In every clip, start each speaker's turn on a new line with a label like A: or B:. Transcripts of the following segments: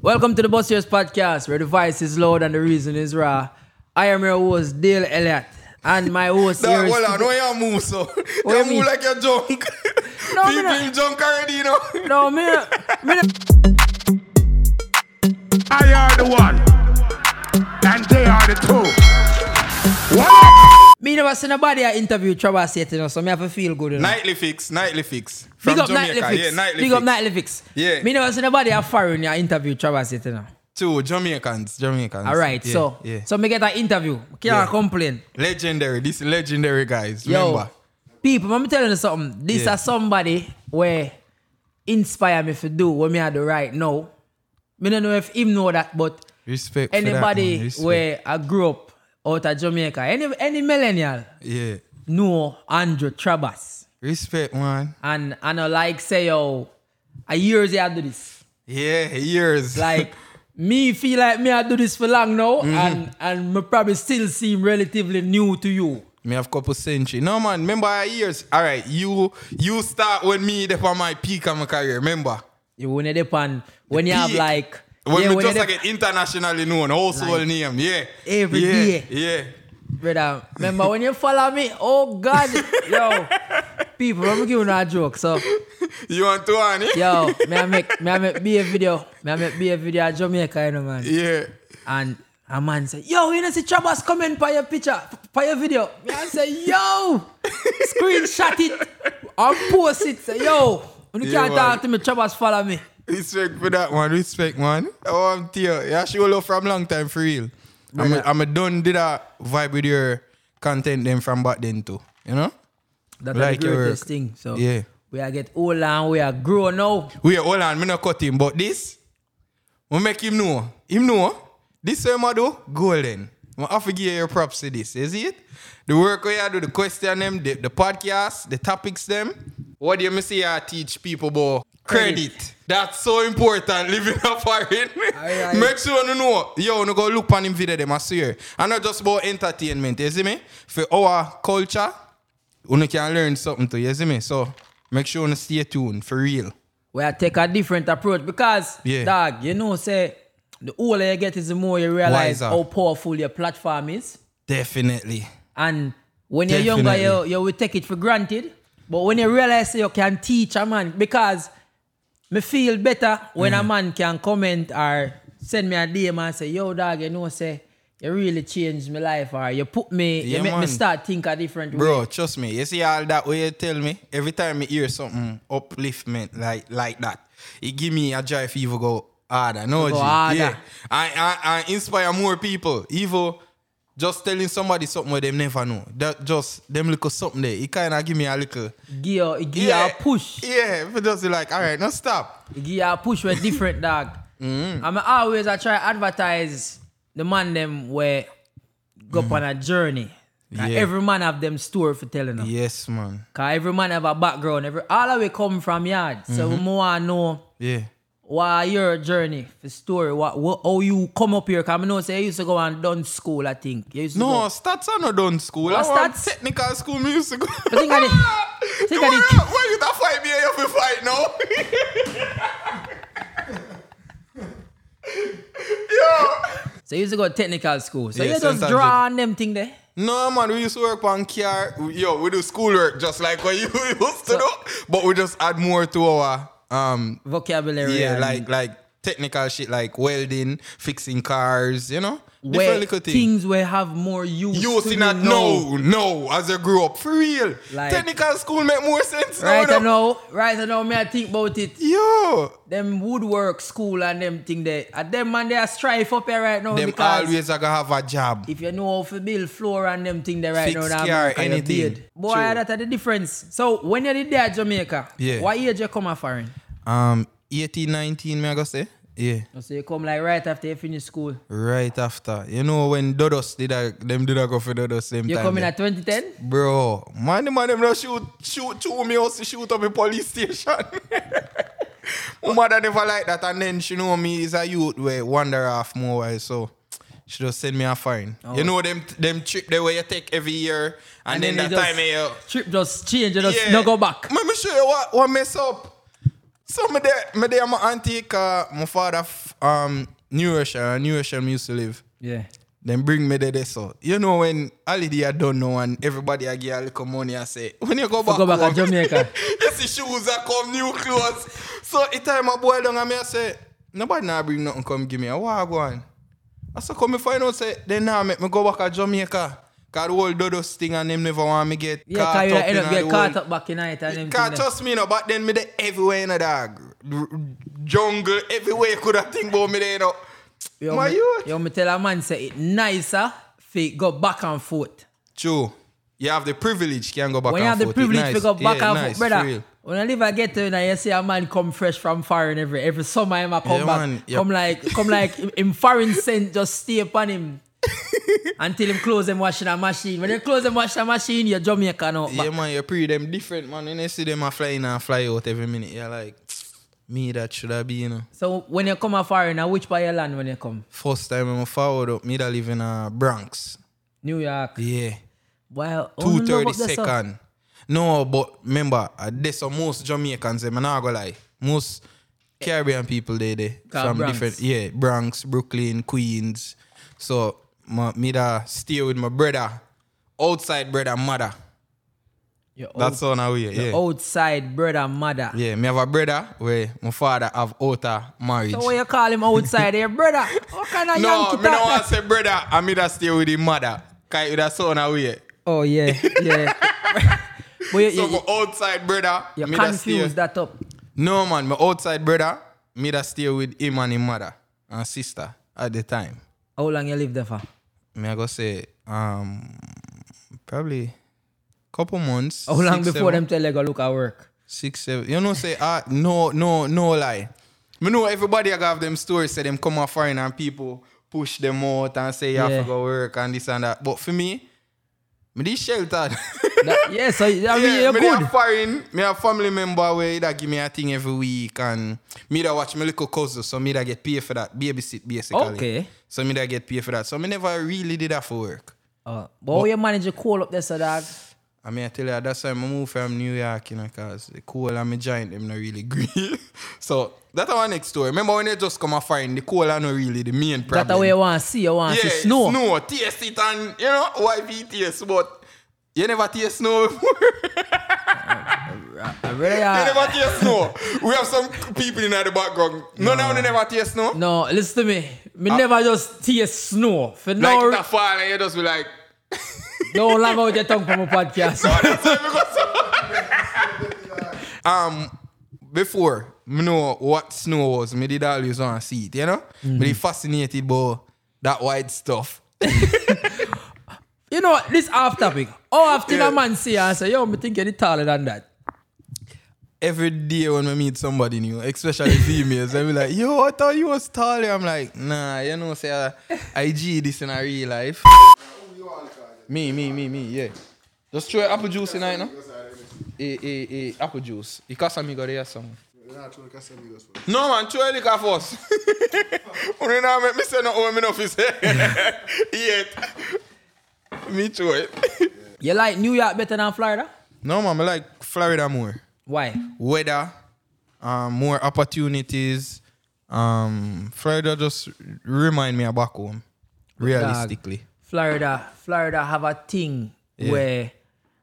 A: Welcome to the Bus Years Podcast, where the voice is loud and the reason is raw. I am your host, Dale Elliott, and my host
B: Dog,
A: here is...
B: hold on, why you move so?
A: What
B: you
A: you mean?
B: move like you're drunk.
A: No, me
B: People
A: not.
B: drunk already, you know.
A: No, me, not- me not-
C: I are the one, and they are the two. What?
A: me never seen nobody I interview Travis yet, you know, so me have to feel good. You know.
B: Nightly fix, nightly fix. From
A: Big up
B: Jamaica,
A: Nightly Fix.
B: yeah, nightly
A: Big
B: fix.
A: up Nightly Fix.
B: Yeah.
A: Me never seen nobody a foreign I interview Travis yet, you know.
B: Two Jamaicans, Jamaicans.
A: All right,
B: Yeah,
A: so
B: yeah.
A: so me get an interview. Can't
B: Yeah.
A: complain.
B: legendary, this legendary guys.
A: Yo,
B: Remember,
A: people, let me tell you something. This
B: Yeah.
A: are somebody where inspire me to do what me I do right now. Me don't know if him know that, but
B: respect.
A: anybody
B: for that, man. respect.
A: where I grew up out of Jamaica, any any millennial
B: yeah,
A: know Andrew Trabas.
B: respect, man.
A: And and I like say yo, I years I do this.
B: Yeah, years.
A: Like me feel like me I do this for long now
B: Mm-hmm.
A: and and me probably still seem relatively new to you.
B: Me have couple century. No man, remember our years. All right, you you start with me there for my peak of my career. Remember
A: You when it depend when you have
B: peak.
A: like
B: when
A: yeah,
B: we
A: when
B: just
A: you
B: like
A: dep-
B: it internationally known, household
A: Like,
B: name. Yeah,
A: every
B: yeah,
A: day.
B: Yeah,
A: Brother, remember when you follow me? Oh God, yo, people, I'm giving a joke. So,
B: you want to on it?
A: yo, me I make me I make be a video, me I make be a video at Jamaica, you know, man.
B: Yeah.
A: And a man say, yo, you know see Trabas coming for your picture, for your video. Me I say, yo, screenshot it and post it. Say, yo, when you
B: Yeah,
A: can't talk
B: man.
A: to me, Trabas follow me.
B: Respect for that one. Respect, man. Oh, I'm tear. Yeah, she will love from long time for real. I'm a,
A: Brother.
B: I'm a done did a vibe with your content then from back then too. You know?
A: That's
B: Like
A: the
B: your
A: greatest
B: work.
A: thing. So,
B: Yeah.
A: we are get old and we are grown now.
B: Wait, hold on, me not cut him, but this, we make him know. Him know. This way I do, golden. I have to give you your props to this. You see it? The work we I do, the question them, the, the podcast, the topics them. What do you me see I teach people about? Credit. That's so important, living a foreign.
A: aye.
B: Make sure you know. Yo, you go look on him video them, I swear. And not just about entertainment, you see me? For our culture, you can learn something too, you see me? So, make sure you stay tuned, for real.
A: where I take a different approach because,
B: Yeah.
A: dog, you know, say the older you get is the more you realize
B: Wiser.
A: how powerful your platform is.
B: Definitely.
A: And when you're younger, you,
B: Definitely.
A: you will take it for granted. But when you realize say you can teach a man, because me feel better when
B: Mm-hmm.
A: a man can comment or send me a DM and say, yo, dog, you know, say, you really changed my life or you put me, you
B: Yeah,
A: make me
B: man.
A: start think a different way.
B: Bro, trust me. You see all that way you tell me? Every time I hear something upliftment like like that, it give me a drive to even go harder. No,
A: Go
B: G.
A: harder.
B: Yeah. I, I, I inspire more people. Even just telling somebody something where them never know. That just them little something there. It kind of give me a little
A: Give, you- it give you a push.
B: Yeah, but just like, all right, now stop.
A: It Give you a push with different dog.
B: Mm-hmm.
A: I'm always I try advertise the man them where go up on a journey. 'Cause
B: Yeah.
A: Every man have them story for telling them.
B: Yes, man.
A: Cause every man have a background. Every all of we come from yard. So
B: Mm-hmm.
A: we more wanna know
B: Yeah.
A: why your journey, the story, what, what how you come up here. Cause I know say you used to go and done school, I think. You used to
B: No,
A: go.
B: stats are not done school.
A: What
B: I want
A: stats?
B: technical school music.
A: But think of the- think of the-
B: Why- Why you that fight me? You have to fight now.
A: So you used to go to technical school. So
B: Yeah,
A: you just
B: sometimes
A: draw on them thing there.
B: No man, we used to work on car. Yo, we do schoolwork just like what you used to
A: So-
B: do, but we just add more to our um
A: Vocabulary.
B: yeah,
A: and
B: like like technical shit like welding, fixing cars, you know,
A: where
B: different little things.
A: things will have more use.
B: You
A: to
B: see
A: you
B: that
A: now.
B: no, no, as I grew up, for real.
A: Like-
B: technical school make more sense
A: Right
B: now.
A: I
B: you know?
A: know, right I know, me I think about it.
B: Yo,
A: Them woodwork school and them thing there. And them man they are strife up here right now
B: them
A: because
B: always I gonna have a job.
A: if you know how to build floor and them thing there right
B: Fix
A: now,
B: car,
A: that
B: anything.
A: Boy,
B: True.
A: that are the difference. So when you did there at Jamaica,
B: Yeah.
A: why age you come a foreign?
B: Um, 18, 19, me I go say? Yeah.
A: So you come like right after you finish school.
B: Right after. You know when Dodos did a, them did a go for Dodos same
A: You
B: time.
A: come in
B: there.
A: at 2010?
B: Bro, man, the man them not shoot, shoot, shoot me also shoot up a police station. My mother never like that and then she know me is a youth where wander off more while, so she just send me a fine.
A: Oh.
B: You know them them trip they where you take every year and, then,
A: you
B: that time
A: just-
B: you
A: Trip just change, you just no go back.
B: Let me show you what, what mess up. So my day, my day, my auntie, uh, my father, f- um, New Russia, New Russia used to live.
A: Yeah.
B: Then bring me there, there, so you know when holiday I don't know and everybody I get a little money I say when you go back,
A: go back to
B: home,
A: Jamaica.
B: you see shoes I come new clothes. So it time a boy down and me I say nobody now bring nothing come give me a what I go on. I so come me find out say then now make me go back to Jamaica. Cause the whole dodos thing and them never want me get
A: Yeah,
B: caught
A: because you
B: up
A: end
B: in
A: up
B: the
A: get caught
B: whole-
A: up back in night and them
B: can't
A: thing there.
B: trust me no, but then me there everywhere in the dog. R- Jungle, everywhere could have think about me there, you know.
A: Yo,
B: My
A: me-
B: youth.
A: Yo, me tell a man say it nicer fi go back and forth.
B: True. You have the privilege, can go back
A: when you
B: and
A: have the
B: forth.
A: privilege
B: nice.
A: to go back
B: yeah,
A: and forth,
B: nice,
A: brother.
B: for real.
A: When I live, I get to and I see a man come fresh from foreign every every summer. Him I come
B: Yeah,
A: back,
B: man, yeah.
A: come like come like him- him foreign scent just stay upon him until him close them washing a machine. When they close them washing a machine, you're Jamaican out.
B: Yeah,
A: back.
B: man, you pre them different, man. When you see them a fly in and fly out every minute, you're like, me that should uh, I be, you know.
A: So when you come a foreign, now which part of your land when you come?
B: First time I'm forward up, me that live in uh, Bronx.
A: New York.
B: Yeah.
A: Well, oh,
B: Two
A: no,
B: thirty
A: but that's all.
B: second. No, but remember, uh, there's some most Jamaicans, I'm not gonna lie. Most Caribbean people they there
A: Ca-
B: from
A: Bronx.
B: different yeah, Bronx, Brooklyn, Queens. So my, me da stay with my brother, outside brother mother.
A: Your
B: That's all now here. Yeah.
A: Oh. outside brother mother.
B: yeah, me have a brother where my father have outer marriage.
A: So what you call him outside here, brother? What kind of
B: no,
A: Yankee talk
B: me no want
A: that?
B: say brother, I me da stay with his mother. Cause with a son away.
A: Oh yeah, yeah. but you,
B: So
A: you,
B: my outside brother,
A: you
B: me da stay.
A: confuse that up.
B: No man, my outside brother, me that stay with him and his mother and sister at the time.
A: How long you live there for?
B: Me I go say, um probably couple months.
A: How long
B: six,
A: before
B: seven-
A: them tell you go look at work?
B: Six, seven. You know say ah no, no, no lie. Me know everybody I have them stories say them come off foreign and people push them out and say you
A: Yeah.
B: have to go work and this and that. But for me, me this sheltered.
A: That- yeah, so I mean, you're
B: me
A: good.
B: A foreign, me a family member where that give me a thing every week and me that watch my little cousin, so me that get paid for that babysit basically.
A: Okay.
B: So me that get paid for that. So me never really did that for work.
A: Uh, but how you manage to call up there, so dog?
B: I mean, I tell you, that's why I moved from New York, you know, because the coal and my giant, them not really green. so that's our next story. Remember when they just come a foreign, the coal are not really the main problem.
A: That's the way you want to see. You want to
B: yeah,
A: see snow.
B: snow, taste it and, you know, YVTS, but you never taste snow before.
A: I really uh,
B: They
A: are.
B: never taste snow. We have some people in the background. No, no, they never taste snow.
A: No, listen to me. Me never just taste snow. For
B: Uh, Like
A: no
B: that
A: reason.
B: fall and you just be like,
A: Don't long out your tongue from a podcast.
B: um, before me know what snow was, me did always want to see it, you know? But
A: Mm-hmm.
B: he fascinated by that white stuff.
A: You know, what? this off topic. How often
B: Yeah.
A: a man see you and say, yo, me think you're taller than that.
B: Every day when I meet somebody new, especially females, they be like, yo, I thought you was taller. I'm like, nah, you know, say uh, IG this in a real life. me, me, me, me, yeah. Just throw apple juice in right now. Eh, eh, eh, apple juice. You got some, you got there some. No man, throw a liquor first. You know, make me say no home in office yet. Me throw it.
A: You like New York better than Florida?
B: No man, I like Florida more.
A: Why?
B: Weather, um, more opportunities. Um, Florida just remind me of back home, realistically.
A: Florida, Florida have a thing where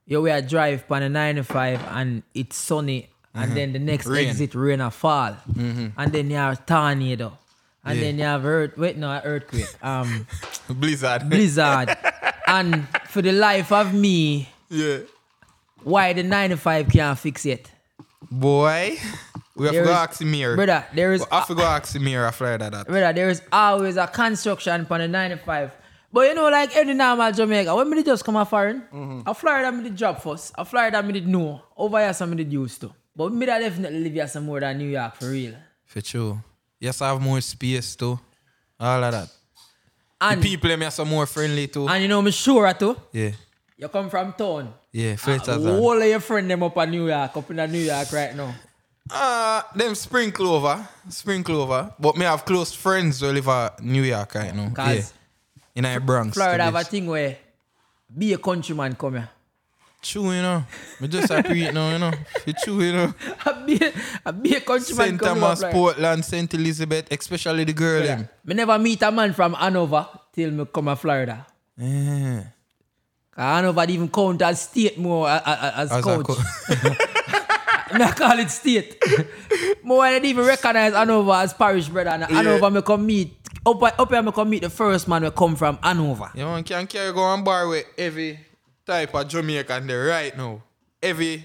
A: you will drive pan a 95 and it's sunny and then the next
B: Mm-hmm. Rain. Mm-hmm.
A: exit rain or fall and then you have tornado and
B: Yeah.
A: then you have earth wait no earthquake um
B: Blizzard.
A: blizzard and for the life of me
B: yeah.
A: why the 95 can't fix it
B: Boy, we have
A: There
B: to go
A: is-
B: ask Mir.
A: brother there is
B: We have to go ask Mir of Florida that.
A: brother, there is always a construction upon the 95. But you know, like any normal Jamaica, when me just come a foreign,
B: Mm-hmm.
A: a Florida me did job first, a Florida me did know, over here some me did used to. But me that definitely live here some more than New York for real.
B: For sure. Yes, I have more space too. All of that.
A: And
B: People them yes are more friendly too.
A: and you know me sure too,
B: yeah.
A: you come from town.
B: Yeah, flatter than.
A: All of your friend them up in New York, up in the New York right now.
B: Ah, them spring clover, spring clover. But me have close friends who live at New York right now. Yeah,
A: Cause
B: in the Bronx.
A: Florida
B: to
A: have a
B: this.
A: thing where be a countryman come here.
B: True, you know. Me just agree it now, you know. It true, you know.
A: I be I be a countryman
B: St.
A: coming
B: Thomas,
A: up like-
B: Portland, St. Elizabeth, especially the girl
A: Yeah.
B: them.
A: Me never meet a man from Hanover till me come to Florida.
B: Yeah.
A: 'Cause Hanover even count as state more a- a- a- as,
B: As a
A: coach.
B: co-
A: Me I call it state. more I didn't even recognize Hanover as parish brother. And Hanover me come meet up, up here me come meet the first man we come from Hanover.
B: you man can carry go on bar with every type of Jamaican there right now. Every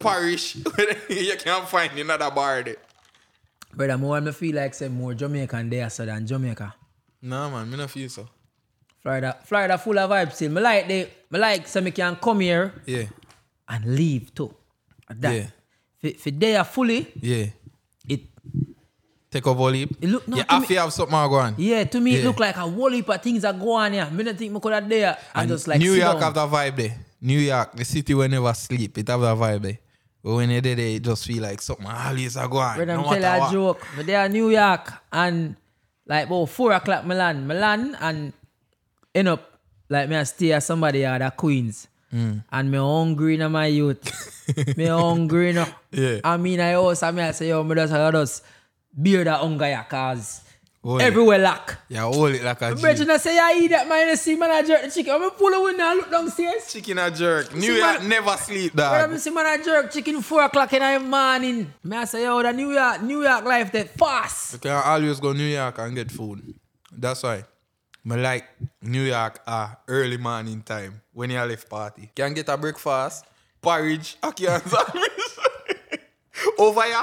B: parish you can find another bar there.
A: Brother, more I feel like say more Jamaican there so than Jamaica.
B: No man, me not feel so.
A: Florida, Florida full of vibes still. Me like they, me like so me can come here
B: Yeah.
A: and leave too. That.
B: Yeah.
A: If, if they are fully,
B: Yeah.
A: it
B: Take over leap.
A: It look- no,
B: you
A: to
B: have
A: me-
B: to have something go on.
A: Yeah, to me it
B: Yeah.
A: look like a whole heap of things are going here. Me don't think me could have there. I
B: And
A: just like
B: New
A: sit
B: York
A: down.
B: have that vibe there. New York, the city will never sleep. It have that vibe there. But when you're there, it just feel like something always a go on.
A: When
B: no
A: I'm
B: matter
A: telling you
B: what.
A: a joke, but they are New York and like about four o'clock Milan, Milan and end up like me I stay at somebody at a Queens.
B: Mm.
A: And me hungry in my youth. me hungry no.
B: Yeah.
A: I mean I also me I say yo me just I just beer that hunger ya cause
B: Hold it.
A: everywhere lack.
B: Yeah, hold it like a
A: Bridge
B: G.
A: and I say I eat that man I see man I jerk the chicken. I'm pull the window and look downstairs.
B: Chicken a jerk. New
A: See,
B: York
A: man-
B: never sleep,
A: But I'm
B: dog.
A: see man a jerk chicken four o'clock in the morning. Me I say yo the New York New York life that fast.
B: You can always go New York and get food. That's why. I like New York uh, early morning time when you left party. Can get a breakfast, porridge, ackee and sandwich. Over here,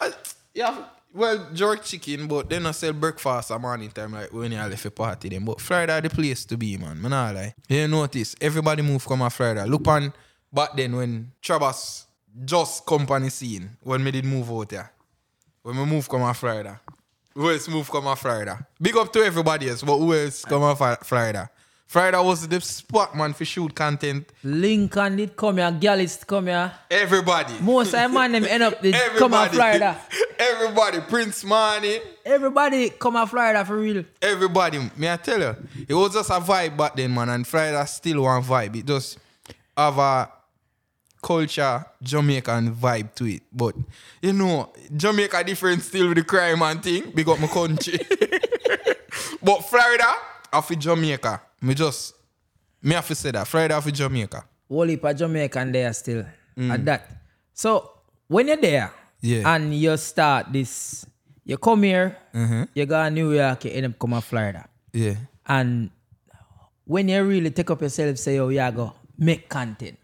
B: uh, you have, well, jerk chicken, but they not sell breakfast at morning time like when you left a party then. But Florida the place to be, man. Man, I lie. You notice, everybody move from a Florida. Look on back then when Travis just company scene, when me did move out there. When we move come a Florida. Who else move come a Florida? Big up to everybody else, but who else come a Fri- Florida? Florida was the spot, man, for shoot content.
A: Lincoln did come here, Gallis come here.
B: Everybody.
A: Most of the man them end up they
B: everybody.
A: come out Florida.
B: Everybody. Prince Money.
A: Everybody come out Florida for real.
B: Everybody. May I tell you? It was just a vibe back then, man, and Florida still one vibe. It just have a culture, Jamaican vibe to it. But, you know, Jamaica different still with the crime and thing. Big up my country. But Florida, I feel Jamaica. Me just, me have to say that. Florida, I feel Jamaica.
A: Whole heap of Jamaican there still at that. So when you're there
B: Mm. Yeah.
A: and you start this, you come here,
B: Mm-hmm.
A: you go to New York, you end up come to Florida.
B: Yeah.
A: And when you really take up yourself, say, oh, yeah, go make content.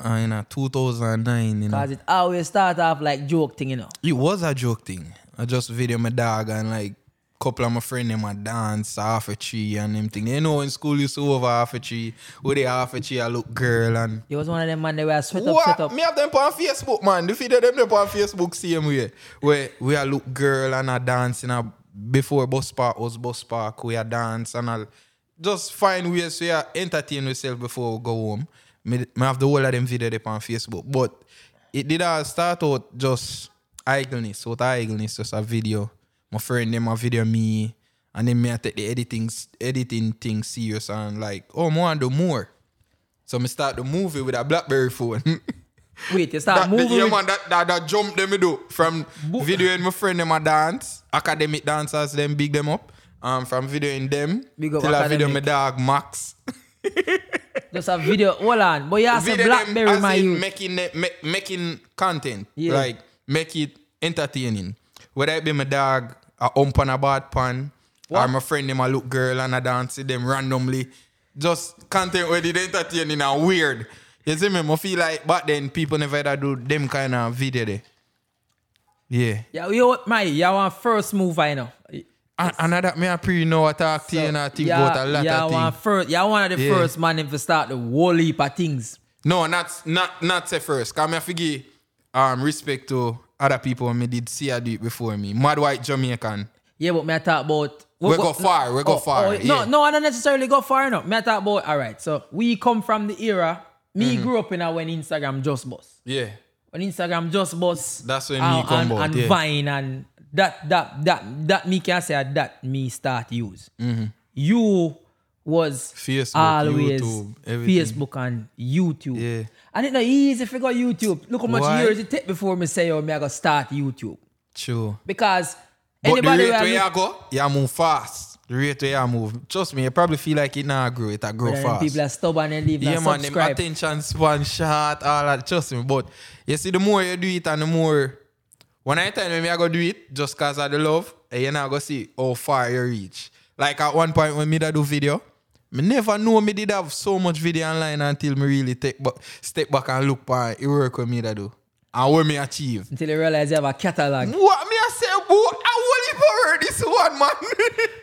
B: And in uh, 2009, you know,
A: Because it always start off like joke thing, you know.
B: it was a joke thing. I just video my dog and like couple of my friend them a dance half a tree and them thing. You know, in school you saw over half a tree. With the half a tree, I look girl and
A: It was one of them man they were sweat up,
B: What?
A: sweat up.
B: Me have them on Facebook, man. The video them them on Facebook same way. Where we a look girl and a dancing a before bus park was bus park. We a dance and a just find ways so you entertain yourself before we go home. Me, me have the whole of them video up on Facebook. But it did all start out just idleness. What idleness just a video. My friend them a video me. And then me I take the editing editing thing serious and like, oh more and do more. So I start the movie with a BlackBerry phone.
A: Wait, you start
B: that,
A: moving.
B: yeah,
A: with-
B: man, that, that, that jump them me do from videoing my friend them a dance, academic dancers them big them up. Um, from videoing them
A: Big up
B: till I video my
A: academic.
B: dog Max.
A: Just a video. Hold on. But you have some
B: Video them
A: Blackberry,
B: as
A: my
B: in
A: youth.
B: making them- ma- making content
A: Yeah.
B: like make it entertaining. Whether it be my dog a ump on a bad pan or my friend them a look girl and a dance with them randomly. Just content where it entertaining and weird. You see me? I feel like back then people never had do them kind of video there. Yeah.
A: yeah, you my you want first move, I know.
B: And, and I that me a pre know I talk to you and I think about a lot
A: yeah,
B: of
A: one
B: things.
A: first, yeah, one of the
B: Yeah.
A: first man if you start the whole heap of things.
B: No, not not not say first. Cause me have to give um respect to other people when me did see I do it before me. Mad white Jamaican.
A: Yeah, but me I talk about Oh,
B: We go far, we go far,
A: No,
B: yeah.
A: no, I don't necessarily go far enough. Me I talk about all right. So we come from the era.
B: Mm-hmm.
A: Me grew up in a when Instagram just bust.
B: Yeah.
A: When Instagram just bust.
B: That's when me
A: and,
B: come
A: and,
B: about,
A: and
B: yeah.
A: Vine and that that that that me can say that me start use. You was
B: Mm-hmm. Facebook,
A: always
B: YouTube, everything.
A: Facebook and YouTube.
B: Yeah.
A: And it's not easy to figure out YouTube. Look how much
B: Why?
A: years it take before me say, oh, me I go start YouTube.
B: True.
A: Because
B: But the
A: anybody
B: rate
A: where I
B: where
A: look-
B: you go, you move fast. The rate where you move. Trust me, you probably feel like it now grow. It'll grow
A: and then
B: fast.
A: people are stubborn and leave
B: yeah,
A: and
B: man, them
A: subscribe.
B: attention span short, all that. Trust me. But you see, the more you do it and the more. When I time when me I go do it, just cause of the love, and you now go see how far you reach. Like at one point when me da do video, me never know me did have so much video online until me really take but step back and look by it work when me da do. And what me achieve.
A: until you realize you have a catalog.
B: What me I say, boo, I will heard this one, man.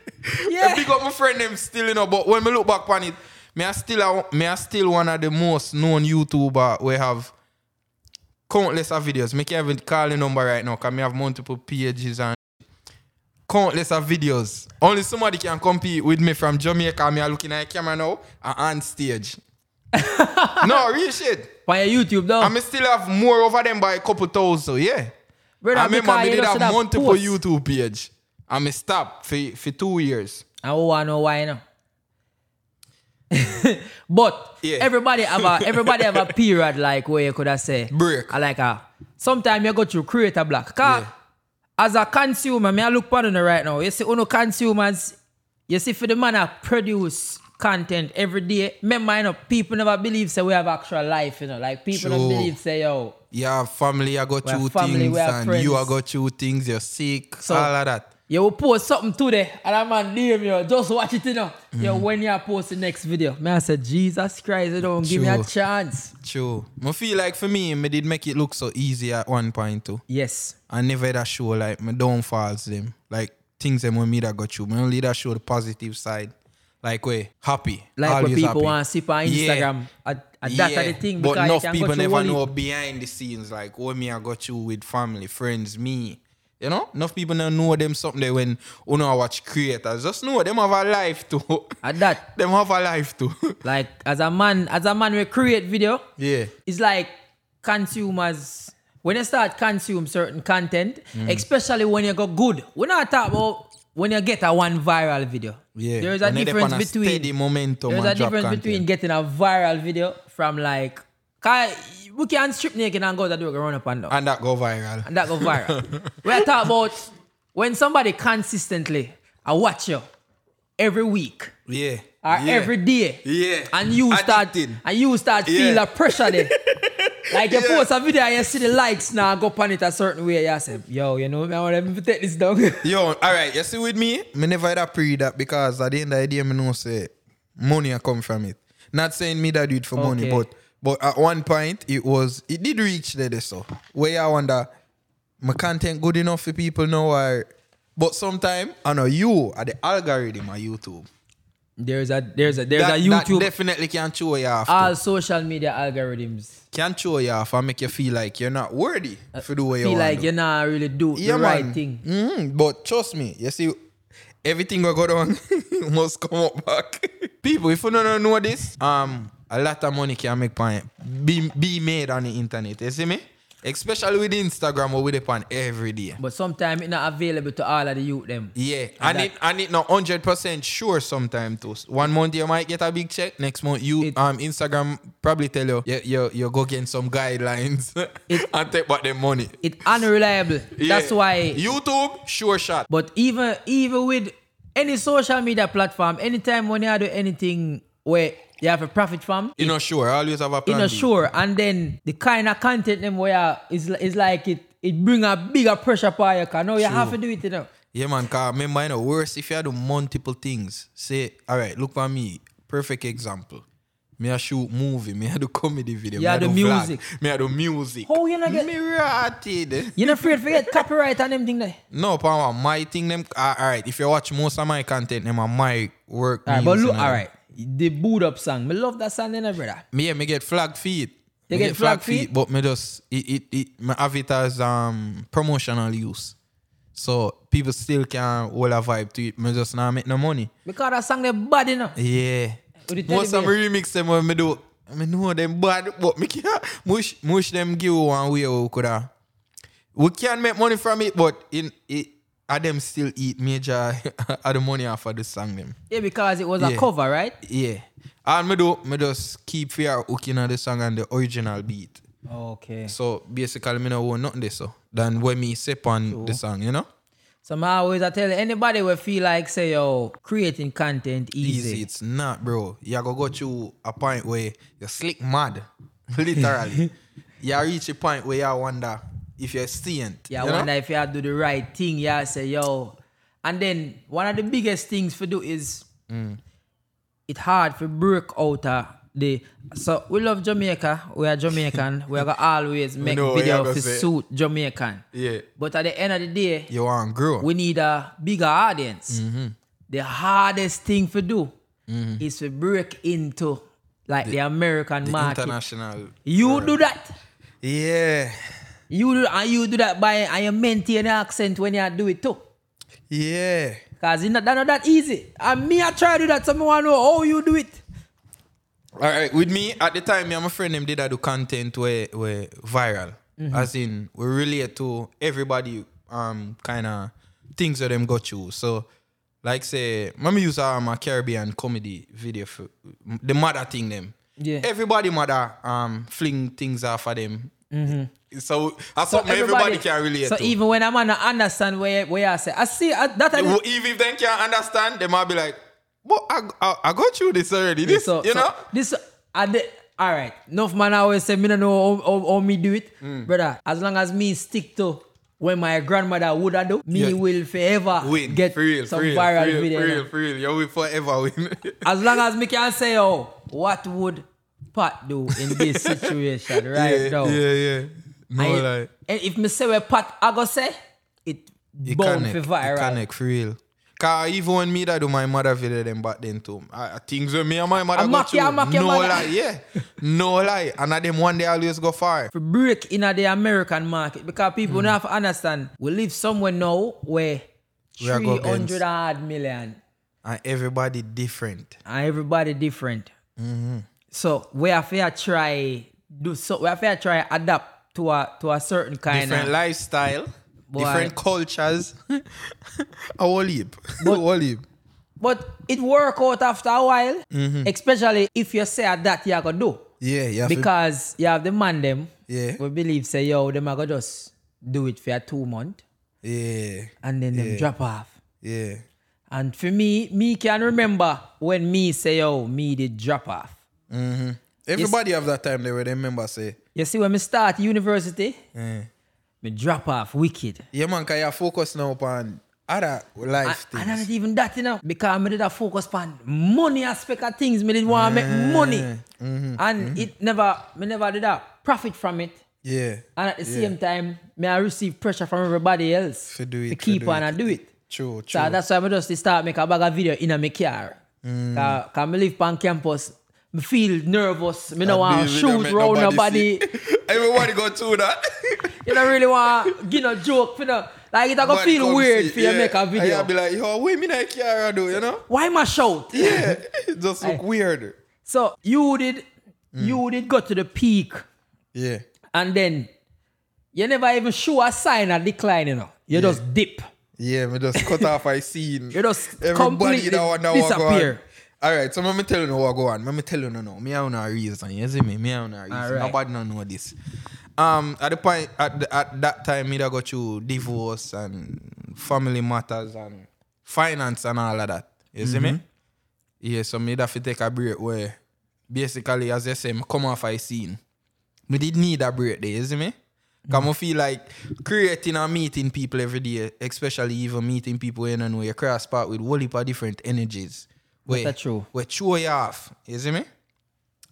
A: Yeah.
B: Yeah. Big up my friend them still, you know, but when me look back on it, me I still a- me I still one of the most known YouTuber we have countless of videos. Me can't even call the number right now because me have multiple pages and countless of videos. Only somebody can compete with me from Jamaica. Me are looking at a camera now and on stage. no, real shit.
A: On your YouTube though.
B: And Mm-hmm. me still have more over them by a couple thousand, yeah.
A: Brother,
B: I remember
A: because
B: me
A: you
B: did
A: just
B: have
A: should have
B: multiple
A: posts.
B: YouTube page. And me stop for, for two years.
A: I don't want to know why now. ah. but
B: Yeah.
A: everybody have a everybody have a period like where you could have say
B: Break.
A: I like a sometimes you go through creator block. 'Cause
B: Yeah.
A: as a consumer, me I look upon it right now. You see, uno consumers, you see for the man that produce content every day. Remember, you know, people never believe say we have actual life, you know. Like people don't
B: True.
A: believe say yo.
B: Your family, I got
A: We are
B: two
A: family,
B: things.
A: we are
B: And
A: friends.
B: you, I got two things. You're sick.
A: So-
B: all of that.
A: You will post something today, and a man DM you, just watch it, you know. Yo,
B: Mm-hmm.
A: when you post the next video, man, I said, Jesus Christ, you don't give me a
B: True.
A: chance.
B: True. I feel like for me, me did make it look so easy at one point too.
A: Yes.
B: I never had a show like my downfalls them. Like things them when me that got you. Me only that show the positive side. Like we happy.
A: Like what
B: always
A: people
B: happy.
A: want to see on
B: Yeah.
A: Instagram. And and that are the thing.
B: But
A: because you
B: enough
A: can
B: people
A: go through
B: never
A: all it.
B: know behind the scenes, like oh me, I got you with family, friends, me. You know, enough people don't know them something there when you know I watch creators. Just know them have a life too.
A: And that,
B: them have a life too.
A: like, as a man, as a man, we create video.
B: yeah.
A: It's like consumers, when you start consume certain content,
B: Mm.
A: especially when you go good, we're not talking about when you get a one viral video.
B: Yeah.
A: There is a
B: When they
A: difference
B: on a
A: between
B: steady momentum
A: There's
B: and
A: a
B: drop
A: difference
B: content.
A: between getting a viral video from like, 'cause we can strip naked and go to do a run up and down.
B: and that go viral.
A: And that go viral. We're talking about when somebody consistently, I watch you every week
B: yeah.
A: or
B: yeah.
A: every day.
B: Yeah.
A: And you start
B: Addicted.
A: and you start feel
B: Yeah.
A: a pressure there. like you
B: Yeah.
A: post a video and you see the likes now go pan it a certain way. You say, yo, you know, I want to take this down.
B: Yo, all right, you see with me, me never had a pre that because at the end of the day, me know say money a come from it. Not saying me that do it for money,
A: Okay.
B: but but at one point it was it did reach there there, so where I wonder my content good enough for people now or but sometime I know you are the algorithm on YouTube.
A: there's a there's a there's
B: that,
A: a
B: that
A: YouTube
B: definitely can show you off.
A: all social media algorithms.
B: can show you off and make you feel like you're not worthy for the way you
A: Uh, feel
B: want
A: like
B: do.
A: you're not really do the right thing.
B: Mhm, But trust me, you see, everything will go down must come up back. People, if you don't know this, um, a lot of money can make pan be be made on the internet. You see me? Especially with Instagram or with the pan every day.
A: But sometimes it's not available to all of the youth them.
B: Yeah, and
A: that-
B: it and it not hundred percent sure sometime too. One month you might get a big check, next month you
A: It-
B: um Instagram probably tell you you you, you go get some guidelines and take back the money.
A: It's unreliable. That's
B: Yeah.
A: why
B: YouTube sure shot.
A: But even even with any social media platform, anytime when you do anything where you have a profit from,
B: You know sure, always have a
A: you
B: plan.
A: know
B: B.
A: sure. And then the kind of content them where is is like it it bring a bigger pressure for you. 'cause now you have to do it, you know.
B: Yeah, man, cause remember, you know, worse if you do multiple things. Say, all right, look for me. Perfect example. Me I shoot movie, me I do comedy video,
A: You
B: me I
A: do
B: do vlog,
A: music.
B: me I do music.
A: How you not get-
B: Me rotted.
A: You're not afraid to get copyright and them thing there.
B: No, power. My thing, them. ah, all right, if you watch most of my content, them are my work.
A: All right, but
B: memes
A: look,
B: and all
A: all
B: that.
A: right. The boot up song. Me love that song, you know, brother.
B: Me, yeah, me get flag feet.
A: You
B: Me
A: get flag feet?
B: but me just it it it me have it as um promotional use. So people still can hold a vibe to it. Me just not make no money.
A: Because that song they bad, you know.
B: Yeah.
A: With the teddy
B: Most of them
A: bear.
B: remix them when me do. I know them bad, but me can't. Mush, mush them give one way we could have. We can make money from it, but in it, of them still eat major of the money off of the song them.
A: Yeah, because it was a
B: Yeah.
A: cover, right?
B: Yeah. And me do me just keep fear hooking on the song and the original beat.
A: Okay.
B: So basically me no want nothing there so than when me sip on the song, you know?
A: So I always I tell anybody will feel like say yo creating content
B: Easy.
A: easy.
B: It's not, bro. You go go to a point where you slick mad. Literally. you reach a point where you wonder if you're staying.
A: Yeah, I
B: you know?
A: wonder if you do the right thing. Yeah, say yo. And then one of the biggest things for do is
B: Mm.
A: it hard for break out of the so we love Jamaica. We are Jamaican. we are gonna always make
B: know what you
A: video
B: gonna
A: to
B: say.
A: suit Jamaican.
B: Yeah.
A: But at the end of the day,
B: You want grow.
A: we need a bigger audience. The hardest thing to do is to break into like the, American
B: the
A: market.
B: international.
A: You
B: world.
A: do that.
B: Yeah.
A: You do and you do that by and you maintain an accent when you do it too.
B: Yeah.
A: Cause it's not that, not that easy. And me, I try to do that. Someone know how you do it.
B: All right, with me at the time, me and my friend them did I do content where where viral,
A: Mm-hmm.
B: as in we relate to everybody um kind of things that them got you. So like say, let me use um, a Caribbean comedy video for the mother thing them.
A: Yeah.
B: everybody mother um fling things off of them. So that's something everybody, can relate
A: Mm-hmm. So
B: to.
A: even when I'm on, I understand where where I say, I see I, that. I,
B: Even, if they can't understand, they might be like, "But I, I, I got you this already. This,
A: so,
B: you
A: so
B: know."
A: this. I did, all right, enough man. I always say me don't know how, how, how me do it,
B: Mm.
A: brother. As long as me stick to when my grandmother would have do, me
B: Yeah.
A: will forever
B: win.
A: get
B: for real,
A: some
B: for real,
A: viral
B: for real,
A: video.
B: For real, for real. You will forever win.
A: As long as me can say, oh, what would Pat do in this situation right
B: yeah,
A: now?
B: yeah, yeah. No
A: And,
B: lie.
A: and if me say where Pat I go say, it
B: It
A: bound for
B: connect, It
A: viral.
B: connect for real. Cause even when me that do my mother video them back then too. I, I things with me and my mother
A: I
B: go
A: mock you, I
B: through.
A: mock your
B: no
A: mother.
B: lie, yeah. No lie. And at them one day always go far.
A: For break in the American market because people
B: Hmm.
A: don't have to understand we live somewhere now where
B: We are go
A: 300 odd million
B: And everybody different.
A: and everybody different.
B: Mm-hmm.
A: So we have to try do so we have to try adapt to a to a certain kind
B: Different
A: of
B: lifestyle.
A: Boy.
B: Different cultures. a whole heap. A whole heap.
A: But it work out after a while,
B: Mm-hmm.
A: especially if you say that you gonna do.
B: Yeah, yeah.
A: Because you have the man them,
B: Yeah.
A: we believe say, yo, them are gonna just do it for a two month
B: Yeah.
A: and then them drop off.
B: Yeah.
A: And for me, me can remember when me say, yo, me did drop off.
B: Everybody have that time there where they remember say,
A: You see, when me start university,
B: eh.
A: me drop off wicked.
B: Yeah, man, because you're focused now upon other life
A: And,
B: things.
A: and not even that, you know, because I did a focus on money aspect of things. Me did want to
B: Eh.
A: make money.
B: Mm-hmm.
A: And it never, me never did a profit from it.
B: yeah.
A: And at the same time, may I receive pressure from everybody else
B: To do it,
A: To
B: to
A: keep
B: do
A: on
B: it.
A: and do it.
B: True, true.
A: So that's why I just start make a bag of video in a my car.
B: Mm.
A: Because I live on campus, I feel nervous. I don't want to shoot round nobody.
B: Everybody go through that.
A: you don't really want to get a joke. You know? Like it's going to
B: Nobody
A: feel
B: come
A: weird
B: see-
A: for you
B: yeah.
A: make a
B: And
A: video.
B: I'll be like, yo, wait me not care, do, you know?
A: Why am I shout?
B: Yeah. It just look
A: Aye.
B: weird.
A: So you did, you
B: Mm.
A: did go to the peak
B: Yeah.
A: and then you never even show a sign of decline, you know. You just dip.
B: Yeah, me just cut off I seen.
A: You just completely
B: want to
A: disappear.
B: All right, so let me tell you what go on. Let me tell you no, no. Me have no reason. You see me? Me have no reason.
A: All right.
B: Nobody don't know this. Um, at the point at, the, at that time, me da got through divorce and family matters and finance and all of that. You see
A: Mm-hmm.
B: me? Yeah, so me da fi take a break where basically, as I say, me come off I scene. Me did need a break there. You see me? Cause I feel like creating and meeting people every day, especially even meeting people in and where you cross part with whole heap of different energies. Where,
A: That's true.
B: Where throw you off. You see me?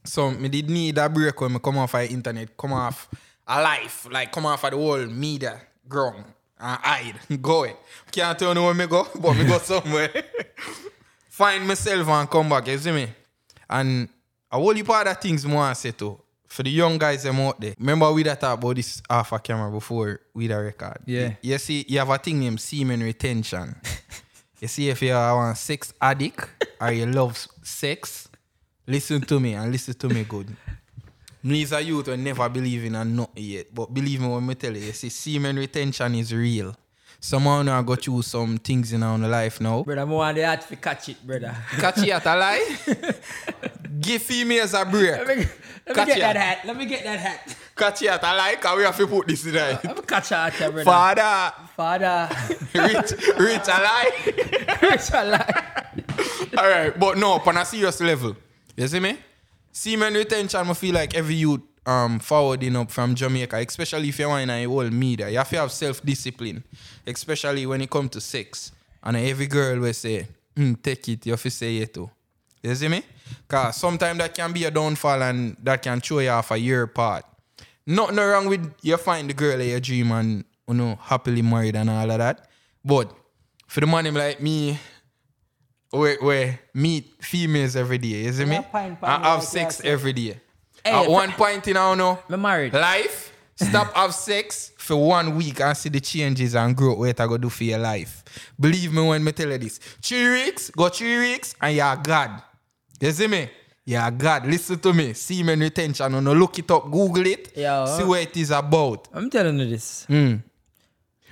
B: So me did need a break when I come off of internet, come off a life, like come off of the whole media ground and hide, go it. Can't tell you where me go, but me go somewhere. Find myself and come back, you see me? And a whole heap of other things more I say too. For the young guys them out there, remember we that talk about this half a camera before we that record.
A: Yeah.
B: You see, you have a thing named semen retention. you see, if you are a sex addict or you love sex, listen to me and listen to me good. Me is a youth who never believe in a nut yet, but believe me when I tell you, you see, semen retention is real. Somehow now I go through some things in our life now.
A: Brother, I want the hat to catch it, brother.
B: Catch it at a lie. Give females a break.
A: Let me, let me
B: Catch
A: get
B: it.
A: that hat. Let me get that hat.
B: Catch it at a lie, cause we have to put this in there.
A: Let me catch your hat, here, brother.
B: Father,
A: Father.
B: rich, rich a lie.
A: Rich a lie.
B: All right, but no, on a serious level, you see me? Semen retention, I feel like every youth um forwarding up from Jamaica, especially if you want in a whole media, you have to have self discipline, especially when it comes to sex. And every girl will say, "Mm, take it, you have to say it too. You see me? Because sometimes that can be a downfall and that can throw you off a year apart. Nothing wrong with you find the girl of your dream and you know happily married and all of that. But for the man him like me, we, we meet females every day, you see me?
A: Yeah, pine, pine,
B: I have
A: like
B: sex
A: that.
B: every day.
A: Hey,
B: At
A: fr-
B: one point in our know,
A: Me married.
B: life, stop have sex for one week and see the changes and growth what I go do for your life. Believe me when me tell you this. Three weeks, go three weeks, and you're God. You see me? Yeah, God, listen to me. Semen retention, you know, look it up, Google it,
A: Yeah.
B: see what it is about.
A: I'm telling you this.
B: Mm.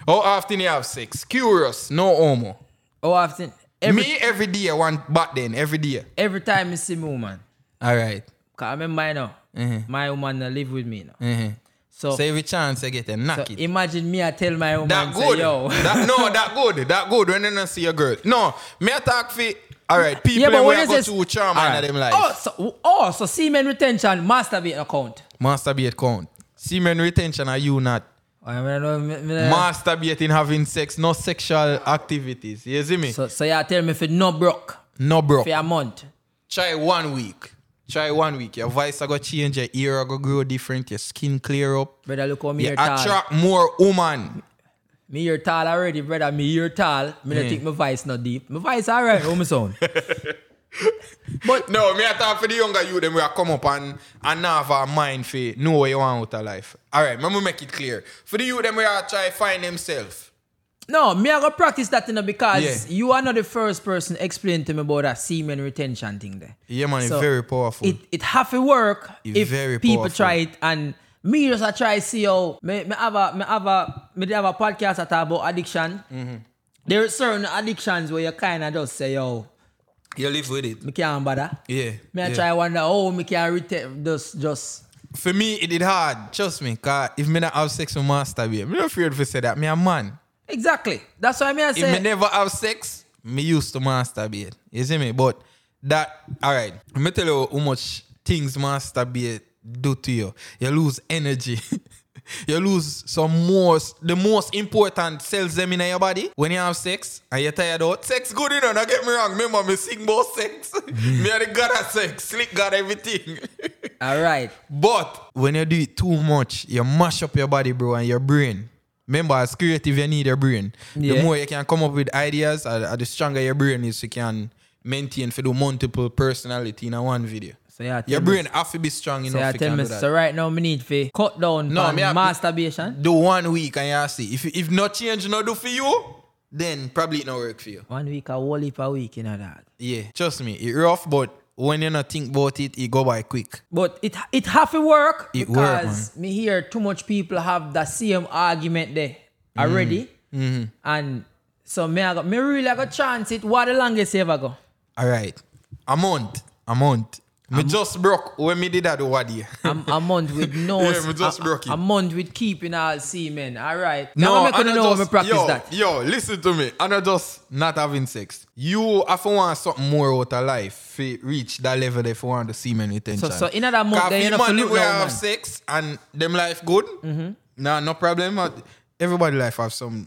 B: How often you have sex? Curious, no homo.
A: How Oh, often? Every,
B: me every day, one back then, every day.
A: every time I see my woman.
B: All right.
A: Because I remember, you know,
B: Mhm.
A: my woman uh, live with me now.
B: Mm-hmm.
A: So,
B: So every chance I get, a knock
A: so
B: it.
A: imagine me, I tell my woman,
B: That
A: say,
B: good.
A: yo.
B: That, no, that good. That good when you don't see a girl. No, me attack for all right. People
A: yeah, but
B: when
A: when
B: I
A: it
B: go
A: says...
B: to charm
A: All
B: right.
A: right.
B: them life.
A: Oh, so, oh, so semen retention, masturbate account.
B: Masturbate count. Semen retention are you not?
A: Oh, I mean, I know, me- me-
B: Masturbating, having sex, no sexual activities. You see me?
A: so, so you tell me if it no broke
B: no, bro.
A: for a month.
B: Try one week. Try one week. Your voice are gonna change. Your ear are gonna grow different. Your skin clear up.
A: Brother, look how me
B: You
A: here tall.
B: attract more woman.
A: Me here tall already, brother. Me here tall. Me don't
B: Mm.
A: think my voice not deep. My voice alright, how my sound. but
B: No, me I talk for the younger you them we are come up and and now have a mind for know what you want out of life. Alright, let me make it clear. For the youth them we are try find themselves.
A: no, me I go practice that you know, because
B: Yeah.
A: you are not the first person explain to me about that semen retention thing there.
B: Yeah man, it's
A: So,
B: very powerful.
A: It it have to work
B: It's
A: if
B: very
A: people
B: powerful.
A: try it and me just I try see how me, me have a me have a me dey have a podcast that talk about addiction.
B: Mm-hmm.
A: There are certain addictions where you kinda just say, yo,
B: you live with it.
A: me can't bother.
B: Yeah.
A: Me I
B: yeah.
A: try wonder how me can retain just just
B: For me, it did hard. Trust me, cause if me not have sex with master be, me not afraid to say that. Me a man.
A: Exactly. That's what I mean. I
B: If me
A: say.
B: never have sex, me used to masturbate. You see me? But that, all right. Let me tell you how much things masturbate do to you. You lose energy. you lose some most, the most important cells them in your body when you have sex and you're tired out. Sex good, you know, don't get me wrong. Remember, me sing about sex. me are the god of sex. Slick god everything.
A: All right.
B: But when you do it too much, you mash up your body, bro, and your brain. Remember, as creative you need your brain. The
A: Yeah.
B: more you can come up with ideas, uh, uh, the stronger your brain is. You can maintain for do multiple personality in a one video.
A: So yeah,
B: Your
A: tell
B: brain have to be strong
A: So
B: enough.
A: yeah,
B: to
A: tell
B: can
A: me.
B: do
A: So
B: that.
A: right now, me need to cut down
B: No,
A: no,
B: me have-
A: masturbation.
B: Do one week and you see. If if not change, no do for you, then probably it not work for you.
A: One week, a whole heap a week, you know that.
B: Yeah, trust me, it rough, but when you not think about it, it go by quick.
A: But it it have to work
B: It work,
A: because me hear too much people have the same argument there already,
B: Mm-hmm.
A: and so me I got me really I got chance it. What the longest you ever go?
B: All right, a month, a month. Me just broke when me did that over there.
A: A, a month with no
B: Yeah, me just
A: a,
B: broke it.
A: a month with keeping all semen. All right. No, I'm not
B: and I
A: know how me
B: just-
A: practice
B: yo,
A: that.
B: Yo, listen to me. I'm not just not having sex. You have to want something more out of life fi reach that level if you want to see many attention.
A: so in other month,
B: Cause
A: then
B: fi
A: you not
B: man,
A: pollute
B: if we
A: no
B: have
A: woman.
B: sex and them life good,
A: Mm-hmm.
B: nah, no problem. Everybody life have some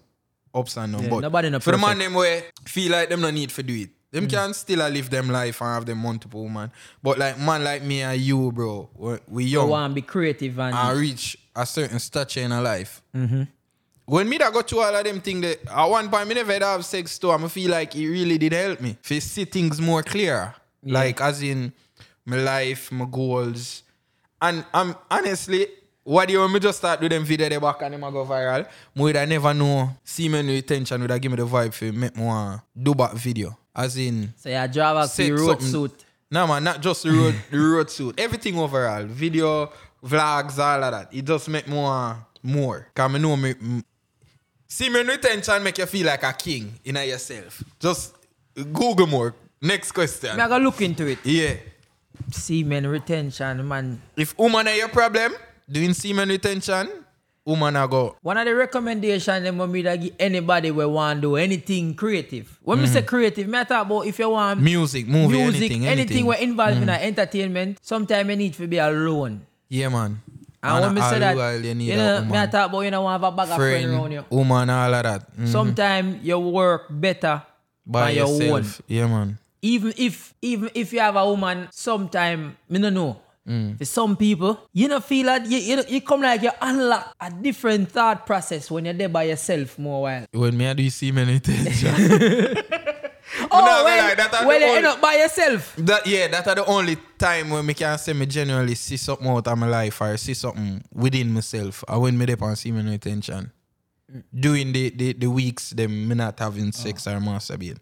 B: ups and downs.
A: Yeah,
B: but
A: nobody not
B: for the man
A: perfect. Mm.
B: them where feel like them no need for do it. Them can still a live them life and have them multiple woman. But like man like me and you, bro, we, we young
A: I want to be creative and
B: and reach a certain stature in a life. When me that got through all of them things, that at one point me never had have sex too, and I feel like it really did help me. To see things more clear, like as in my life, my goals, and I'm honestly. What do you want me just start do them video they back and them a go viral? Me would I never know semen retention would I give me the vibe for make me want do back video. As in
A: so yeah, drive a
B: Set
A: free road
B: something.
A: suit.
B: No man, not just the road, the road suit. Everything overall, video, vlogs, all of that. It just make more, more. Cause I know me, m- Semen retention make you feel like a king in yourself. Just Google more. Next question.
A: I gotta look into it.
B: Yeah.
A: Semen retention, man.
B: If woman are your problem, doing semen retention, woman are go.
A: One of the recommendations them want me to give anybody we want to do anything creative. When we say creative, me I talk about if you want
B: Music, movie,
A: music,
B: Mm. anything,
A: anything,
B: anything. Mm.
A: we involved in our entertainment, sometimes you need to be alone.
B: Yeah, man.
A: And when me
B: all
A: say that,
B: while you
A: you,
B: need
A: know,
B: a
A: me I
B: woman.
A: talk about you know want have a bag of friend,
B: Friend, Mm.
A: around you.
B: woman, all of that. Mm.
A: Sometimes you work better
B: By
A: on your own.
B: yourself. Yeah, man.
A: Even if even if you have a woman, sometime me no know.
B: Mm.
A: For some people, you know feel like you, you, you come like you unlock a different thought process when you're there by yourself more while.
B: When me I do semen retention.
A: Oh,
B: not gonna
A: well,
B: lie, that are the
A: well, you
B: only-
A: end up by yourself.
B: That yeah, that are the only time when me can say me genuinely see something out of my life or see something within myself. I when me dep and see me no attention. During the, the, the weeks them me not having sex or masturbate.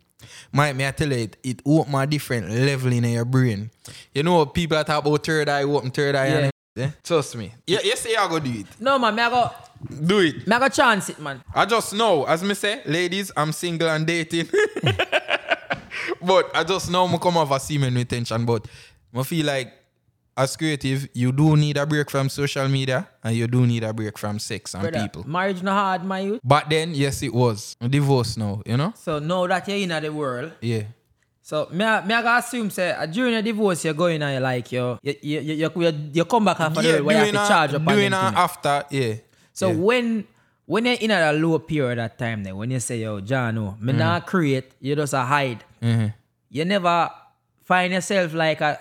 B: My me I tell you it, it open a different level in your brain. You know people that talk about third eye open, third eye and eh? Trust me. Yeah, yes, I go do it.
A: No man, me I go,
B: Do it.
A: me I go chance it, man.
B: I just know, as me say, ladies, I'm single and dating. but I just know I come have a semen retention. But I feel like as creative, you do need a break from social media and you do need a break from sex and
A: Brother,
B: people.
A: marriage no hard, my youth.
B: But then, yes, it was. I'm divorced now, you know?
A: So now that you're in the world,
B: Yeah.
A: so me I, me I go assume say uh, during the divorce you're going and you like you you you, you, you, you come back after the world, where you have to charge up on
B: doing
A: them
B: a
A: thing.
B: after, yeah.
A: So
B: yeah.
A: when when you're in a low period at time then when you say yo John, no, me
B: Mm-hmm.
A: not create, you just a hide.
B: Mhm.
A: You never find yourself like a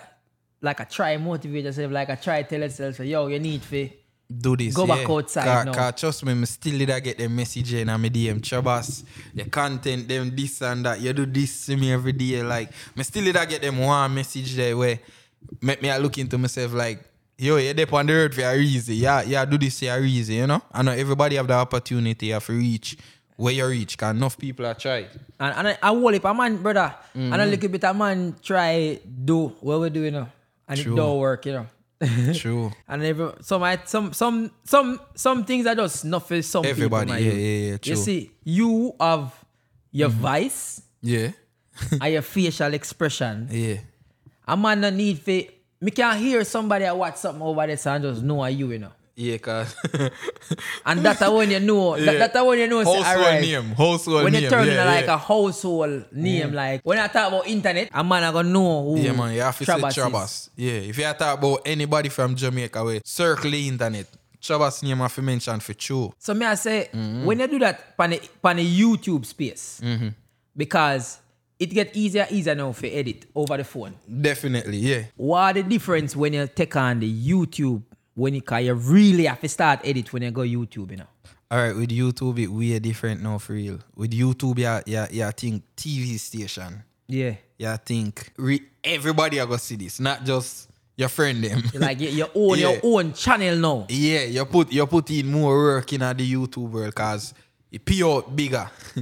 A: like a try motivate yourself, like a try tell yourself, say, yo, you need to
B: do this.
A: Go
B: yeah.
A: back outside
B: Ca-
A: now.
B: ca- trust me, me still did I get the message in and me DM Chabas, the content, them this and that. You do this to me every day. Like, me still did I get them one message there where make me I look into myself like, yo, you're there on the road for a reason. Yeah, yeah, do this for a reason, you know? I know everybody have the opportunity of reach where you reach. Cause enough people are trying.
A: And, and I, I wall it, a man, brother. And a
B: Mm.
A: little bit a man try do what we do, you know. And
B: True.
A: it don't work, you know.
B: True.
A: and every, some, I, some, some, some, some things are just not for some people,
B: Everybody,
A: man.
B: yeah, yeah, yeah, true. Mm-hmm.
A: You see, you have your vice
B: Yeah.
A: and your facial expression.
B: Yeah.
A: A man no need for me can hear somebody I watch something over there so I just know are you, you know.
B: Yeah, cause
A: And that's how when you know.
B: Yeah.
A: That, that's when you know. Say,
B: household
A: all right.
B: name. Household
A: when
B: name.
A: you turn
B: yeah,
A: into like
B: yeah. Mm.
A: a household name, like when I talk about internet, a man I gonna know who
B: Yeah, man, you have to
A: Trabas
B: say
A: Mm. is.
B: Chabas. Yeah, if you talk about anybody from Jamaica, we circle the internet. Chabas name have to mention for sure.
A: So me I say
B: Mm-hmm.
A: when you do that pan the, pan the YouTube space, because it get easier easier now for edit over the phone.
B: Definitely, yeah.
A: What the difference when you take on the YouTube when you can you really have to start edit when you go YouTube, you know?
B: All right, with YouTube, it way different now for real. With YouTube, yeah, yeah, yeah. Think TV station.
A: Yeah.
B: Yeah, think re- everybody are gonna see this, not just your friend them.
A: Like you, you own
B: Yeah.
A: your own channel now.
B: Yeah, you put you put in more work in the YouTube world, cause it pay out bigger.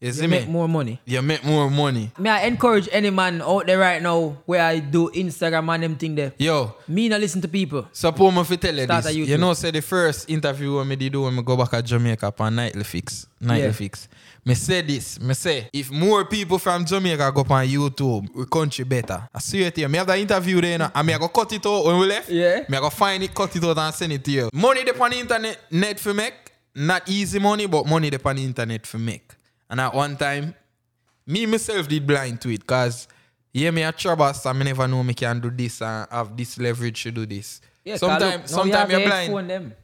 B: you see
A: You
B: me?
A: make more money.
B: you make more money.
A: Me, I encourage any man out there right now where I do Instagram and them thing there.
B: Yo,
A: Me not listen to people.
B: Suppose me fi tell you
A: Start
B: this.
A: a YouTube.
B: You know, say the first interview when me did do when me go back at Jamaica upon Nightly Fix. Nightly
A: Yeah.
B: Fix. Me say this. Me say, if more people from Jamaica go on YouTube, we country better. I swear to you. Me have that interview there, you know, and me I go cut it out when we left.
A: Yeah.
B: Me I go find it, cut it out and send it to you. Money dey on the internet net for make. Not easy money, but money dey on the internet for make. And at one time, me myself did blind to it because yeah, me a troubles and me never know me can do this and have this leverage to do this.
A: Yeah,
B: sometimes
A: Carlo, now
B: sometimes
A: we have
B: you're
A: the
B: blind.
A: headphone Them.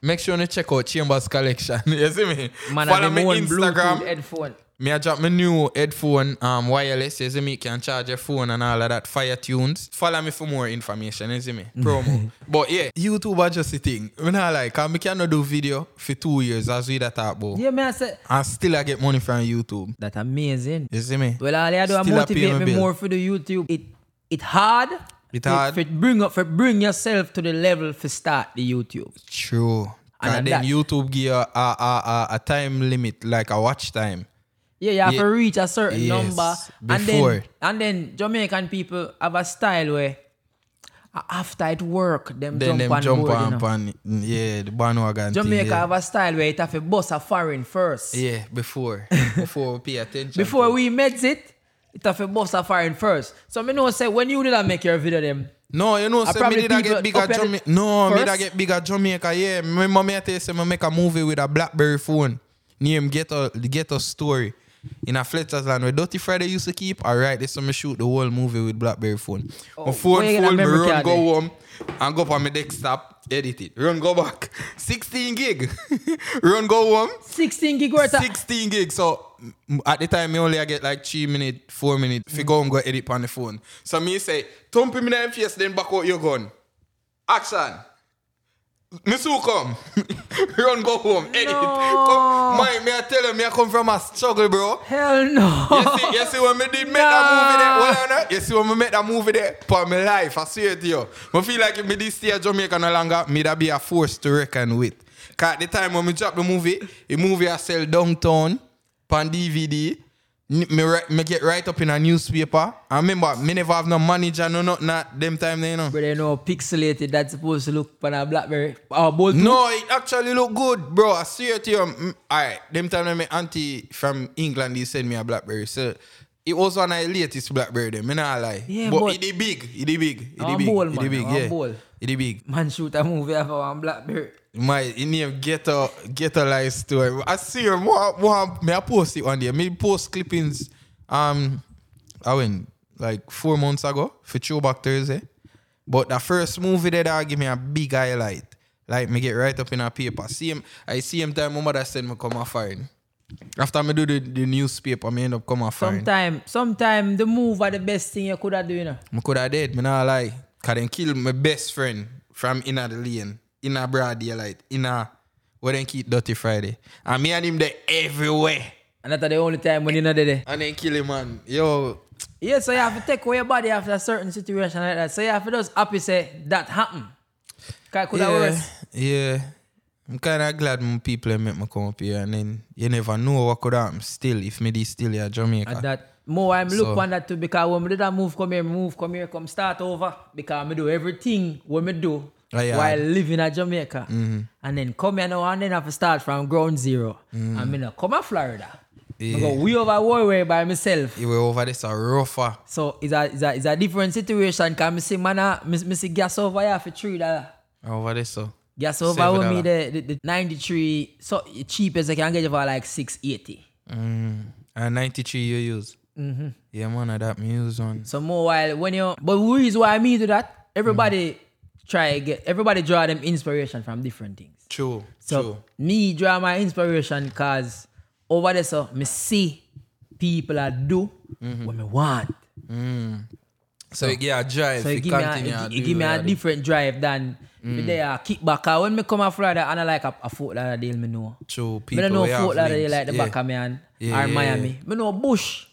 B: Make sure you check out Chambers collection. you see me?
A: Man,
B: Follow
A: have
B: me
A: them own Bluetooth
B: Instagram.
A: headphone.
B: Me a drop my new headphone um wireless. You see me? You can charge your phone and all of that fire tunes. Follow me for more information. You see me? Promo. but yeah, YouTube are just a thing. Me not like, cause me cannot do video for two years as we that talk about.
A: Yeah, man, I said
B: And still I get money from YouTube.
A: that amazing.
B: You see me?
A: Well, all I do I
B: Still a payment
A: motivate me
B: bill.
A: more for the YouTube. It it hard.
B: It hard.
A: For bring up for bring yourself to the level for start the YouTube.
B: True.
A: And
B: And
A: at
B: then
A: that-
B: YouTube give a, a, a, a, a time limit, like a watch time.
A: Yeah, you have
B: Ye-
A: to reach a certain
B: Yes,
A: number. And
B: before.
A: then and then Jamaican people have a style where a- after it work, them
B: Then
A: jump
B: them
A: on
B: jump
A: board, you
B: on,
A: know.
B: pan, yeah, the bandwagon. thing,
A: Jamaica
B: yeah.
A: have a style where it have a bus a foreign first.
B: Yeah, before. Before we pay attention.
A: Before
B: to-
A: we met it, it have a bus a foreign first. So me know say when you did I make your video them.
B: No, you know,
A: I
B: say
A: probably
B: me did I
A: people
B: get bigger
A: up at
B: Jamaica.
A: it
B: No, me did I
A: first.
B: get bigger Jamaica. Yeah, my mom tell you say me make a movie with a BlackBerry phone. Name Ghetto Ghetto Story. In a Fletcher's land where Dirty Friday used to keep. All right, this so me shoot the whole movie with BlackBerry phone. my phone
A: Oh, where you get that
B: full, me
A: memory
B: run
A: card
B: go
A: then?
B: home and go up on my desktop, edit it. Run go back. 16 gig. run go home.
A: 16 gig worth of
B: 16 gigs. So m- at the time, me only I get like three minute, four minute. If you go and go edit on the phone. So me say, thump him in the face, then back out your gun. Action. Me so come. Run go home. Edit. Come. My, me I tell you, me I come from a struggle, bro.
A: hell no.
B: You see, you see when me did make that movie there, hold on, eh? you see when me make that movie there, for my life, I swear to you. I feel like if me this stay at Jamaica no longer, me that be a force to reckon with. Cause at the time when me drop the movie, the movie I sell downtown, pan DVD, n- me, ri- me get right up in a newspaper. I remember, me never have no manager, no nothing at them time there, you know.
A: But you know, pixelated that's supposed to look on a blackberry or both.
B: No, it actually look good, bro. I swear to you. mm, Alright, them time when my auntie from England he sent me a blackberry. So it was one of the latest blackberry then. Me nah lie.
A: Yeah,
B: but,
A: but-
B: it is big. It is big. It
A: I
B: is
A: want
B: big.
A: ball,
B: it is
A: man.
B: big.
A: I want
B: Yeah.
A: ball.
B: It is big.
A: Man shoot a movie have one blackberry.
B: My it name ghetto ghetto life story. I see him. What, what, me I post it one day. Me post clippings. Um, I went like four months ago for Throwback Thursday. But the first movie that I give me a big highlight. Like me get right up in a paper. See him. I see him time. My mother send me come a foreign. After me do the, the newspaper, me end up come a foreign.
A: Sometime, sometime the move are the best thing you could have do, you know.
B: I could have dead, me not lie. Cause then kill my best friend from inner the lane, inner broad daylight, inner where they keep Dirty Friday. And me and him there everywhere.
A: And that's the only time when you're not there.
B: And then kill him, man. Yo,
A: Yeah, so you have to take away your body after a certain situation like that. So you have to just happy say that happened. Cause it could have
B: yeah,
A: worse.
B: yeah. I'm kind of glad my people have make me come up here. And then you never know what could happen still if me this still here Jamaica.
A: And that more I'm look
B: Ah. So-
A: on that too because when we did that move come here, move come here, come start over. Because I do everything when me do
B: Ah, yeah. Mm-hmm.
A: while living at Jamaica. And then come here now and then have to start from ground zero. I mean come to Florida. I go
B: Mm. Yeah.
A: we over Warway by myself.
B: You were over this a rougher.
A: So it's a it's a, it's a different situation. Cause me see man, uh, me, me see gas over here for three dollar.
B: Over this so.
A: Gas over
B: Seven
A: with me
B: dollar.
A: the, the, the ninety three. So cheap as I can get it for like six eighty.
B: Mm. And 93 you use. Mm-hmm. Yeah, man, I that me use one.
A: So more while when you but the reason why me do that, everybody try get everybody draw them inspiration from different things.
B: True,
A: So
B: true.
A: me draw my inspiration cause over there so me see people are do
B: Mm-hmm.
A: what me want.
B: So you get a drive.
A: Oh. So
B: you
A: it give me a,
B: continue
A: it,
B: and
A: gi- it
B: do Mm.
A: give me
B: what
A: a
B: you do.
A: different drive than if they are kickback. 'Cause when me come to Florida, I don't like a, a Fort Lauderdale, me know.
B: True,
A: me
B: people
A: don't know
B: we have
A: Fort Lauderdale
B: links,
A: like the
B: yeah.
A: back of me and
B: Yeah,
A: or
B: yeah,
A: Miami. Me know Bush.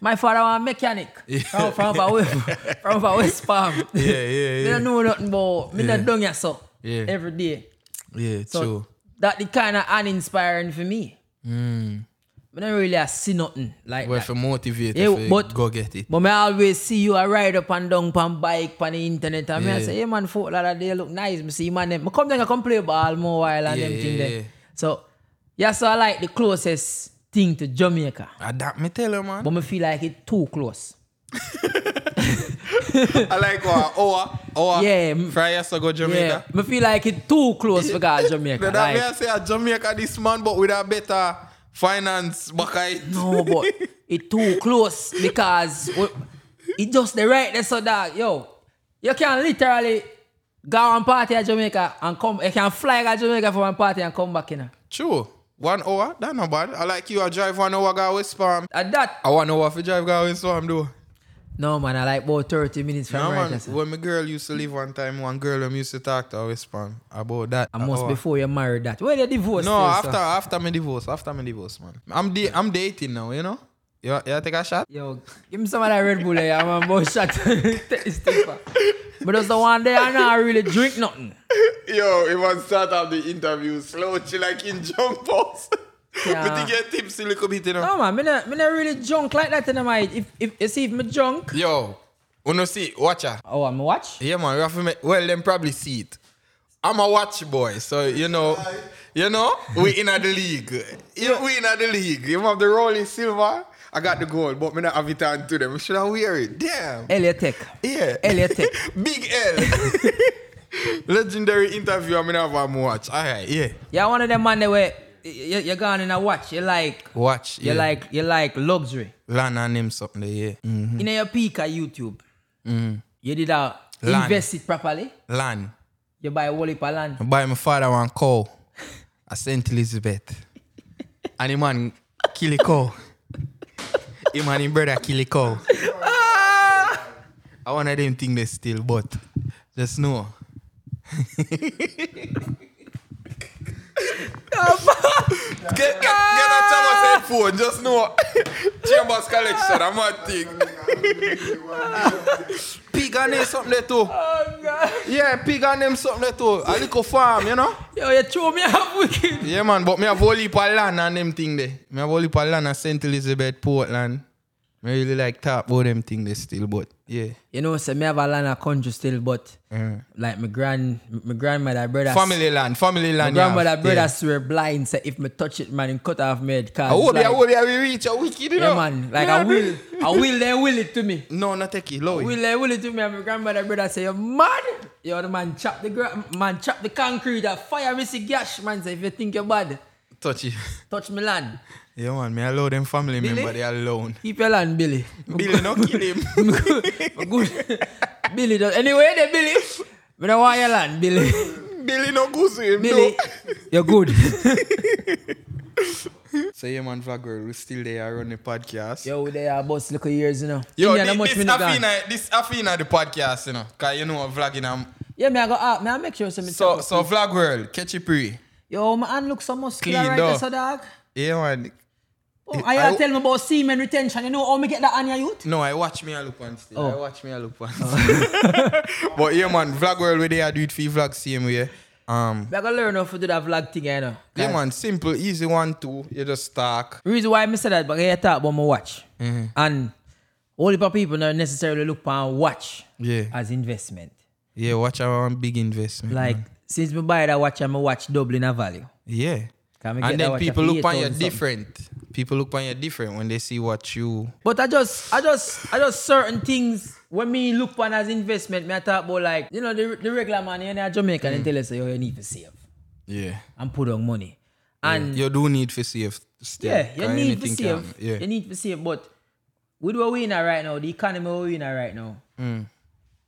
A: My father was a mechanic from from up a West- from up a West Palm.
B: Yeah, yeah,
A: Me
B: yeah.
A: don't know nothing about me.
B: Yeah.
A: Not done yet, so
B: Yeah.
A: every day.
B: Yeah,
A: So
B: true.
A: that the kind of uninspiring for me. Mm. Me don't really a see nothing like
B: Hmm. Well,
A: that.
B: for motivate,
A: Yeah,
B: if you
A: but-
B: go get it.
A: But me always see you a ride up and down pan bike pan the internet and me I
B: Yeah.
A: say, hey man, folk like that they look nice. Me see man them. Me come down and come play ball more while and
B: Yeah,
A: them
B: yeah,
A: thing
B: yeah.
A: there. So yeah, so I like the closest thing to Jamaica.
B: I Ah, that me tell you, man.
A: But me feel like it too close.
B: I like our hour, hour.
A: Yeah, mm.
B: Fry us to go
A: Yeah.
B: Jamaica.
A: Me feel like it too close for God Jamaica.
B: But that me I
A: like,
B: say a Jamaica this man, but with a better finance back at it.
A: no, but it too close because we- it just the right there so that yo, you can literally go on party at Jamaica and come. You can fly to Jamaica for one party and come back in. You know.
B: True. One hour, that not bad. I like you. I drive one hour, go West Palm.
A: At that.
B: I one hour for drive, go West Palm, though.
A: No man, I like about 30 minutes from
B: No,
A: right
B: man.
A: there, sir.
B: When my girl used to live one time, one girl when me used to talk to her West Palm about that.
A: And most
B: hour.
A: before you married that. Well, you divorced.
B: Oh. No,
A: still, sir.
B: after after my divorce, after my divorce, man. I'm da- I'm dating now, you know. You, you take a shot.
A: Yo, give me some of that Red Bull there, man. Boy, shot. Take this thing, fam. but that's the one day I not really drink nothing.
B: Yo, it was start of the interview slow, she like in jumpers.
A: Yeah.
B: but you get tipsy little bit, you know.
A: No man, me not, me not really drunk like that in my if if you see if me drunk,
B: Yo, You know see, it, watch her.
A: Oh, I'm watch.
B: Yeah, man, you have to make, well, them probably see it. I'm a watch boy, so you know, you know, we in the league. You- We in the league. You have the rolling silver. I got the gold, but me not have it on to them. Should I wear it? Damn.
A: Elliot Tech.
B: Yeah.
A: Elliot Tech.
B: Big L. Legendary interview. I mean, I have a watch. All right, yeah.
A: Yeah, one of them man that where you, you're gone in a watch. You're like,
B: Watch.
A: you're like, you're like luxury.
B: Lana and him something there, yeah. Mm.
A: You know your peak at YouTube. You did a
B: Mm-hmm. Land.
A: invest it properly.
B: Lan.
A: You buy a whole heap of land.
B: I buy my father one cow. I sent Elizabeth. And the man kill a cow. him and his brother kill a cow. Ah! I one of them thing they still, but just know. get, get, get a Thomas headphone, just know. Chambers collection, I'm not thing. Pig and them something there too.
A: Oh God!
B: Yeah, pig and them something there too. A little farm, you know?
A: Yo, you throw me off wicked.
B: Yeah, man, but me have only pa land and them thing there. Me have only pa land and St. Elizabeth, Portland. Me really like talk about them thing there still, but yeah.
A: You know, say me have a land a country still, but
B: Mm.
A: like my grand, my grandmother brothers,
B: Family land, family
A: my
B: land. yeah.
A: grandmother
B: yeah. Oh,
A: brothers were blind. Say if me touch it, man, and cut off my head. Cause
B: I hope
A: like,
B: I hope they reach a wicked, you
A: yeah,
B: know.
A: man, like I will, I will, they will it to me.
B: No, not take it,
A: Will
B: Lowy.
A: they will it to me? And my grandmother brother say, "You mad? Yo, the man chop the gra- man chop the concrete, a fire missy gash, man. Say if you think you're bad,
B: Touch it.
A: touch me land,
B: Yeah, man, me allow them family
A: Billy?
B: member, they alone.
A: keep your land, Billy.
B: Billy, no kill him.
A: good. Billy does. Anyway, there, Billy. We don't want your land, Billy.
B: Billy, no go to him,
A: Billy,
B: no.
A: you're good.
B: So, yeah, man, Vlogger, we still there, I run the podcast.
A: Yo, they are boss little years, you know.
B: Yo,
A: Indian,
B: thi-
A: how much
B: this
A: minute gone?
B: Afina, this Afina the podcast, you know, cause you know vlogging. I'm,
A: Yeah, me I go up. Me I make sure some.
B: so so vlog world, catch it pre.
A: Yo, my hand look so muscular
B: Clean,
A: right
B: though.
A: there, so dog.
B: Yeah, man.
A: Oh,
B: Eh,
A: I, I
B: I-
A: tell me about semen retention. You know how me get that on your youth?
B: No, I watch me a loop and still. I
A: Oh.
B: watch me a loop and still. but yeah, man, vlog world where they are do it for vlog same way. Um,
A: Me I go learn how to do that vlog thing, you know.
B: yeah, man, simple, easy one two. You just talk.
A: Reason why I say that, but I talk about my watch.
B: Mm-hmm.
A: And all the people not necessarily look on watch
B: Yeah,
A: as investment.
B: yeah. Watch our one big investment.
A: Like, since me buy that watch, I'm a watch doubling a value.
B: yeah.
A: Can we get
B: And
A: that
B: then
A: watch
B: people
A: for
B: look on
A: 8,000
B: you
A: something?
B: different. People look on you different when they see what you.
A: But I just, I just, I just certain things when me look on as investment, me I talk about like, you know, the, the regular man in Jamaica
B: Mm.
A: and tell us, yo, you need to save
B: Yeah.
A: and put on money. And
B: You do need for save. Still,
A: yeah, you
B: cause
A: need to
B: anything
A: save.
B: can- Yeah.
A: You need to save. But with what we in at right now, the economy we're in at right now,
B: Mm.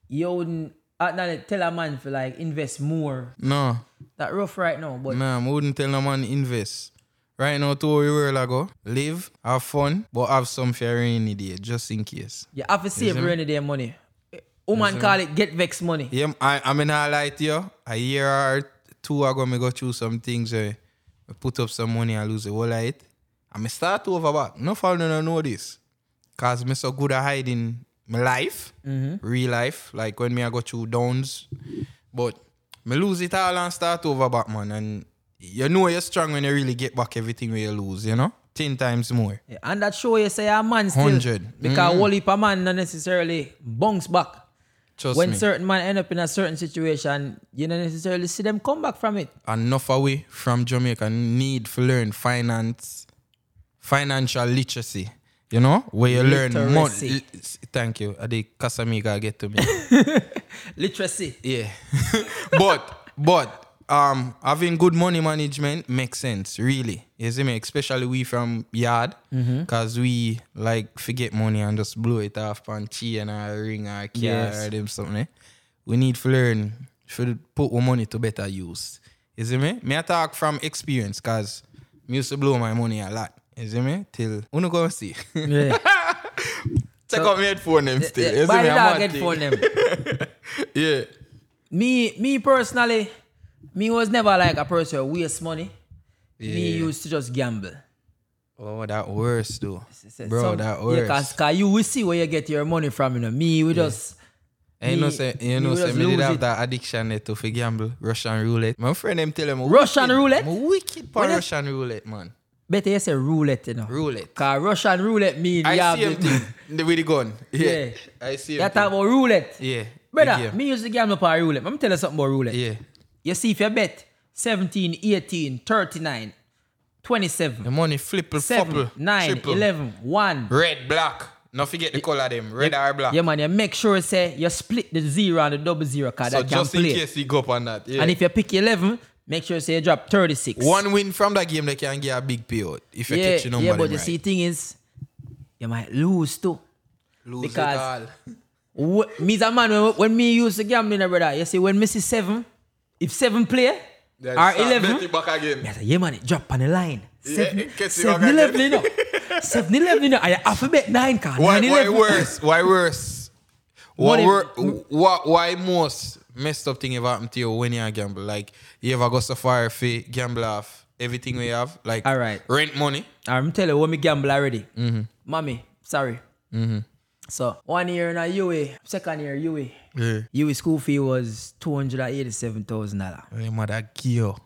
A: you wouldn't at that tell a man for like invest more.
B: No.
A: That rough right now, but
B: Nah, I wouldn't tell no man invest. Right now, to where world I go. Live, have fun, but have some for a rainy day, just in case.
A: you have to save
B: see me?
A: rainy day money. Eh, Woman call it get vex money.
B: Yeah, I, I mean, I lie to you. A year or two ago, me go through some things. eh, I put up some money and lose the whole of it. And me start over back. No fall no know this. Because me so good at hiding my life, real life, like when me I go through downs. But me lose it all and start over back, man. And you know you're strong when you really get back everything where you lose, you know? Ten times more.
A: Yeah, And that show you say a man still
B: 100.
A: because mm Wally per man not necessarily bounce back.
B: Trust
A: when
B: me.
A: certain man end up in a certain situation, you don't necessarily see them come back from it.
B: enough away from Jamaica need to learn finance, financial literacy. You know, where you learn more.
A: Literacy.
B: Thank you. I did Casamiga get to me.
A: Literacy.
B: yeah. but, but, um, having good money management makes sense, really. You see me? Especially we from yard,
A: Mm-hmm.
B: because we like forget money and just blow it off on tea and a ring or a car
A: Yes.
B: or them something. eh? We need to learn to put our money to better use. You see me? Me I talk from experience, because me used to blow my money a lot. You see me? Till, uno go see.
A: Yeah.
B: Check out my headphone them still.
A: Yeah,
B: You see
A: Buy
B: me?
A: the
B: I'm
A: dog
B: a thing.
A: headphone them.
B: Yeah.
A: me me personally, me was never like a person who waste money. Me used to just gamble.
B: Oh, that worse though,
A: So-
B: bro.
A: some-
B: that
A: yeah,
B: worse.
A: cause, cause you will see where you get your money from, you know. Me, we just
B: you know,
A: me-
B: say, you
A: me
B: know,
A: will
B: say,
A: just
B: me did
A: lose
B: have
A: it.
B: that addiction there to for gamble Russian roulette. My friend them tell him
A: Russian roulette?
B: I'm wicked for
A: What the-
B: Russian roulette, man.
A: Because Better you say roulette, you know.
B: Roulette.
A: Cause Russian roulette mean you
B: I
A: have
B: see him
A: the-
B: thing. The- with the gun. Yeah.
A: Yeah.
B: I see him.
A: You
B: thing.
A: talk about roulette.
B: Yeah.
A: Brother,
B: Yeah.
A: me used to game up on roulette. Let me tell you something about roulette.
B: Yeah.
A: You see, if you bet 17, 18, 39, 27,
B: The money flipple,
A: 7,
B: fopple,
A: 9,
B: triple.
A: 11, 1.
B: Red, black. Not forget the color them. Red or black.
A: Yeah, man, you make sure say you split the zero and the double zero card
B: so
A: that can
B: just
A: play.
B: in case he go up on that. Yeah.
A: And if you pick 11, make sure say you drop 36.
B: One win from that game, they can get a big payout if you
A: yeah,
B: catch your number.
A: yeah, but
B: them
A: the
B: right.
A: see, thing is, you might lose too.
B: Lose
A: because-
B: it all.
A: What, me as a man, when, when me used to gambling, eh, brother, you see, when me see seven, if seven play
B: Then
A: or
B: start bet
A: 11,
B: it back again.
A: I say, yeah, man, it drop on the line.
B: Yeah,
A: Seven,
B: it gets you
A: seven
B: back again.
A: eleven, you know. Seven eleven, you know. I alphabet nine card.
B: Why,
A: nine,
B: why
A: 11.
B: worse? Why worse? What
A: Money-
B: wor- what why most messed up thing ever happened to you when you gamble? Like you ever go so far if you gamble off everything we have? Like
A: All right.
B: rent money.
A: I'm telling you, when me gamble already.
B: Mm-hmm.
A: Mommy, sorry. So one year in a UA, second year UA.
B: Yeah.
A: UA school fee was two hundred and eighty-seven thousand dollar.
B: Your mother kill.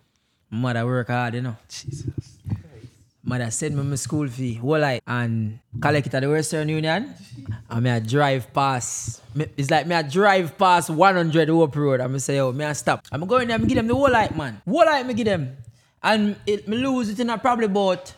A: Mother work hard, you know.
B: Jesus.
A: Mother send me my school fee, whole life, and collect it at the Western Union. And me I drive past, me, it's like me I drive past 100 Hope Road. I'm say, yo, me I stop. I'm going there, I give them the whole light, man. Whole light, me give them. And it, me lose it in a probably about,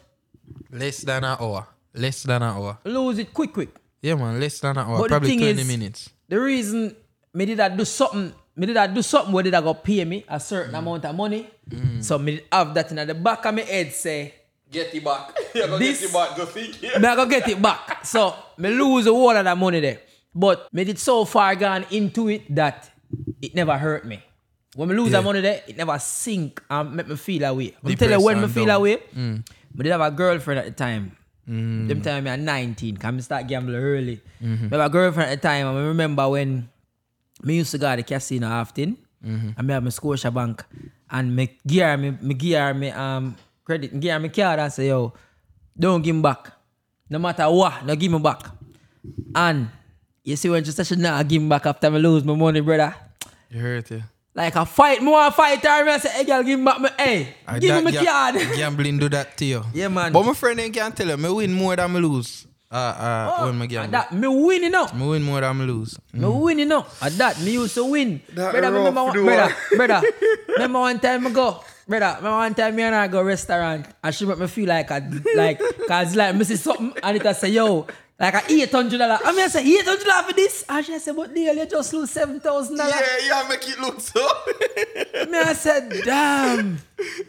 B: Less than an hour. Less than an hour.
A: lose it quick, quick.
B: Yeah, man. Less than an hour.
A: But the
B: Probably
A: thing
B: twenty
A: is-
B: minutes.
A: The reason me did I do something, me did I do something where did I go pay me a certain amount of money.
B: Mm.
A: So me did have that in the back of my head say,
B: Get it back. You're gonna
A: This-
B: it back. Just think. Yeah.
A: me I go get it back. So me lose a whole of that money there. But me did so far gone into it that it never hurt me. When me lose that
B: Yeah.
A: money there, it never sink and make me feel that way. I'm
B: Depressed
A: tell you when me
B: and
A: feel
B: down. Mm.
A: that way, me did have a girlfriend at the time. Them time me at 19, can me start gambling early. Me
B: Mm-hmm.
A: have a girlfriend at the time, and I remember when me used to go to the casino often. And me have my Scotia Bank. And me give her me, me give her me um credit, me give her me card and say, yo, don't give me back. No matter what, no give me back. And you see when she said she not give me back after me lose my money, brother.
B: You hurt you.
A: Like a fight, more a fight her, me I say, hey girl, give me back my hey,
B: And
A: give
B: that
A: me my
B: ga-
A: card.
B: Gambling do that to you.
A: Yeah, man.
B: But my friend ain't can tell you. Me win more than me lose. Uh, uh,
A: Oh,
B: when me
A: and
B: gamble.
A: that me win, you know.
B: Me win more than me lose.
A: Me win, you know. At that, me used to win.
B: Hmm. That
A: brother,
B: rough
A: remember one,
B: do
A: brother, brother, remember one time ago. Brother, remember one time me and I go restaurant and she make me feel like I like cause like me see something and it I say, yo, like a eight hundred dollar. I mean I say eight hundred dollar for this. And she say, but deal, you just lose seven thousand dollars.
B: yeah, make it look so.
A: Me I said, damn.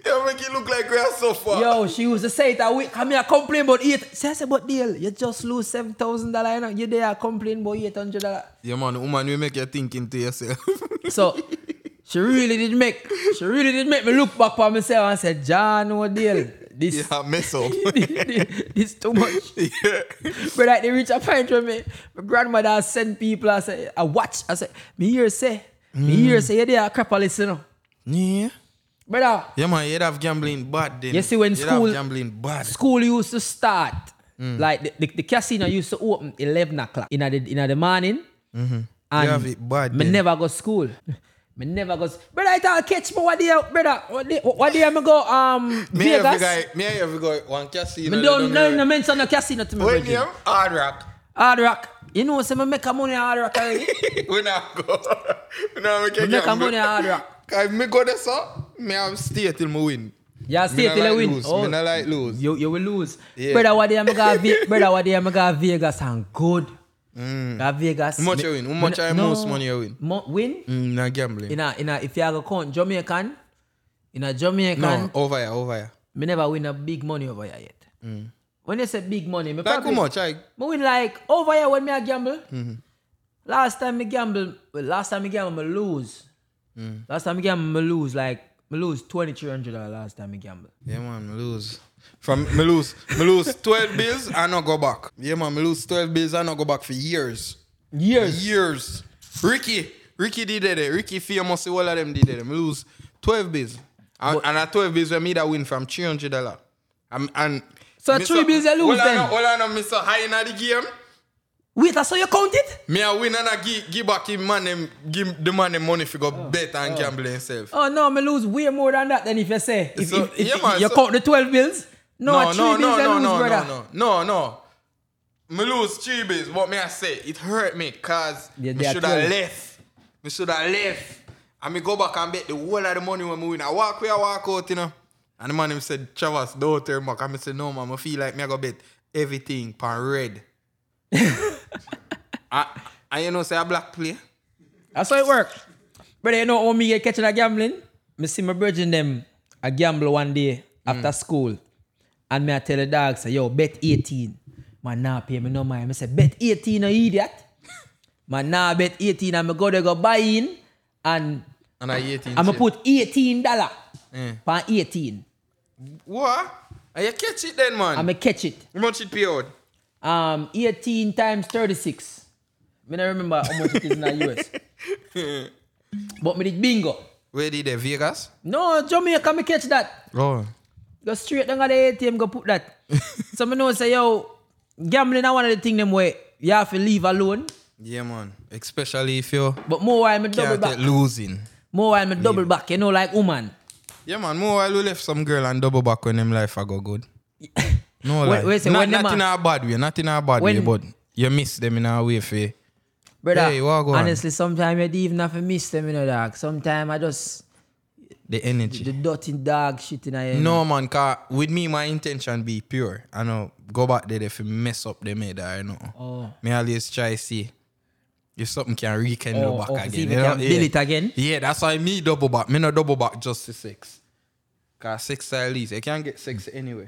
B: yeah, make it look like we are so far.
A: Yo, she used to say that we come here complain about eight. She I say, but deal, you just lose seven thousand dollar, you know. You there complain about eight hundred dollar.
B: Yeah, man, woman, you make you thinking to yourself.
A: So she really did make she really did make me look back on myself and said, John, what deal? This
B: yeah, mess up.
A: this too much.
B: yeah.
A: But like they reach a point where me, my grandmother send people I say, I watch, I say, me hear say, me
B: Mm.
A: hear say, yeah, they are crap listen. you know."
B: yeah.
A: Brother,
B: Yeah, man, you'd have gambling bad then.
A: You see when
B: You'd have
A: school-
B: gambling bad.
A: school used to start.
B: Mm.
A: Like the, the, the casino used to open 11 o'clock in the, in the morning. And
B: Mm-hmm. have it bad
A: Me
B: then.
A: never go school. Me never go. s- Brother, I thought catch me. What day, brother? What day, what day I go um,
B: Me and every
A: Vegas?
B: guy, me and every guy, one casino.
A: Me
B: they
A: don't, no,
B: know.
A: no mention no casino to me.
B: When
A: Virgin.
B: him, hard rock.
A: Hard rock. You know, say me make a money at hard rock already.
B: we not go. we not make,
A: Me
B: a
A: make a
B: gamble.
A: money at hard rock.
B: If me go there, so, me have stay till me win.
A: Yeah,
B: Me
A: stay
B: not
A: till I
B: like
A: win. Oh,
B: lose. Me not like lose.
A: You, you will lose.
B: Yeah.
A: Brother, what day I go? Ve- brother, what day I go Vegas and good. Go Vegas.
B: Mm. How much
A: Me-
B: you win? How
A: me
B: much
A: no-
B: I most money you win?
A: Mo- win?
B: Mm, not gambling.
A: in a in a if you have a count Jamaican, in a Jamaican,
B: no, over here, over here.
A: me never win a big money over here yet. When you say big money, me
B: Mm. Like Mm-hmm. how
A: probably,
B: much? Like,
A: Me win like over here when me a gamble. Last time me gamble, well, last time me gamble, me lose.
B: Mm.
A: Last time me gamble, me lose like me lose twenty three hundred dollars. Last time me gamble.
B: yeah, man, me lose. From me lose, me lose 12 bills, I not go back. Yeah, man, me lose 12 bills, I not go back for years.
A: Years.
B: Years. Ricky, Ricky did it. eh? Ricky famous, all of them did it. eh? Me lose 12 bills. And, and at 12 bills, we made a win from $300. And, and
A: So
B: me
A: three bills you lose
B: hold on
A: then?
B: now, Hold on, now, me so high in the game.
A: Wait, I saw you count it.
B: Me a win and I give, give back him man, him, give the man the money for go bet and gamble himself.
A: Oh no, me lose way more than that. Than if you say if,
B: So,
A: if, if
B: yeah, man,
A: you
B: so-
A: count the twelve bills, No, no, no, no, no,
B: no,
A: brother.
B: no, no, no, no. Me lose three bills. What me I say? It hurt me cause
A: Yeah,
B: me
A: they are
B: should have
A: twelve.
B: left. Me should have left. And me go back and bet the whole of the money when me win. I walk where I walk out, you know. And the man him said, Travis, don't turn back. And me said, no man, I feel like me I go bet everything pan red. I, I you know say a black player.
A: That's how it works. Brother, you know how me get catching a gambling? Me see my bridging them a gamble one day after school. And me I tell the dog, say, yo, bet 18. Man, nah, pay me no mind. Me say, bet 18, you idiot. Man, nah, bet 18. And me go there, go buy in. And
B: And I 18.
A: I'm going to
B: chip.
A: put $18
B: Mm.
A: for 18.
B: What? And you catch it then, man.
A: I'm going to catch it.
B: How much it pay out?
A: Um, 18 times 36. Me don't remember how much it is in the US. but me did bingo.
B: Where did they Vegas?
A: No, Jamaica, me catch that.
B: Oh.
A: Go straight down at the ATM, go put that. so me know say, yo, gambling are one of the thing them where you have to leave alone.
B: Yeah, man. Especially if you
A: But more while me double
B: can't take
A: back.
B: losing.
A: More while me double back, you know, like woman.
B: Yeah, man. More while we left some girl and double back when them life I go good. No,
A: When-
B: like,
A: when say
B: not,
A: when them
B: not in
A: a-
B: a bad way, not in a bad way,
A: When-
B: but you miss them in a way for
A: Brother,
B: Hey, what go on?
A: honestly, sometimes you don't even have to miss them, you know, dog. Sometimes I just,
B: the energy.
A: the dirty dog shit in I
B: no, man, cause with me, my intention be pure. I know, go back there if you mess up them head, I know.
A: Oh.
B: Me always try see if something can rekindle
A: Oh,
B: back
A: oh, see
B: again.
A: if
B: you
A: it
B: know?
A: can build it again.
B: Yeah, that's why me double back. Me no double back just to six. Cause six at least. You can't get six anyway.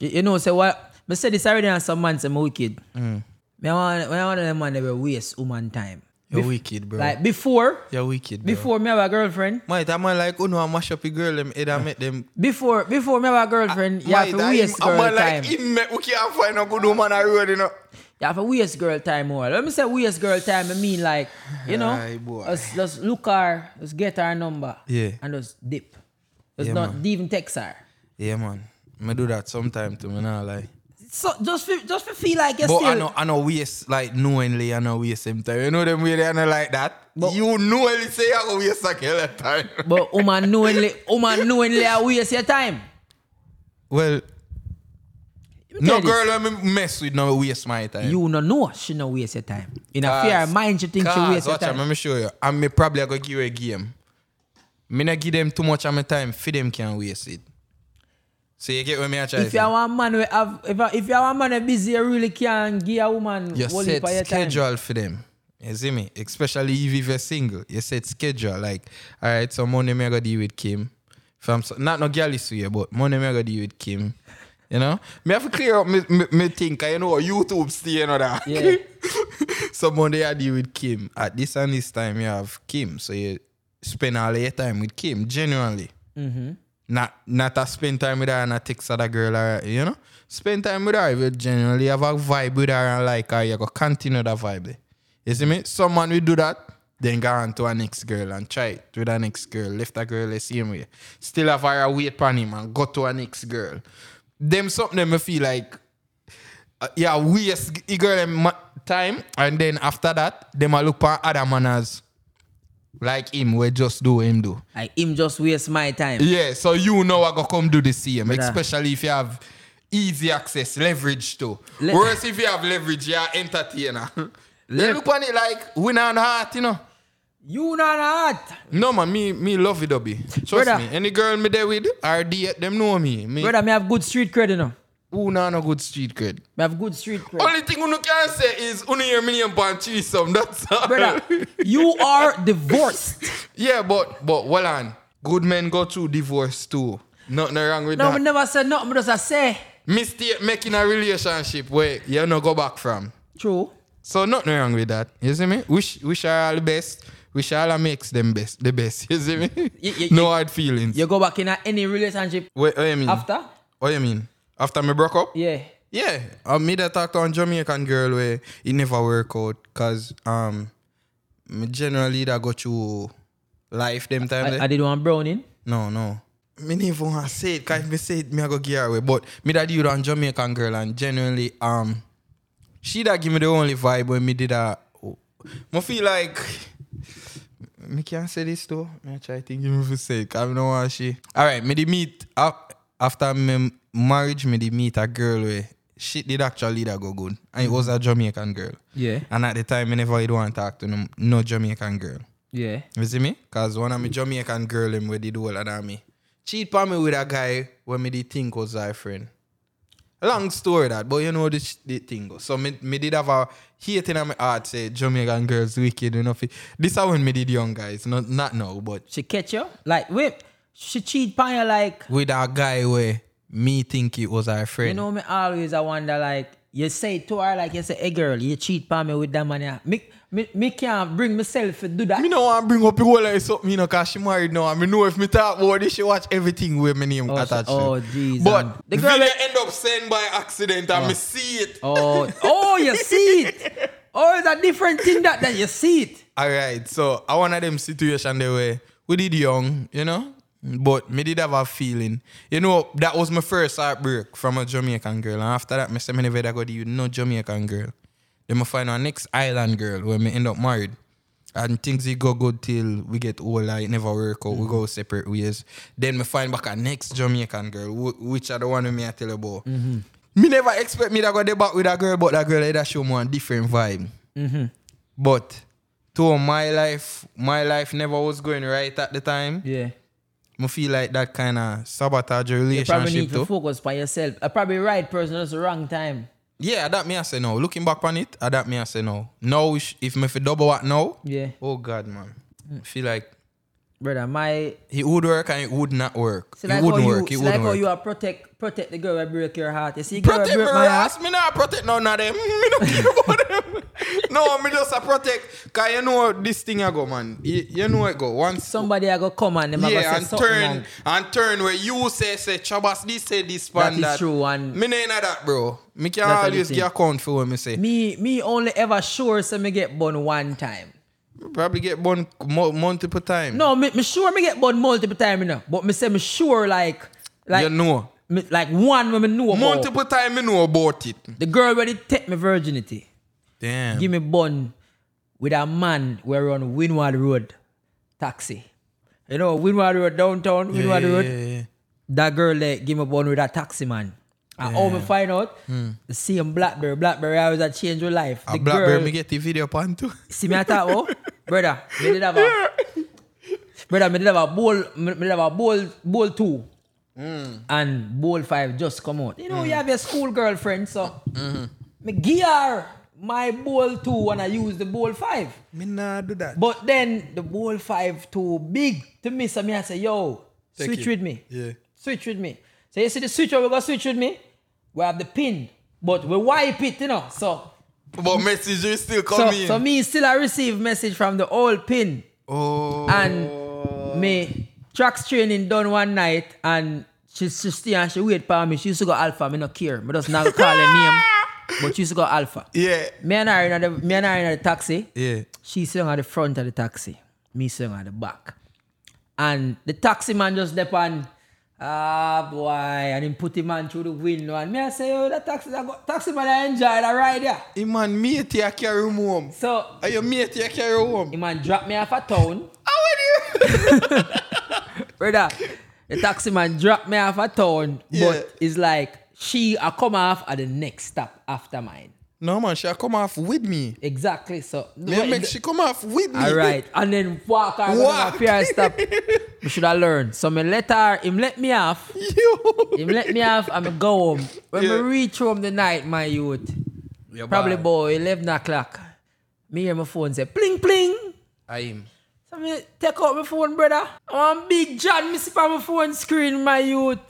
A: You, you know, say what? Me say this already on some man say me wicked.
B: Mm.
A: Me I want, when I want them man, they will waste woman time.
B: You're wicked, bro.
A: Like before,
B: You're wicked, bro.
A: before me have a girlfriend,
B: Mate, I'm like, oh no, I mash up a girl, them head, I met them.
A: Before before me have a girlfriend, you have to waste girl
B: Ah, I'm
A: time.
B: like, him, make- we can't find a good woman I road, you know.
A: You have to waste girl time more. Let me say waste girl time, I mean like, you know,
B: Aye, boy.
A: let's, let's look her, let's get her number.
B: Yeah.
A: And just dip. Let's
B: Yeah,
A: not
B: man.
A: even text her.
B: Yeah, man. Me do that sometime to me, nah, like.
A: So just for, just for feel like you're
B: But
A: still
B: I know, I know, waste like knowingly, I know waste them time. You know them way they are not like that.
A: But-
B: you knowingly say I go waste a girl at time.
A: but woman knowingly woman knowingly I waste your time.
B: Well,
A: Let me tell
B: no
A: you
B: girl let me mess with no waste my time.
A: this. You no know she no waste your time. In a
B: Cause-
A: fair mind she think she
B: Cause,
A: waste your
B: watch,
A: time.
B: Let me show you. And me probably I go give you a game. Me not give them too much of my time. For them can waste it. So you get what me I try
A: If
B: say?
A: you are one man we have if, you- if you are one man we busy you really can give a woman
B: you
A: whole heap of your
B: set
A: time.
B: schedule for them. You see me? Especially if you're single. You set schedule. Like, all right, so Monday me I go deal with Kim. From not no girl is here, but Monday me I go deal with Kim. You know? Me have to clear up me, me, me thing, 'cause you know YouTube stay you know that.
A: Yeah.
B: so Monday I deal with Kim. At this and this time you have Kim. So you spend all your time with Kim, genuinely. Not not a spend time with her and a text other girl or you know. Spend time with her if you genuinely have a vibe with her and like her, you go continue that vibe. there. You see me? Someone will do that, then go on to a next girl and try it with a next girl. Left a girl the same way. Still have her wait on him and go to a next girl. Them something them me feel like uh, yeah, waste g- girl them ma- time and then after that, them a look for other manners like him, we just do what him do.
A: Like him just waste my time.
B: Yeah, so you know I go come do the same,
A: Brother.
B: especially if you have easy access, leverage too.
A: Le-
B: Whereas if you have leverage, you're entertainer. they look on it like win and heart, you know.
A: You not hot.
B: No man, me me love it Dobby. Trust
A: Brother.
B: me. Any girl me there with RD them know me. Me
A: Brother, me have good street cred, you know.
B: who nah no good street cred.
A: Me have good street cred.
B: Only thing you can say is you hear me and punch threesome. That's all.
A: Brother, you are divorced.
B: yeah, but but well on. Good men go through divorce too. Nothing wrong with
A: No,
B: that.
A: me never said nothing, but just I say.
B: mistake making a relationship where you no go back from.
A: True.
B: So nothing wrong with that. You see me? Wish wish her all the best. Wish her all her makes them best the best. You see me?
A: You- you-
B: no hard feelings.
A: You go back in a- any relationship
B: Wait, what you mean?
A: after?
B: what you mean? After me broke up?
A: Yeah.
B: Yeah. I me that talk to one Jamaican girl where it never work out cause um me generally that got you life them time. there.
A: I, I did one browning.
B: No, no. Me never want to say it, cause if me say it, me I go give her away. But me that you and Jamaican girl and genuinely um she that give me the only vibe when me did that. Me feel like me can't say this though. Me I try to think you for say it, cause I know why she. Alright, me did meet up after me marriage me did meet a girl where shit did actually that go good. And it was a Jamaican girl.
A: Yeah.
B: And at the time I never did want to talk to no, no Jamaican girl.
A: Yeah.
B: You see me? Cause one of my Jamaican girl him where did all of that me. Cheat pa me with a guy when me did think was my friend. Long story that, but you know the, sh- the thing. go. So me, me did have a hate in my heart say Jamaican girls wicked enough. This is when me did young guys. Not not now, but
A: She catch you? Like, wait, she cheat on you like,
B: with a guy where me think it was our friend.
A: you know me always I wonder like, you say to her like, you say, hey girl, you cheat on me with that man. yeah." Me, me, me can't bring myself to do that.
B: me no want bring up the whole like something, you know, cause she married now. I me know if me talk about this, she watch everything where my name
A: Oh, she-
B: attached
A: oh,
B: to.
A: jeez, um,
B: But
A: the
B: the
A: girl-
B: girl end up saying by accident and me see it.
A: Oh, oh, you see it. Oh, it's a different thing that, that you see it.
B: All right, so I one of them situation there where we did young, you know, but me did have a feeling. You know, that was my first heartbreak from a Jamaican girl. And after that, me say me never go to you no Jamaican girl. Then me find our next island girl where me end up married. And things it go good till we get older, it never work out, we go separate ways. Then me find back a next Jamaican girl, wh- which are the one with me I tell you about. Me never expect me to go there back with a girl, but that girl either show me a different vibe.
A: Mm-hmm.
B: But to my life, my life never was going right at the time.
A: Yeah.
B: I feel like that kind of sabotage a
A: You probably
B: relationship
A: need to
B: too.
A: focus by yourself. I probably right person at the wrong time.
B: Yeah, that me I say no. Looking back on it, that me I say no. No, if me fi double what now,
A: Yeah.
B: oh God, man. I feel like
A: Brother, my
B: it would work and it would not work.
A: So
B: it
A: like
B: wouldn't
A: how
B: work.
A: You,
B: it
A: so like
B: wouldn't
A: how
B: work.
A: you are protect protect the girl that break your heart. You see, girl
B: protect
A: break
B: my
A: my heart.
B: ass. Me not protect none of them. Me not care about them. No, me just a protect. Cause you know this thing I go, man. You, you know it go. Once
A: Somebody I go come and them I
B: yeah,
A: go say
B: and
A: something.
B: turn
A: and-
B: and turn where you say say Chabas this say this
A: That
B: pan
A: is true, and-
B: me nah inna that bro. Me can
A: That's how you
B: always
A: think.
B: get account for what me say.
A: me me only ever sure so me get born one time.
B: Probably get born mo- multiple times.
A: No, me, me sure me get born multiple time you know. But me say me sure like like Oh.
B: you know.
A: me, like one when me know about
B: Multiple times me know about it.
A: the girl where they take me virginity.
B: Damn.
A: Give me born with a man where on Winward Road taxi. You know, Winward Road downtown,
B: yeah,
A: Winward
B: yeah,
A: Road.
B: yeah, yeah.
A: that girl that give me bone with that taxi man. And all me find out, the same Blackberry. Blackberry I was a change your life.
B: Hmm. A
A: The
B: blackberry
A: girl,
B: me get the video pan too.
A: see me at that, oh, brother, me did have a, brother, me did have a bowl, me, me did have a bowl, bowl two.
B: Mm.
A: And bowl five just come out. You know, you have your school girlfriend, so
B: Mm-hmm.
A: me give her my bowl two and I use the bowl five.
B: me nah do that.
A: But then the bowl five too big to me, so me I say, yo,
B: Take
A: switch
B: it.
A: with me.
B: Yeah.
A: Switch with me. So you see the switch where we go switch with me? We have the pin, but we wipe it, you know. So
B: But message you still
A: so,
B: coming.
A: so me still I receive message from the old pin.
B: oh.
A: And me tracks training done one night and she, she stay and she wait for me. She used to go alpha, me no care. Me just not call her name. But she used to go alpha.
B: yeah.
A: Me and her in the me and her in the taxi.
B: Yeah.
A: She sitting at the front of the taxi. Me sitting at the back. And the taxi man just left on, ah boy, and him put him man through the window. And me I say, oh, that taxi, that go, taxi man, I enjoy that ride yeah.
B: Hey man, me I carry him home.
A: So
B: Are you me I carry him home?
A: the man dropped me off at town.
B: How are you?
A: Brother, the taxi man dropped me off at town.
B: Yeah.
A: But it's like she I come off at the next stop after mine.
B: No man, she come off with me.
A: Exactly. So
B: Me make she come off with me.
A: All right, and then walk her walk.
B: Walk.
A: fear stop. We should have learned. So me let her, him let me off,
B: Yo.
A: him let me off, and me go home. When
B: Yeah.
A: we reach home the night, my youth, probably about eleven o'clock. Me hear my phone say pling pling.
B: I am.
A: So me take out my phone, brother. I want big John. Me see on my phone screen, my youth.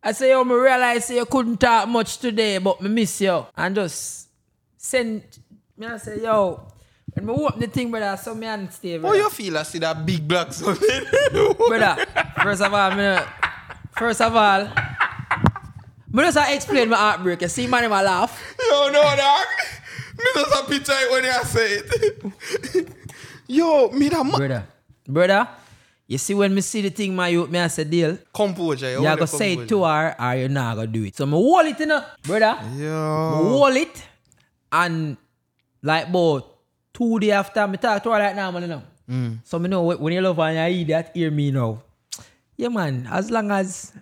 A: I say, yo, me realize say you couldn't talk much today, but me miss you. And just send, me I say, yo. And me open the thing, brother, so me and stay,
B: How
A: brother.
B: you feel? I see that big black something.
A: Brother, first of all, me, no- first of all, me just I explain my heartbreak. You see, man, him a laugh.
B: Yo, no, dog. Me just a picture it when I say it. Yo, me that ma-
A: Brother, brother, you see when me see the thing, my youth, me I say, deal.
B: composure.
A: You gotta say it to her or you not gonna do it. So me hold it, you know, brother. Me
B: Yo.
A: hold it and like about two day after me talk to her like now, man, you know. So me know when when you love her and you hear that, hear me now. Yeah man, as long as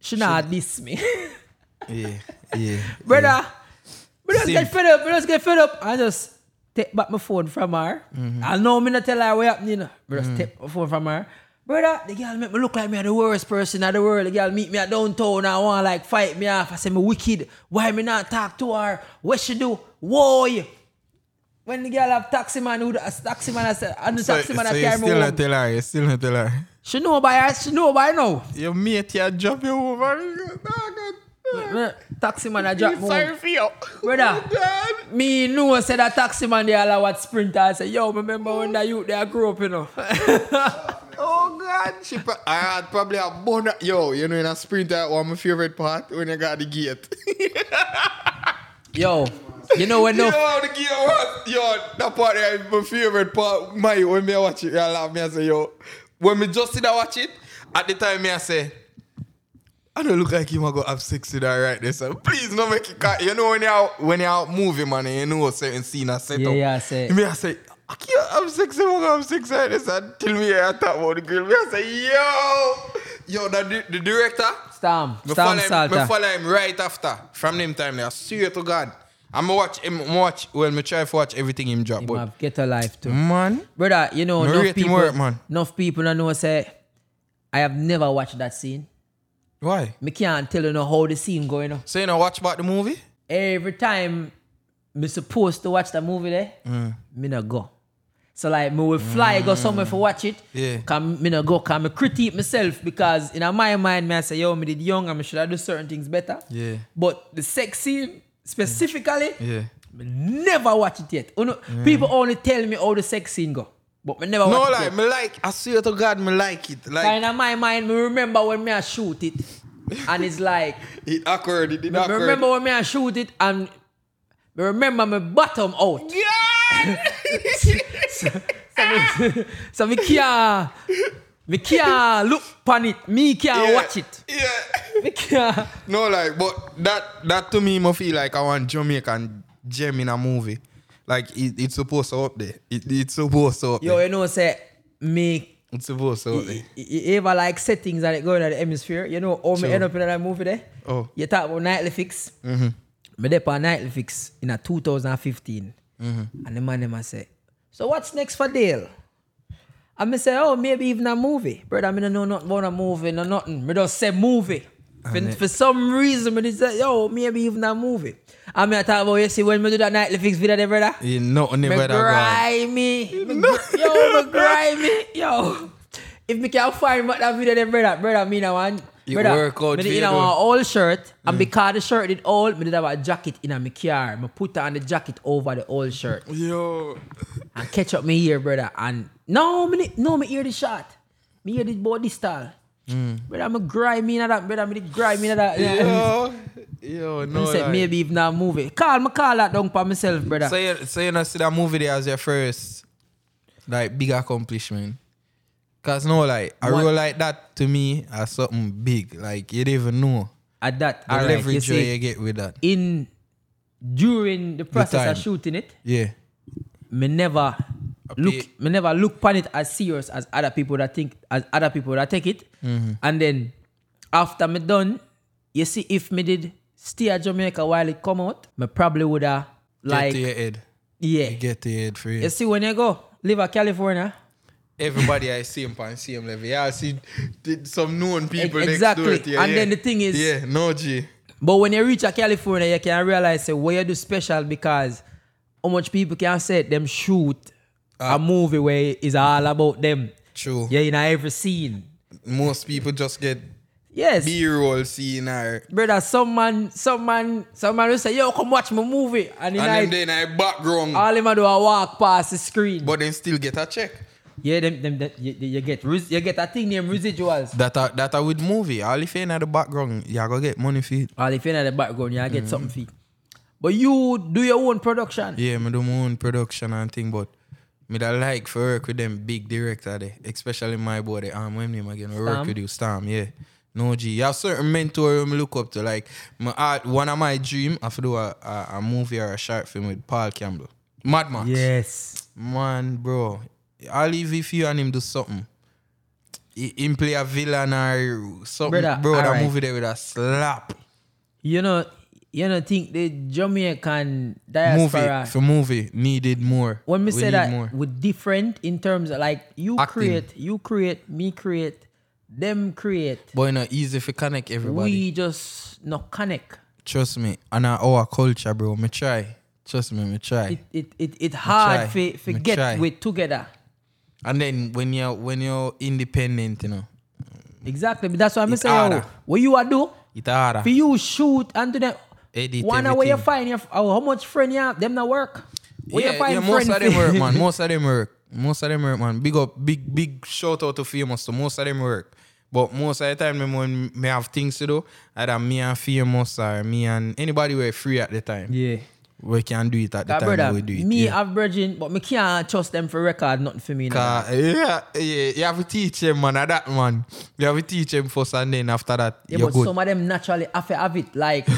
A: She not diss me.
B: Yeah, yeah.
A: Brother, we just
B: Sim.
A: get fed up. We just get fed up. I just take back my phone from her.
B: Mm-hmm.
A: I know me not tell her what happened, you know. We just take my phone from her. Brother, the girl make me look like me a the worst person in the world. The girl meet me at downtown and want like fight me off. I say me wicked. Why me not talk to her? What she do? Why? When the girl have taxi man who the taxi man I said and the
B: So,
A: taxi man
B: so
A: I
B: you
A: carry me
B: still
A: home.
B: not tell her. You still not tell her.
A: she know by her, she know by now.
B: Your mate here drop you over.
A: Me- taxi man I drop me home.
B: Sorry for you.
A: Brother.
B: Oh, God.
A: Me know said a taxi man there allow what sprinter. I say, yo, remember when that youth there grew up, you know.
B: Oh God, she pro- I had probably a bonus. Yo, you know in a sprint that one of my favorite part when I got the gate.
A: yo, you know when
B: yo,
A: no
B: the gate was yo that part there is my favorite part. My when me watch it, I laugh me I say yo. When me just sit and watch it, at the time me I say. I don't look like him. I go have sex with her right there. So please no make it. cut. You know when you out when you out moving man, and you know certain scene are set
A: Yeah,
B: up.
A: yeah, say.
B: Me I say I can't have sex. I'm gonna have sex like this. And tell me I talk about the girl. Me I say yo, yo the, di- the director
A: Stam,
B: me
A: Stam
B: follow him, me
A: Salter.
B: follow him right after. From them time there. I swear to God. I'm watch him watch well me try to watch everything him drop.
A: Him
B: But
A: have get a life too.
B: man.
A: Brother, you know,
B: Me
A: enough
B: rate him
A: people,
B: work, man.
A: enough people don't know say I have never watched that scene.
B: Why?
A: Me can't tell you know how the scene going on.
B: So you know watch back the movie?
A: every time me supposed to watch the movie there,
B: Mm.
A: me not go. So like me will fly go somewhere for watch it.
B: Yeah.
A: Come me not go. Come me critique myself because in my mind me I say yo me did young and me should have do certain things better.
B: Yeah.
A: But the sex scene specifically,
B: Yeah.
A: me never watch it yet. You know, People only tell me how the sex scene go, but me never
B: No
A: watch
B: like
A: it.
B: me like I swear to God me like it.
A: Yet.
B: Like
A: In my mind, me remember when me I shoot it, and it's like.
B: it awkward, it did
A: I
B: awkward.
A: remember when me I shoot it and me remember my bottom out. so me can't, me can't look pon it. Me can't
B: Yeah.
A: watch it.
B: Yeah.
A: Me can't.
B: No, like, but that that to me, I feel like I want Jamaican gem in a movie. Like it, it's supposed to up there. It, it's supposed to up
A: Yo,
B: there.
A: you know say me.
B: It's supposed to up there.
A: You you ever like settings that go in the hemisphere? You know, how me
B: Sure.
A: end up in that movie there?
B: Oh.
A: You talk about Nightly Fix. Mm-hmm. Me there on Nightly Fix in a 2015.
B: Mm-hmm.
A: And the man them a say, so what's next for Dale? And me say, oh, maybe even a movie. Brother, me don't know nothing about a movie, no nothing. Me just say movie. For, for some reason, me just say, yo, maybe even a movie. And me a talk about, you see, when me do that Nightly Fix video there, brother?
B: Yeah, nothing ever
A: Me
B: that bad.
A: grimy. Me gr- yo, me grimy. Yo. If me can find what that video then brother, brother, me now one.
B: You
A: brother,
B: work
A: me
B: out for
A: did in
B: you
A: a
B: though. Mm.
A: one old shirt, and because the shirt did old, me did have a jacket in a me car. Me put on the jacket over the old shirt
B: Yo.
A: and catch up me here, brother. And no, me ni- no, me hear the shot. Me hear the body style.
B: Mm.
A: Brother, me grimy in that. Brother, me did grimy in that.
B: Yo. Yo, no.
A: I said
B: like-
A: maybe even a movie. Call me call that down for myself, brother.
B: So you, so you not see that movie there as your first like big accomplishment. Cause no like a
A: What?
B: role like that to me as something big. Like you didn't even know
A: At that,
B: the
A: alright, you
B: leverage you,
A: see,
B: you get with that.
A: in during the process of
B: time.
A: shooting it,
B: Yeah.
A: me never
B: Up
A: look
B: it.
A: me never look upon it as serious as other people that think as other people that take it.
B: Mm-hmm.
A: And then after me done, you see if me did stay at Jamaica while it come out, me probably would have
B: get to
A: like
B: your head.
A: yeah.
B: Get to your head for
A: You see when you go live at California.
B: everybody I see him on same level. Yeah, I see th- some known people
A: E- exactly.
B: next door. to you,
A: And
B: yeah.
A: then the thing is-
B: yeah, no G.
A: But when you reach a California, you can realize say where you do special because how much people can say them shoot a movie where it's all about them.
B: True.
A: Yeah, in every scene.
B: Most people just get
A: Yes.
B: B-roll scene or
A: Brother, some man, some man, some man will say, yo, come watch my movie. And, he
B: and
A: like,
B: them then I background,
A: all him a do a walk past the screen.
B: but then still get a check.
A: yeah, them, them, them- you, you get res- you get a thing named residuals.
B: That are that are with movie. All if you in the background, you go get money for it.
A: All if you're in the background, you get something for it. But you do your own production.
B: Yeah, me do my own production and thing, but me that like for work with them big director there, especially my boy the um when him again work
A: Stam?
B: with you, Stam, yeah. No G. You have certain mentor who me look up to. Like my art, one of my dream I have to do a, a, a movie or a short film with Paul Campbell. Mad Max.
A: Yes.
B: Man, bro. I'll leave if you and him do something. he- him play a villain or something.
A: Brother,
B: Bro, that
A: alright.
B: movie there with a slap.
A: You know, you know, think the Jamaican diaspora.
B: Movie for movie needed more.
A: when we, say
B: need
A: that
B: more.
A: we're different in terms of like you
B: Acting.
A: create, you create, me create, them create.
B: Boy, not easy for connect everybody.
A: We just not connect.
B: Trust me, and I our culture, bro. Me try. Trust me, me try.
A: It it it, it hard
B: try.
A: for for
B: Me
A: get
B: try.
A: with together.
B: and then when you're when you're independent, you know,
A: Exactly. But that's what I'm
B: It's
A: saying. yo.
B: harder.
A: What you are do?
B: it's harder.
A: For you shoot and do that.
B: Edit
A: One where you
B: everything.
A: find your oh, how how much friend you have, them not work. Where you find
B: most
A: friend
B: of them
A: fi-
B: work, man. Most of them work. Most of them work, man. Big up, big, big shout out to famous. So most of them work. But most of the time, them when me have things to do, either me and famous or me and anybody were free at the time.
A: yeah.
B: We can do it at the
A: That
B: time.
A: brother,
B: we do it.
A: me
B: yeah.
A: have bridging, but me can't trust them for record, nothing for me. now.
B: Uh, yeah, yeah, you have to teach them, man. At that man, you have to teach them first, and then after that,
A: Yeah,
B: you're
A: but
B: good.
A: some of them naturally have to have it. Like,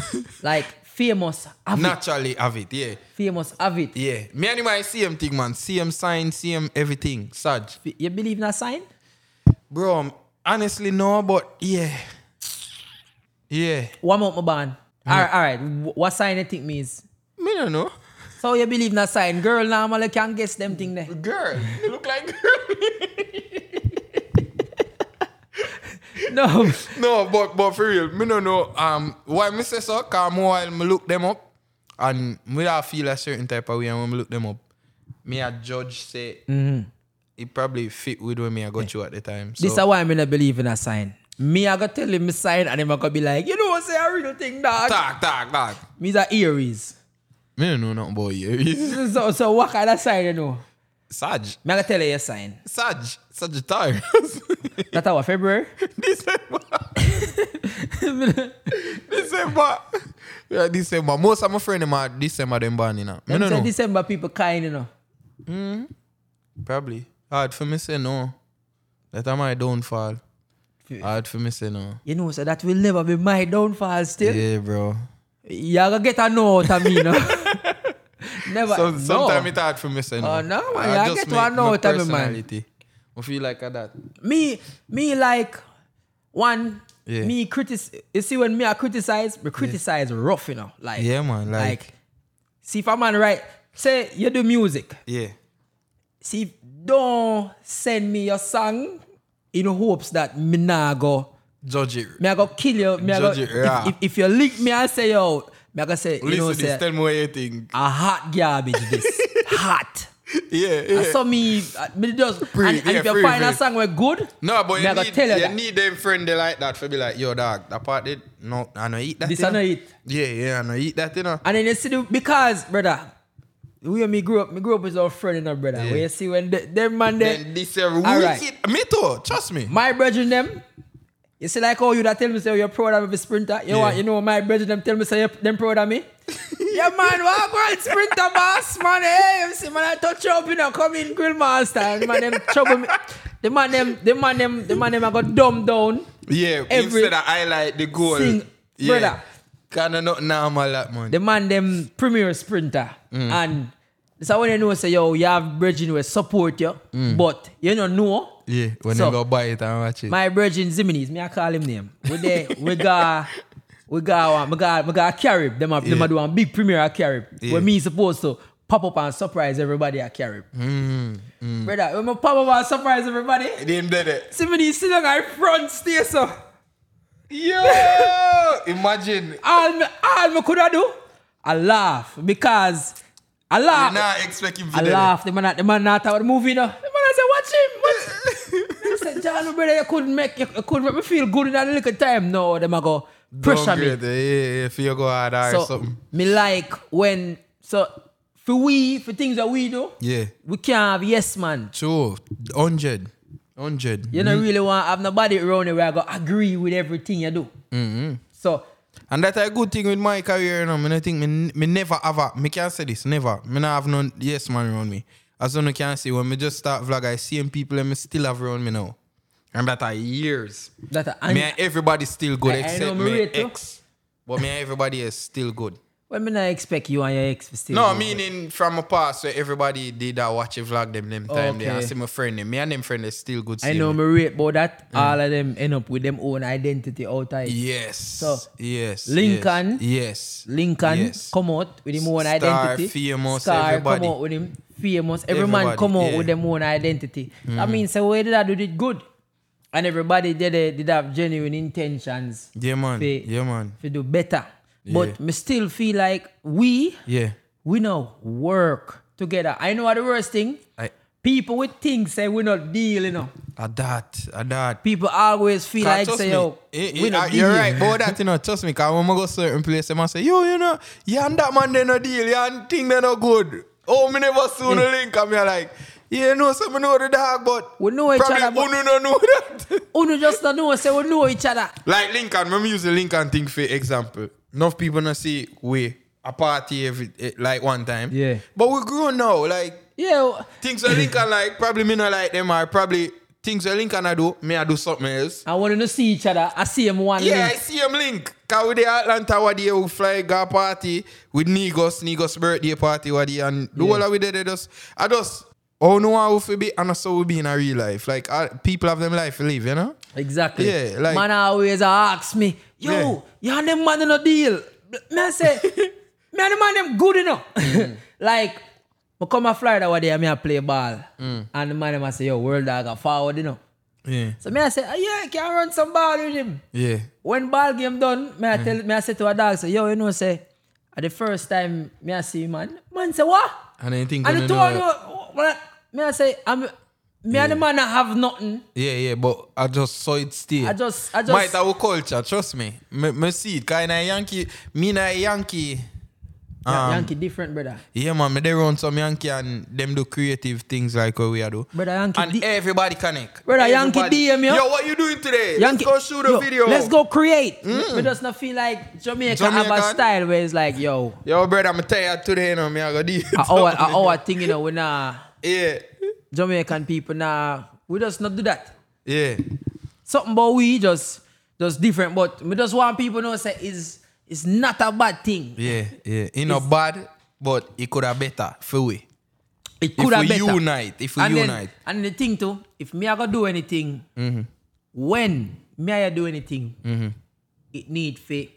A: like famous have it.
B: Naturally, have it. Yeah,
A: Famous have it.
B: yeah. Me and him, I see him thing, man. See him sign, see him everything. Sarge,
A: You believe in a sign?
B: Bro, um, honestly, no, but yeah. Yeah.
A: One out my band. All right, all right. Wh- What sign you think means?
B: Me don't know.
A: So you believe in a sign? Girl normally can guess them thing there.
B: Girl. You look like girl.
A: No.
B: no, but but for real, me don't know. Um why me say so, cause more while me look them up and me da feel a certain type of way and when me look them up, me a judge say it probably fit with when me I got you at the time.
A: Mm-hmm.
B: So
A: This is why I not believe in a sign. Me, I gotta tell him me sign and him I gonna be like, you know what say a real thing, dog.
B: talk, talk, talk.
A: Me's a Aries.
B: Me don't know nothing about you.
A: So so what kind of sign you know?
B: Saj.
A: Me I gotta tell you your sign.
B: Saj. Sagittarius.
A: That's our February.
B: December. December. Yeah, December. Most of my friends them are December them born, you know. Me
A: Them
B: no
A: say
B: know.
A: December people kind, you know.
B: Probably. Hard for me say no. That time I don't fall.
A: Fi-
B: Hard for me say no.
A: You know, so that will never be my downfall still.
B: Yeah, bro.
A: You gotta get a no out of me, no. never.
B: So,
A: no.
B: Sometimes it's hard for me say no.
A: Oh, no, man.
B: I
A: I
B: just
A: get
B: make
A: one
B: my
A: note of me, man.
B: personality. I feel like a that.
A: me me like one
B: Yeah.
A: me critic you see when me I criticize me criticize rough you know like
B: Yeah, man, like-
A: see if a man right say you do music
B: Yeah.
A: see if don't send me your song in hopes that me nah go
B: Judge it.
A: me I go kill you me I go,
B: Judge it,
A: if-
B: yeah.
A: if, if, you link me I say yo me I go say you
B: Listen
A: know
B: to this.
A: say
B: Tell me what you think.
A: a hot garbage this hot
B: Yeah, yeah.
A: I saw me, I- me just
B: Free,
A: and, and
B: yeah,
A: if you
B: free,
A: find a
B: free.
A: song where good
B: No, but
A: me
B: you
A: I go
B: need,
A: tell you
B: you
A: that.
B: need them friend they like that for be like, yo, dog, that part did no, I know eat that.
A: This
B: you
A: I
B: know?
A: no eat.
B: Yeah, yeah, I know eat that, you know.
A: And then you see the, because, brother, we and me grew up, me grew up with our friend, you know, brother. Where you see when the, them man
B: Then
A: them,
B: this a wicked.
A: right.
B: Me too, trust me.
A: my brethren them, you see like oh you that tell me say oh, you're proud of me sprinter. You
B: Yeah.
A: want you know my brethren them tell me say you them proud of me. yeah man, walk right sprinter boss man. Hey, you see man I touch you up you know come in grill master. And man them trouble me. The man them, the man them, the man them I got dumbed down.
B: Yeah,
A: Every
B: instead of highlight the goal.
A: sing-
B: yeah.
A: brother.
B: Kinda not normal that man.
A: the man them premier sprinter
B: Mm.
A: and so when you know say yo you have brethren will support you
B: Mm.
A: but you don't know
B: yeah, when
A: So-
B: they go buy it and watch it.
A: my brethren Ziminis me I call him name we there we got we got one we got we got a Carib them a, them
B: Yeah.
A: a do one big premier at Carib
B: Yeah.
A: where me supposed to pop up and surprise everybody at Carib
B: Mm,
A: brother when I pop up and surprise everybody
B: Them did it.
A: Ziminis sit on our front stay so
B: Yo! Imagine.
A: all me all me coulda do I laugh because I
B: I
A: laugh
B: not expecting
A: I
B: video.
A: laugh. The man, at- the man not about the movie, no. The man I said, watch him, watch. I said, John, brother, you couldn't make, you, you couldn't make me feel good in that little time. No, them I go pressure me.
B: Downgrade, Yeah, yeah, for you go hard or
A: So
B: something.
A: me like when so for we for things that we do,
B: Yeah.
A: we can't have yes man.
B: True. 100. 100.
A: You don't really want to have nobody around you where I go agree with everything you do. So
B: And that's a good thing with my career, you know. I think me, me never have a, me can't say this, never. Me not have no yes man around me. As soon as I can say, when me just start vlog, I see them people and me still have around me now. And that are years.
A: that I,
B: me and everybody still good,
A: I- I know
B: except
A: me
B: me
A: rate too.
B: ex. But me and everybody is still good.
A: Well, me not expect you and your ex to still.
B: No,
A: do it.
B: meaning from a past where everybody did that watch a vlog them them time there. I
A: Okay.
B: see my friend them. Me and them friend is still good.
A: I
B: see
A: know
B: me.
A: me rate, but that all of them end up with them own identity out of it.
B: Yes.
A: So,
B: yes.
A: Lincoln-
B: Yes. yes.
A: Lincoln
B: Yes.
A: come out with him own
B: Star,
A: identity.
B: famous,
A: Star
B: everybody.
A: come out with him famous. Every man
B: Everybody,
A: come out
B: yeah. Mm.
A: with them own identity. That means so where did I do it good? And everybody did eh, did have genuine intentions
B: Yeah man.
A: Fe-
B: Yeah man.
A: to do better. But
B: Yeah.
A: me still feel like we
B: Yeah.
A: we now work together. I know what the worst thing.
B: I
A: People with things say we not deal, you know.
B: a that a that.
A: People always feel
B: Cause
A: like
B: trust
A: say
B: me,
A: yo,
B: it-
A: we
B: it-
A: not
B: I-
A: deal.
B: you're right. But that you know, trust me, cause when I go certain place, them I say, yo, you know, yeah, and that man they no deal, yeah, and thing they no good. Oh, me never see the link, and me a like, yeah, no, so me know the dog, but
A: We know each
B: probably
A: other, but-
B: Uno no know that.
A: Uno just don't know say we know each other.
B: Like Lincoln, when we use the Lincoln thing for example, enough people not see we a party every eh, like one time.
A: Yeah.
B: But we grown now. Like
A: Yeah.
B: things that Lincoln like probably me not like them or probably things that Lincoln I do, me I do something else.
A: I want to see each other. I see him one
B: Yeah, I
A: link.
B: see him link. Cause with the Atlanta what day we fly go party with Negos, Negos birthday party what day and the
A: Yeah.
B: whole of we did it just I just oh no how we be and that's how we be in our real life. Like uh, people have them life to live, you know?
A: Exactly.
B: Yeah, like-
A: man always ask me, yo,
B: Yeah.
A: you and them man in a deal. Me I say, me and the man them good enough. like, I come to Florida one day and me I play ball. And the man them I say, yo, world dog a forward, you know.
B: Yeah.
A: So me I say, "Ah, yeah, can run some ball with him.
B: Yeah.
A: When ball game done, me I tell me I say to a dog, say, yo, you know, say, at the first time me I see man, man say, what?
B: And then think
A: And
B: you
A: the
B: know
A: two
B: that-
A: of them, well, me I say, I'm, me and the man I have nothing.
B: Yeah, yeah, but I just saw it still.
A: I just- I just-
B: Might our culture, trust me. Me, me see it. Cause in a Yankee, me na Yankee.
A: Yeah,
B: Um,
A: Yankee different, brother.
B: Yeah, man, me they run some Yankee and them do creative things like what we are do.
A: Brother, Yankee
B: and
A: D-
B: everybody connect.
A: Brother, Yankee DM you.
B: Yo, what you doing today?
A: Yankee,
B: let's go shoot a
A: yo,
B: video. Mm.
A: Let's go create. We just not feel like Jamaica, have a
B: Jamaican?
A: style where it's like, yo,
B: Yo, brother, I'm tired today, you know, me I go do
A: a our, a our thing, you know, we nah,
B: Yeah,
A: Jamaican people, nah, we just not do that.
B: yeah.
A: Something about we just, just different, but we just want people to know, say, it's, it's not a bad thing.
B: Yeah, yeah. You know, bad, but it could have better for we.
A: It
B: If
A: could have
B: we
A: better.
B: unite, if we
A: and then-
B: unite.
A: and the thing too, if me I go do anything,
B: Mm-hmm.
A: when me I do anything, it need fit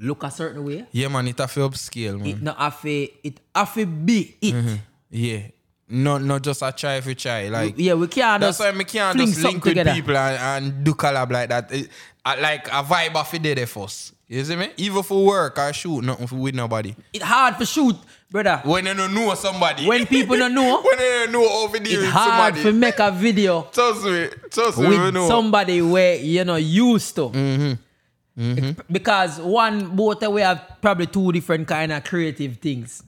A: look a certain way.
B: Yeah, man, it have to upscale, man.
A: It not have to, it have to be it.
B: Yeah. Not not just a try for try. Mm-hmm. Like
A: Yeah, we can't
B: that's
A: just
B: why me can't
A: fling
B: just
A: something
B: link with
A: together.
B: people and, and do collab like that. It- I like a vibe of it there first. You see me? Even for work I shoot, nothing for with nobody.
A: It hard for shoot, brother.
B: When you don't know somebody.
A: When people don't know,
B: when you don't know over there
A: It
B: with
A: hard
B: somebody.
A: for make a video
B: Trust me. Trust me. you
A: with
B: know. Mm-hmm.
A: somebody where you know used to. Bec- Because one both we have probably two different kind of creative things.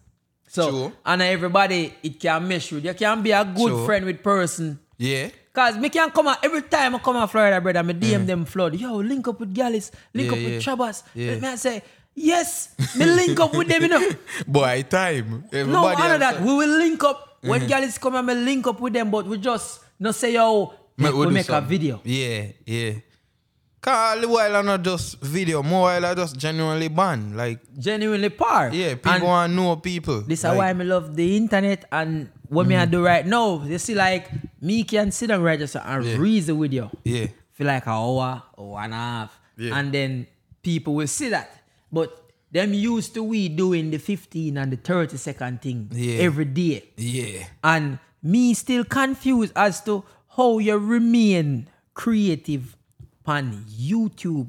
A: So
B: True.
A: and everybody it can mesh with. You can be a good
B: True.
A: friend with person.
B: yeah.
A: Cause me can come out every time I come out Florida, brother, me DM them flood. Yo, link up with Gallus, link
B: Mm. Yeah,
A: up with
B: yeah.
A: Trabas.
B: Yeah.
A: Let me say, yes, me link up with them, you know.
B: By time. Everybody
A: No, all of
B: has
A: that.
B: a-
A: We will link up. When
B: Mm-hmm.
A: Gallus come, I me link up with them, but we just not say, yo,
B: Make
A: we
B: do
A: make a
B: something.
A: video.
B: Yeah, yeah. Cause all the while I not just video, more while I just genuinely ban. Like,
A: genuinely par.
B: yeah, people
A: and
B: want to know people.
A: this is
B: like,
A: why I love the internet and what me I do right now. You see, like me can sit and register and
B: Yeah.
A: reason with you
B: Yeah.
A: for like an hour or one and a half,
B: Yeah.
A: and then people will see that. But them used to we doing the fifteen and the thirty second thing
B: Yeah.
A: every day,
B: Yeah.
A: and me still confused as to how you remain creative on YouTube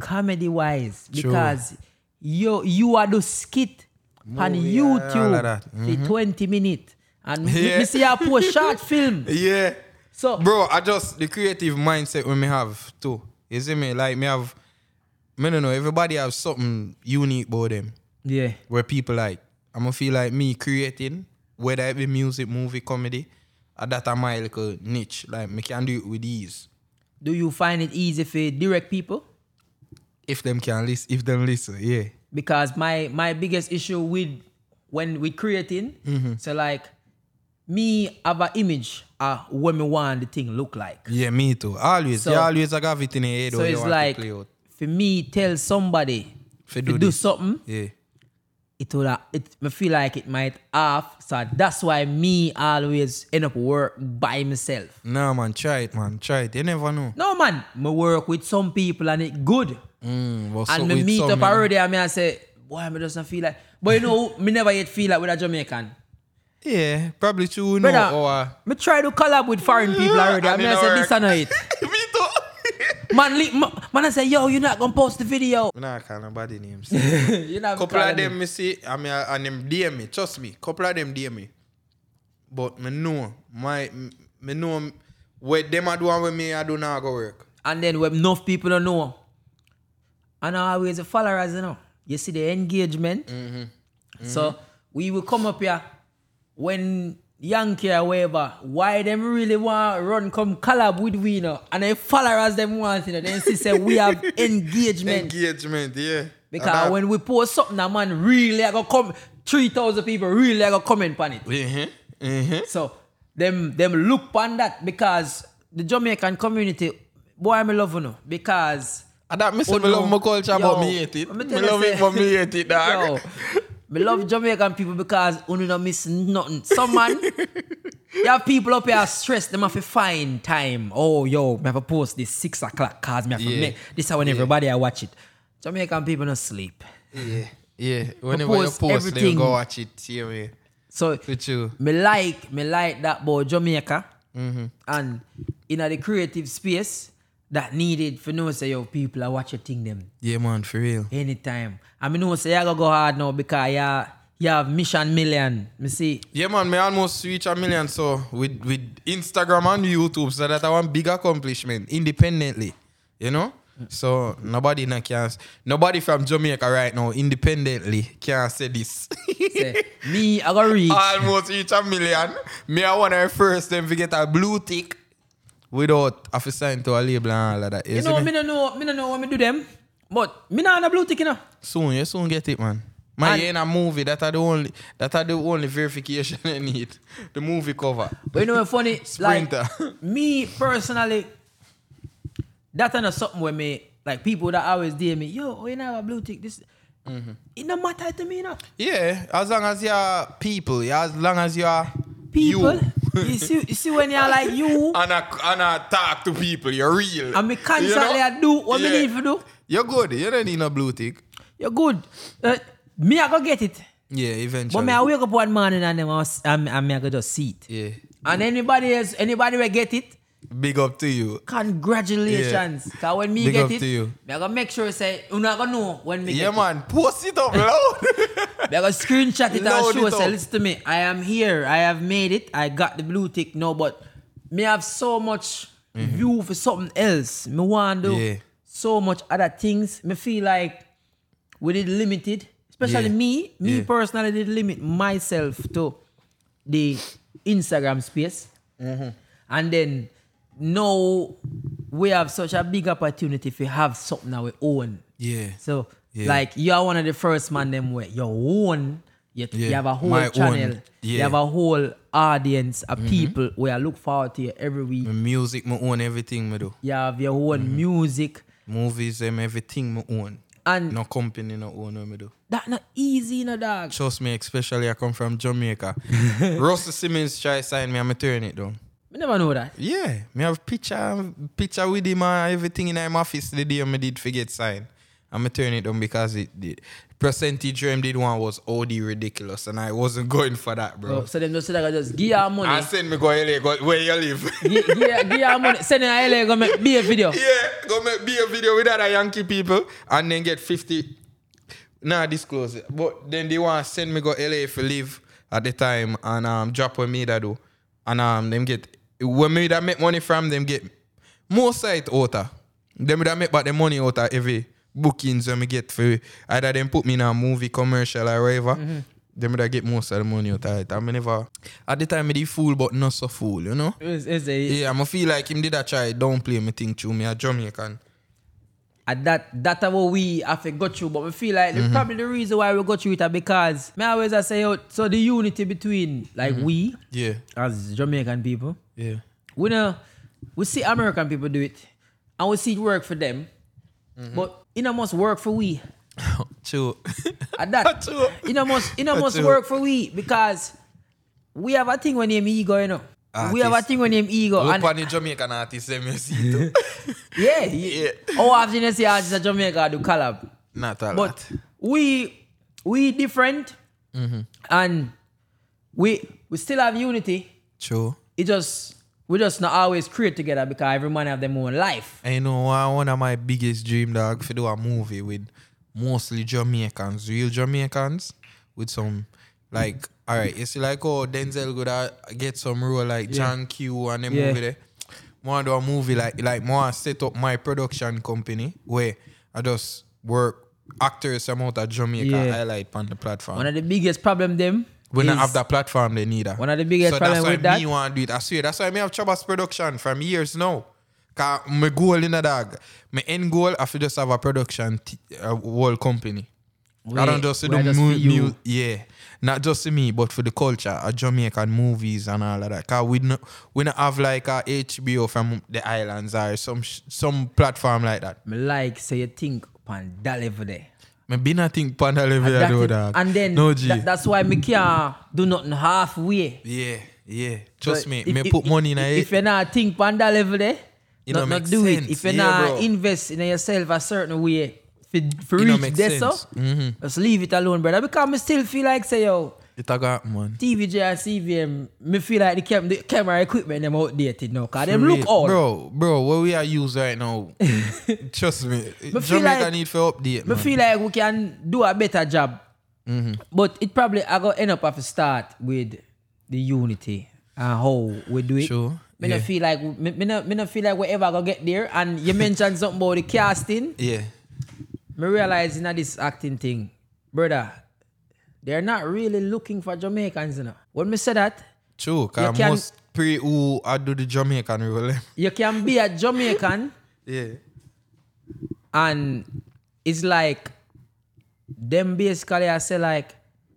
A: comedy wise
B: Mm. True.
A: because you you are the skit on
B: Movie, all
A: YouTube
B: of that. Mm-hmm.
A: the 20 minute and
B: Yeah.
A: you see a poor short film
B: Yeah.
A: so
B: Bro, I just the creative mindset when me have too. You see me? Like me have me don't know, everybody have something unique about them.
A: yeah
B: Where people like I'ma feel like me creating, whether it be music, movie, comedy, uh, that are my little niche. Like me can do it with ease.
A: do you find it easy for direct people
B: If them can listen if them listen, yeah.
A: because my my biggest issue with when we creating
B: Mm-hmm.
A: so like me have an image of what me want the thing look like
B: Yeah, me too. Always.
A: So-
B: yeah, always I got it in the head.
A: So
B: how you
A: it's
B: want to
A: like
B: play out.
A: for me, tell somebody
B: for
A: to
B: do
A: do
B: this.
A: something,
B: Yeah.
A: it would have, it me feel like it might off. So that's why me always end up work by myself.
B: No man, try it, man. Try it. You never know.
A: No man, me work with some people and it good.
B: Mm, but so
A: and me
B: with
A: meet
B: some,
A: up
B: you know.
A: already and me I say, boy, me doesn't feel like but you know, me never yet feel like with a Jamaican.
B: Yeah, probably true. No,
A: Brother,
B: or uh,
A: me try to collab with foreign people already.
B: And
A: And me
B: it
A: I
B: no
A: say,
B: work.
A: this and it.
B: me too.
A: Man, li- ma- man, I say, yo, you're not gonna post the video.
B: nah, I can't nobody names.
A: you're not
B: couple of them me see, I mean, uh, and them DM me. Trust me, couple of them DM me. But me know my me know what them a do and what me I do now go work.
A: And then when enough people don't know. And always the followers, you know. You see the engagement. So we will come up here when Yankee or whatever, why them really want run come collab with we, you know. And the followers them want, you know. Then see say we have engagement.
B: Engagement, yeah.
A: Because
B: And I-
A: when we post something, a man really I gonna come, 3,000 people really I gonna comment on it.
B: Mhm, mhm.
A: So them them look on that because the Jamaican community, boy, I'm love you know, because
B: And that me say
A: Oh,
B: me love
A: no.
B: my culture, but
A: Yo,
B: me hate it.
A: let me
B: Me,
A: tell you
B: love it,
A: say-
B: but me hate it, dog.
A: yo, me love Jamaican people because only don't miss nothing. Some man, you have people up here stressed, them have to find time. Oh yo, me have to post this six o'clock cause me have to
B: Yeah.
A: make this is when everybody I watch it. Jamaican people don't sleep.
B: Yeah, yeah. Whenever you
A: post
B: post, they
A: everything.
B: go watch it. Yeah, me.
A: So
B: With you.
A: me like me like that boy Jamaica
B: Mm-hmm.
A: and in the creative space that needed for know say yo people are watch your thing them
B: Yeah, man, for real.
A: anytime. I mean know say I gotta go hard now because yeah you have mission million. Me see
B: Yeah, man, me almost reach a million. So with with Instagram and YouTube, so that I want big accomplishment independently. You know. So nobody na can nobody from Jamaica right now independently can say this.
A: say, me I gotta reach.
B: almost reach a million. Me I wanna first them to get a blue tick without a sign to a label and all of that. You
A: you
B: see
A: know
B: me?
A: me no know me no know what me do them, but me not on a blue tick you know.
B: Soon, you soon get it, man. Man,
A: And-
B: you in a movie. That are the only that are the only verification you need. The movie cover.
A: But you know what funny?
B: Sprinter.
A: Like me personally, that kind of something where me like people that always DM me, yo, oh, we not have a blue tick. This it no matter to me, you know.
B: Yeah, as long as you are people, yeah, as long as you are
A: People,
B: you.
A: you, see, you see when you're like you,
B: and I and I talk to people, you're real.
A: and me constantly I do what
B: Yeah.
A: me need to do.
B: You're good. You don't need no blue tick.
A: You're good. Uh, me I go get it,
B: Yeah, eventually.
A: but me I wake up one morning and then I was- and and me I go just see it.
B: yeah,
A: And anybody else, anybody will get it.
B: big up to you.
A: Congratulations. Cause when me
B: Big
A: get
B: up
A: it,
B: to you.
A: me I go make sure say you not gonna know when me
B: Yeah,
A: get it.
B: man, post it up loud.
A: They gonna screenshot it
B: Load
A: and show
B: it
A: us. Say,
B: up.
A: listen to me. I am here. I have made it. I got the blue tick. No, but me have so much view for something else. Me want to do
B: Mm-hmm. Yeah.
A: so much other things. Me feel like we did limited. Especially
B: Yeah.
A: me. Me
B: Yeah.
A: personally did limit myself to the Instagram space.
B: Mm-hmm.
A: And then now we have such a big opportunity if we have something that we own.
B: yeah,
A: So
B: Yeah.
A: like you are one of the first man them where your own you, you
B: Yeah,
A: have a whole
B: my own,
A: channel. You
B: yeah. Mm-hmm.
A: have a whole audience of people where I look forward to you every week.
B: My music, my own everything, me do.
A: You have your own
B: Mm-hmm.
A: music.
B: Movies, um, everything, my own.
A: And-
B: no company, no own, what me do.
A: That not easy, you know, dog.
B: Trust me, especially I come from Jamaica. Russell Simmons try sign me, I'm turn it down.
A: You never know that.
B: Yeah, me have picture picture with him and everything in my office the day I did forget sign. I'm turn it down because it, the percentage him did one was OD ridiculous and I wasn't going for that, bro.
A: So, so them just say like just give your
B: I
A: money.
B: send me go LA, go where you live.
A: Give, give, give your money. Send it to LA go make be a video.
B: yeah, go make be a video with other Yankee people and then get 50. Nah, disclose it. But then they want to send me go LA if I live at the time and um drop what me that do. And um them get when me that make money from them get more site outer. Them that make back the money outer every bookings when me get for either them put me in a movie commercial or whatever. Them that get most of the money out of it. I never at the time me did fool but not so fool, you know?
A: It's- it's a-
B: Yeah, I'm feel like him did a try downplay me thing to me a Jamaican.
A: And that that a what we have to go through. But we feel like the-
B: Mm-hmm.
A: probably the reason why we go through it are because me always I say yo, so the unity between like
B: Mm-hmm.
A: we
B: Yeah,
A: as Jamaican people.
B: yeah,
A: We know we see American people
B: Mm-hmm.
A: do it, and we see it work for them, but it not must work for we.
B: True.
A: At that,
B: True.
A: you know must you know must
B: True.
A: work for we because we have a thing when name ego, you know. We have a
B: Artist.
A: thing when name ego.
B: Look
A: and-
B: on the Jamaican artist, them you see too.
A: yeah, yeah. Oh, I've seen see artists at Jamaica do collab.
B: Not a
A: But
B: lot.
A: we we different
B: Mm-hmm.
A: and we we still have unity.
B: True.
A: It just we just not always create together because every man have their own life.
B: And you know what? One of my biggest dream dog for do a movie with mostly Jamaicans, real Jamaicans, with some like all right, it's like oh Denzel could uh, get some role like John Q and them
A: Yeah.
B: movie there. More do a movie like like more set up my production company where I just work actors some out of Jamaica
A: Yeah.
B: highlight on the
A: One
B: platform.
A: of the biggest problem them
B: We
A: is
B: don't have that platform they need.
A: One of the biggest
B: so
A: problem
B: that's why
A: with that-
B: me want to do it. I swear. That's why me have Chabas production from years now. Cause my goal in a dog. My end goal I to just have a production t- uh, whole company.
A: we-
B: I don't just to
A: we are
B: do
A: just
B: mu-
A: for you.
B: mu- yeah. Not just to me, but for the culture of Jamaican movies and all of that. Cause we no, we not have like a HBO from the islands or some sh- some platform like that.
A: Me like say you think upon that level there.
B: Me been a think panda level
A: That
B: though,
A: is-
B: dog.
A: and then
B: no G.
A: that- that's why me can't do nothing halfway.
B: yeah, yeah. Trust
A: But
B: me.
A: if-
B: me
A: if-
B: put money in
A: if,
B: it.
A: If you're not think on that level there,
B: It
A: not,
B: don't
A: not
B: make
A: do
B: sense.
A: it. If you're
B: Yeah,
A: not
B: bro.
A: invest in yourself a certain way for, for
B: It don't
A: reach
B: make
A: there, so
B: sense. Mm-hmm.
A: just leave it alone, brother. Because I still feel like say yo,
B: It a got man.
A: TVJ and CVM, me feel like the, cam- the camera equipment them outdated now. Cause them
B: For
A: look
B: real.
A: old.
B: Bro, bro, what we are use right now. trust me.
A: feel
B: Jamaica
A: like-
B: need for update.
A: Me
B: man.
A: feel like we can do a better job.
B: Mm-hmm.
A: But it probably I go end up have to start with the unity and how we do it.
B: Sure,
A: Me
B: yeah.
A: not feel like me, me, not, me not feel like we ever gonna get there. And you mentioned something about the casting.
B: yeah.
A: Me realizing that this acting thing, brother, they're not really looking for Jamaicans, you know. When me say that,
B: True.
A: You
B: Cause
A: can-
B: most pre who I do the Jamaican role.
A: you can be a Jamaican
B: yeah.
A: and it's like them basically I say like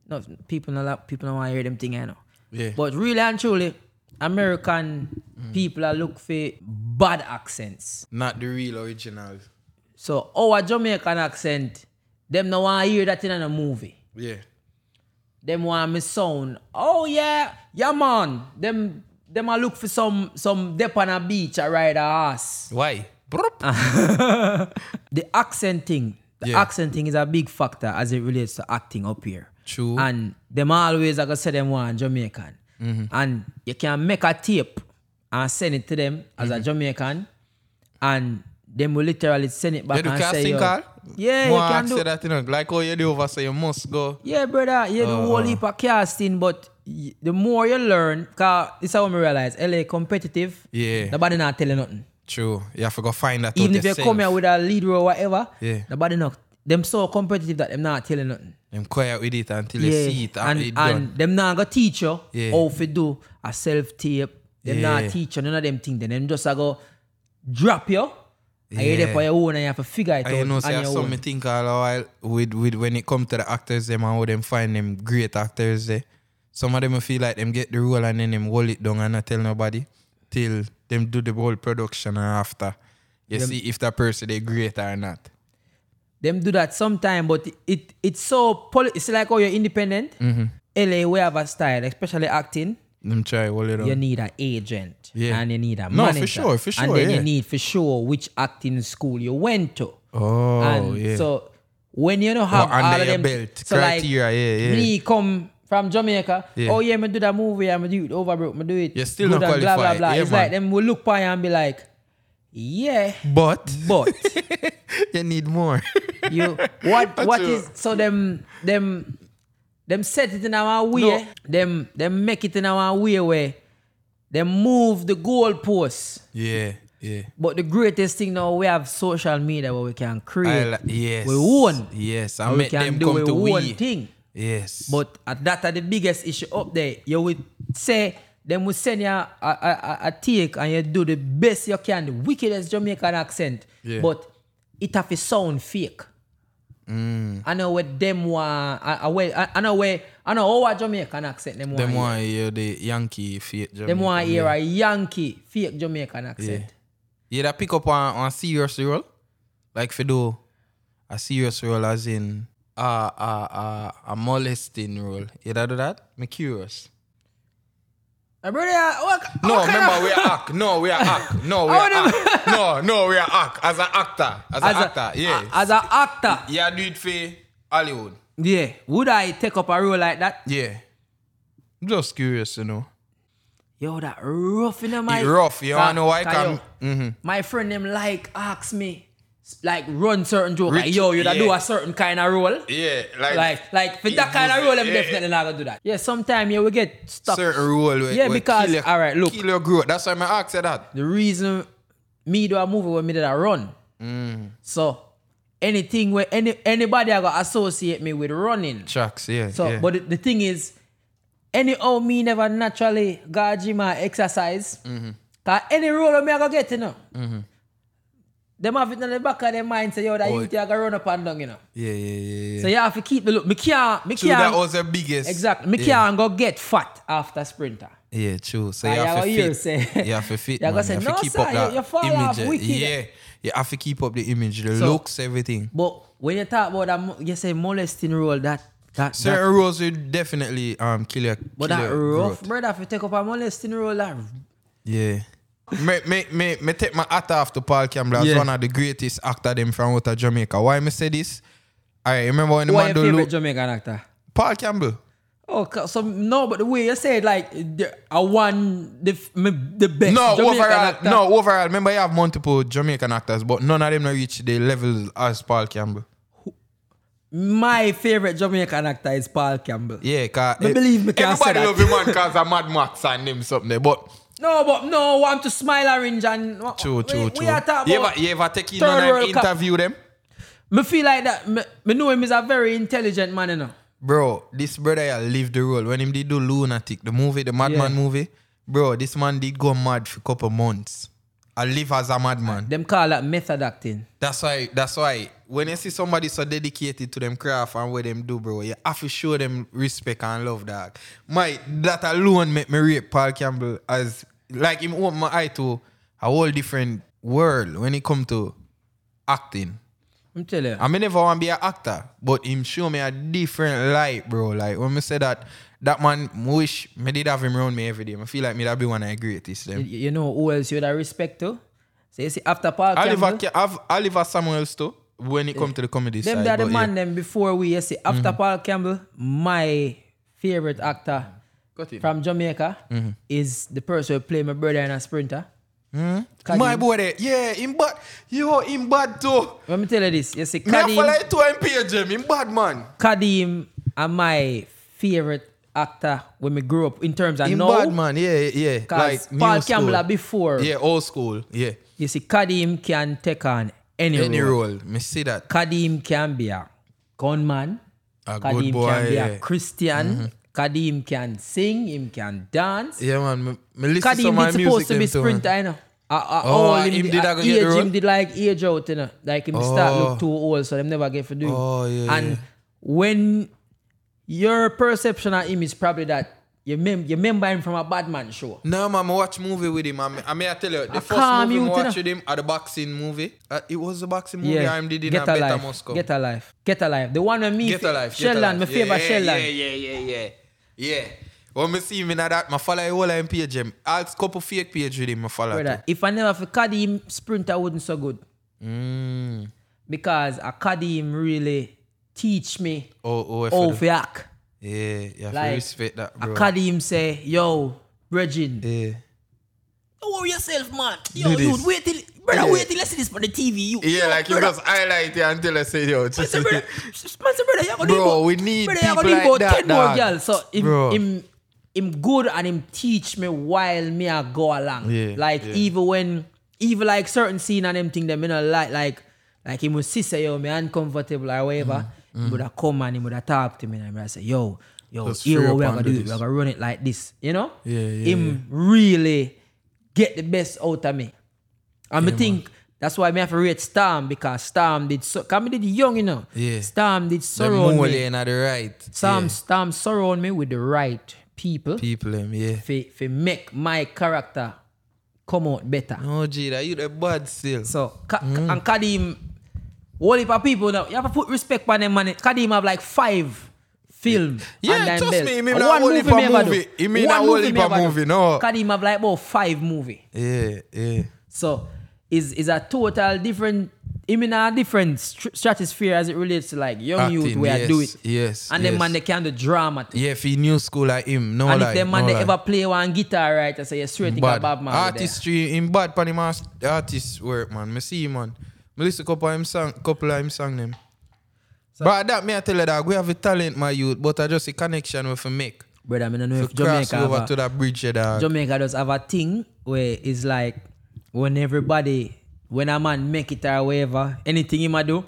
A: no people not like, people don't want to hear them thing I know.
B: Yeah.
A: But really and truly, American people are look for bad accents.
B: Not the real original.
A: So our Jamaican accent, them no want to hear that in a movie.
B: Yeah.
A: Them want me sound. Oh yeah, yeah man. Them them a look for some some dep on a beach a ride a ass.
B: Why? Brup.
A: the accent thing, the
B: Yeah.
A: accent thing is a big factor as it relates to acting up here.
B: True.
A: And them always, like I said, them one Jamaican.
B: Mm-hmm.
A: And you can make a tape and send it to them as
B: Mm-hmm.
A: a Jamaican. And them will literally send it back
B: You do
A: and say,
B: casting
A: yo,
B: call?
A: Yeah, you
B: More
A: can
B: ask
A: do
B: you that, you know, like how you do over, so you must go.
A: yeah, brother, you do
B: Oh.
A: whole heap of casting, but y- the more you learn, because this is how I realize LA competitive.
B: Yeah.
A: Nobody not telling nothing.
B: True. You have to go find that
A: Even
B: out
A: if you
B: yourself.
A: come here with a lead role or whatever,
B: Yeah.
A: nobody not. Them so competitive that them not telling nothing.
B: I'm quiet with it until you see it.
A: and,
B: it done.
A: and them not gonna teach you
B: Yeah.
A: how to do a self tape. Them
B: Yeah.
A: not teach you none of them things. Then them just a go drop you. And you're there
B: Yeah.
A: for your own and you have to figure it out
B: I you know,
A: on
B: say I
A: your
B: saw me
A: own.
B: think all a while with, with when it come to the actors them and how them find them great actors there. Some of them I feel like them get the role and then them hold it down and not tell nobody till them do the whole production and after you see if that person they great or not.
A: Them do that sometime, but it it's so poli- it's like how you're independent.
B: Mm-hmm.
A: LA we have a style, especially acting.
B: Them try hold it down.
A: You need an agent
B: Um, Yeah.
A: and you need a
B: No, for
A: manager.
B: sure, for sure,
A: And then
B: yeah.
A: you need for sure which acting school you went to.
B: oh
A: and
B: yeah.
A: so when you don't have
B: under
A: all of
B: your
A: them
B: belt.
A: so like
B: Criteria, yeah, yeah.
A: me come from Jamaica
B: Yeah.
A: oh yeah me do that movie I'm do it over bro me do it
B: You're still
A: good
B: not
A: and blah blah
B: qualified.
A: blah
B: Yeah,
A: it's
B: man.
A: like them will look by you and be like yeah
B: but
A: but
B: you need more.
A: you what what
B: true.
A: is so them them them set it in our way them them make it in our way where they move the goalposts
B: yeah, yeah.
A: but the greatest thing now we have social media where we can
B: I
A: create
B: li- yes.
A: we own
B: Yes, I
A: and we
B: make
A: can
B: them
A: do
B: come to
A: our own
B: we.
A: thing
B: Yes.
A: But at that are the biggest issue up there. You would say them will send you a, a, a, a take and you do the best you can, the wickedest Jamaican accent.
B: Yeah.
A: But it have a sound fake.
B: Mm.
A: I know where them want I, I, where- I, I know where I know how a Jamaican accent them want.
B: them
A: hear.
B: want hear the Yankee fate.
A: Them want
B: Jamaican,
A: hear a Yankee fake Jamaican accent.
B: Yeah, that pick up on, on serious role. Like if you do a serious role as in a a a, a molesting role. You da do that? Me curious.
A: My brother, uh, what,
B: No,
A: what kind
B: remember
A: of-
B: we are act. No, we are act. No, we
A: I
B: are
A: wanna-
B: act. No, no, we are act as an actor.
A: as
B: As, an actor, yeah.
A: a- as an actor,
B: yeah, do it for Hollywood.
A: yeah. Would I take up a role like that?
B: Yeah. Just curious, you know.
A: Yo, that rough in my
B: It rough, you
A: Ca-
B: know why Mm-hmm.
A: ca-
B: can-
A: yo, My friend them like ask me like run certain joke like
B: Rich-
A: yo you da do
B: yeah.
A: a certain kind of role.
B: Yeah, like
A: Like like for that kind of role I'm definitely not gonna do that. Yeah, sometime yeah we get stuck.
B: certain role. where-
A: Yeah,
B: where
A: because-
B: kill your-
A: alright, look.
B: kill your growth. That's why I asked you that.
A: The reason me do a movie when me did a run.
B: Mm.
A: So anything where any anybody I got associate me with running.
B: Tracks, yeah.
A: So,
B: yeah.
A: but the, the thing is, anyhow, me never naturally gauge my exercise.
B: Mm-hmm.
A: Cause any role me I go get, you know. Them have it in the back of their mind, say, yo, that
B: Oh,
A: youth, you I go run up and down, you know.
B: yeah, yeah, yeah, yeah.
A: So you have to keep the look. Me can't, me
B: True, that
A: can't,
B: was the biggest.
A: exactly. Me
B: Yeah,
A: can't go get fat after sprinter.
B: yeah true. So
A: Ah,
B: you
A: you
B: have
A: go
B: to
A: hear
B: fit.
A: say-
B: You have to fit.
A: You go
B: man.
A: say,
B: you have
A: "No,
B: to keep
A: sir,
B: up
A: you-
B: that
A: you fall off
B: image. eh.
A: wicked."
B: Yeah, you have to keep up the image, the
A: So-
B: looks, everything.
A: But when you talk about that, mo- you say molesting role, that, that, that
B: Certain roles will definitely um kill your.
A: but
B: kill
A: that
B: your
A: rough,
B: growth.
A: brother, if you take up a molesting role, that
B: Yeah. me, me, me, me take my hat off to Paul Campbell as
A: Yeah.
B: one of the greatest actor them from out of Jamaica. Why me say this? I remember when the
A: Who are
B: man
A: your
B: do
A: favorite
B: look,
A: Jamaican actor?
B: Paul Campbell.
A: Oh, ca- so no, but the way you said like the, I won the f- me- the best.
B: No,
A: Jamaican
B: overall,
A: actor.
B: no, overall. Remember, you have multiple Jamaican actors, but none of them not reach the level as Paul Campbell.
A: My favorite Jamaican actor is Paul Campbell.
B: Yeah, cause
A: Me believe me can't say
B: everybody
A: that.
B: love him man cause a Mad Max and him something there, but
A: No, but no, want to smile orange and
B: true, true,
A: we,
B: true.
A: We are talking
B: you
A: about.
B: ever, you ever take in
A: Third
B: and
A: World Cup.
B: interview them?
A: Me feel like that. Me, me know him is a very intelligent man, you know.
B: Bro, this brother here lived the role. When him did do Lunatic, the movie, the Madman
A: Yeah.
B: movie, bro, this man did go mad for a couple months. I live as a madman.
A: Them call that method acting.
B: That's why, that's why when you see somebody so dedicated to them craft and what them do, bro, you have to show them respect and love, dog. My that alone make me rate Paul Campbell as like him open my eye to a whole different world when it come to acting.
A: I'm telling you.
B: I may never want to be an actor, but him show me a different light, bro. Like when me say that, that man me wish me did have him around me every day. I feel like me that be one of the greatest.
A: you,
B: Them.
A: you know who else you would respect to? So you see, after Paul
B: Oliver,
A: Campbell,
B: Ca- have Oliver Samuels too when it come to the comedy
A: Them
B: side.
A: that the
B: but
A: man
B: Mm-hmm.
A: them before we you see after Paul Campbell, my favorite actor
B: Got it.
A: from Jamaica
B: Mm-hmm.
A: is the person who played my brother in a sprinter.
B: yeah.
A: Kadim.
B: my boy, there, yeah, him bad, yo, him bad too.
A: Let me tell you this, you see
B: Me I
A: Kadim,
B: follow it to him page him, him bad man.
A: Kadim are my favorite actor when we grew up in terms of
B: Him
A: now.
B: bad man, yeah, yeah. yeah.
A: 'cause
B: Like
A: Paul
B: new school.
A: Campbell are before.
B: yeah, old school, yeah.
A: You see Kadim can take on any,
B: Any
A: role.
B: role, me see that.
A: Kadim can be a gunman.
B: A
A: Kadim
B: good boy, Mm-hmm.
A: can be
B: yeah.
A: a Christian. Kadim can sing, him can dance.
B: Yeah, man, me, me listen to
A: Kadim
B: my
A: did
B: music.
A: supposed to
B: them
A: be
B: too, man.
A: sprinter, you know. Uh, uh,
B: Oh,
A: all him,
B: him
A: did,
B: did
A: uh,
B: I go get the
A: age,
B: role?
A: him did like age out, you know. Like him start
B: Oh.
A: look too old, so them never get to do. him.
B: Oh, yeah,
A: And
B: yeah.
A: when your perception of him is probably that you, mem- you remember him from a Batman show.
B: No, man, I watch movie with him. I mean, I, mean, I tell you, the first
A: Ah, calm
B: movie I
A: youth, you
B: watch
A: know.
B: with him at the boxing movie. Uh, it was the boxing movie.
A: Yeah,
B: I'm did in
A: get
B: a better
A: alive,
B: Moscow.
A: get alive, get alive. The one with me,
B: Get
A: fa-
B: alive. Get
A: Sheldon,
B: alive.
A: my favorite
B: yeah,
A: Sheldon.
B: Yeah, yeah, yeah, yeah, yeah. When I see him in that, I follow the whole MP gym. I ask couple fake page with him. I follow.
A: Brother, if I never for Kadim Sprinter wasn't so good
B: too. Mm.
A: because a Kadim really teach me
B: Oh, oh, I
A: how
B: feel-
A: to act.
B: yeah. You have to
A: Like,
B: respect that,
A: A
B: bro.
A: Kadim say, yo, Regin,
B: yeah.
A: Don't worry yourself, man.
B: Do
A: Yo,
B: this.
A: dude, wait till brother,
B: Yeah.
A: wait till I see this on the TV. You,
B: Yeah,
A: yo,
B: like you
A: brother.
B: just highlight it until I say, yo,
A: I
B: just
A: say, brother, man, say, brother, you gonna
B: Bro,
A: need about-
B: we need
A: brother, you gonna
B: people
A: need
B: like
A: about
B: that,
A: ten more
B: dog.
A: girls. So him,
B: Bro.
A: him, him good and him teach me while me I go along.
B: Yeah,
A: like
B: yeah.
A: even when, even like certain scene and them thing that me not like, like like him would see say yo me uncomfortable or whatever.
B: Mm,
A: He would have come and he would have talk to me and I say yo. Yo,
B: Just
A: here
B: free
A: what
B: up
A: we are
B: and
A: gonna
B: do
A: do, it. we
B: this.
A: are gonna run it like this, you know?
B: Yeah, yeah,
A: Him really get the best out of me. And me think that's why me have to rate Storm because Storm did so cause me did young, you know.
B: Yeah.
A: Storm did
B: the
A: surround
B: mole
A: me.
B: and at the right.
A: Storm,
B: Yeah.
A: Storm surround me with the right people
B: People, them, yeah.
A: for, for make my character come out better.
B: No, Jada, you the bad still.
A: So Ka- and Kadim whole heap of people now. You have to put respect on them, man. Because they have like five film.
B: Yeah,
A: and them
B: trust
A: belt.
B: me, he mean
A: And
B: a
A: one
B: whole heap
A: movie
B: of
A: me ever
B: movie.
A: do.
B: He mean
A: One
B: a whole
A: movie
B: heap
A: me
B: of
A: ever do.
B: movie, no.
A: Because they have like about five movie.
B: Yeah, yeah.
A: So is is a total different. I mean, a different str- stratosphere as it relates to like young
B: Acting,
A: youth where I
B: yes,
A: do it.
B: yes,
A: And then
B: yes.
A: man they can do drama. Too.
B: Yeah, if he new school like him, no
A: and
B: lie,
A: if them man
B: no
A: they
B: lie.
A: ever play one guitar right, I say you straight think
B: bad.
A: about man. with there.
B: artistry in bad pan him as- artist work man. Me see him man. Me listen couple of him song, couple of him song them. but that me I tell you that we have a talent my youth, but I just a connection with a make.
A: Brother, I mean, I know
B: To
A: if
B: cross
A: Jamaica have
B: over
A: a-
B: to that bridge there. dog.
A: Jamaica does have a thing where it's like when everybody, when a man make it or whatever, anything he might do,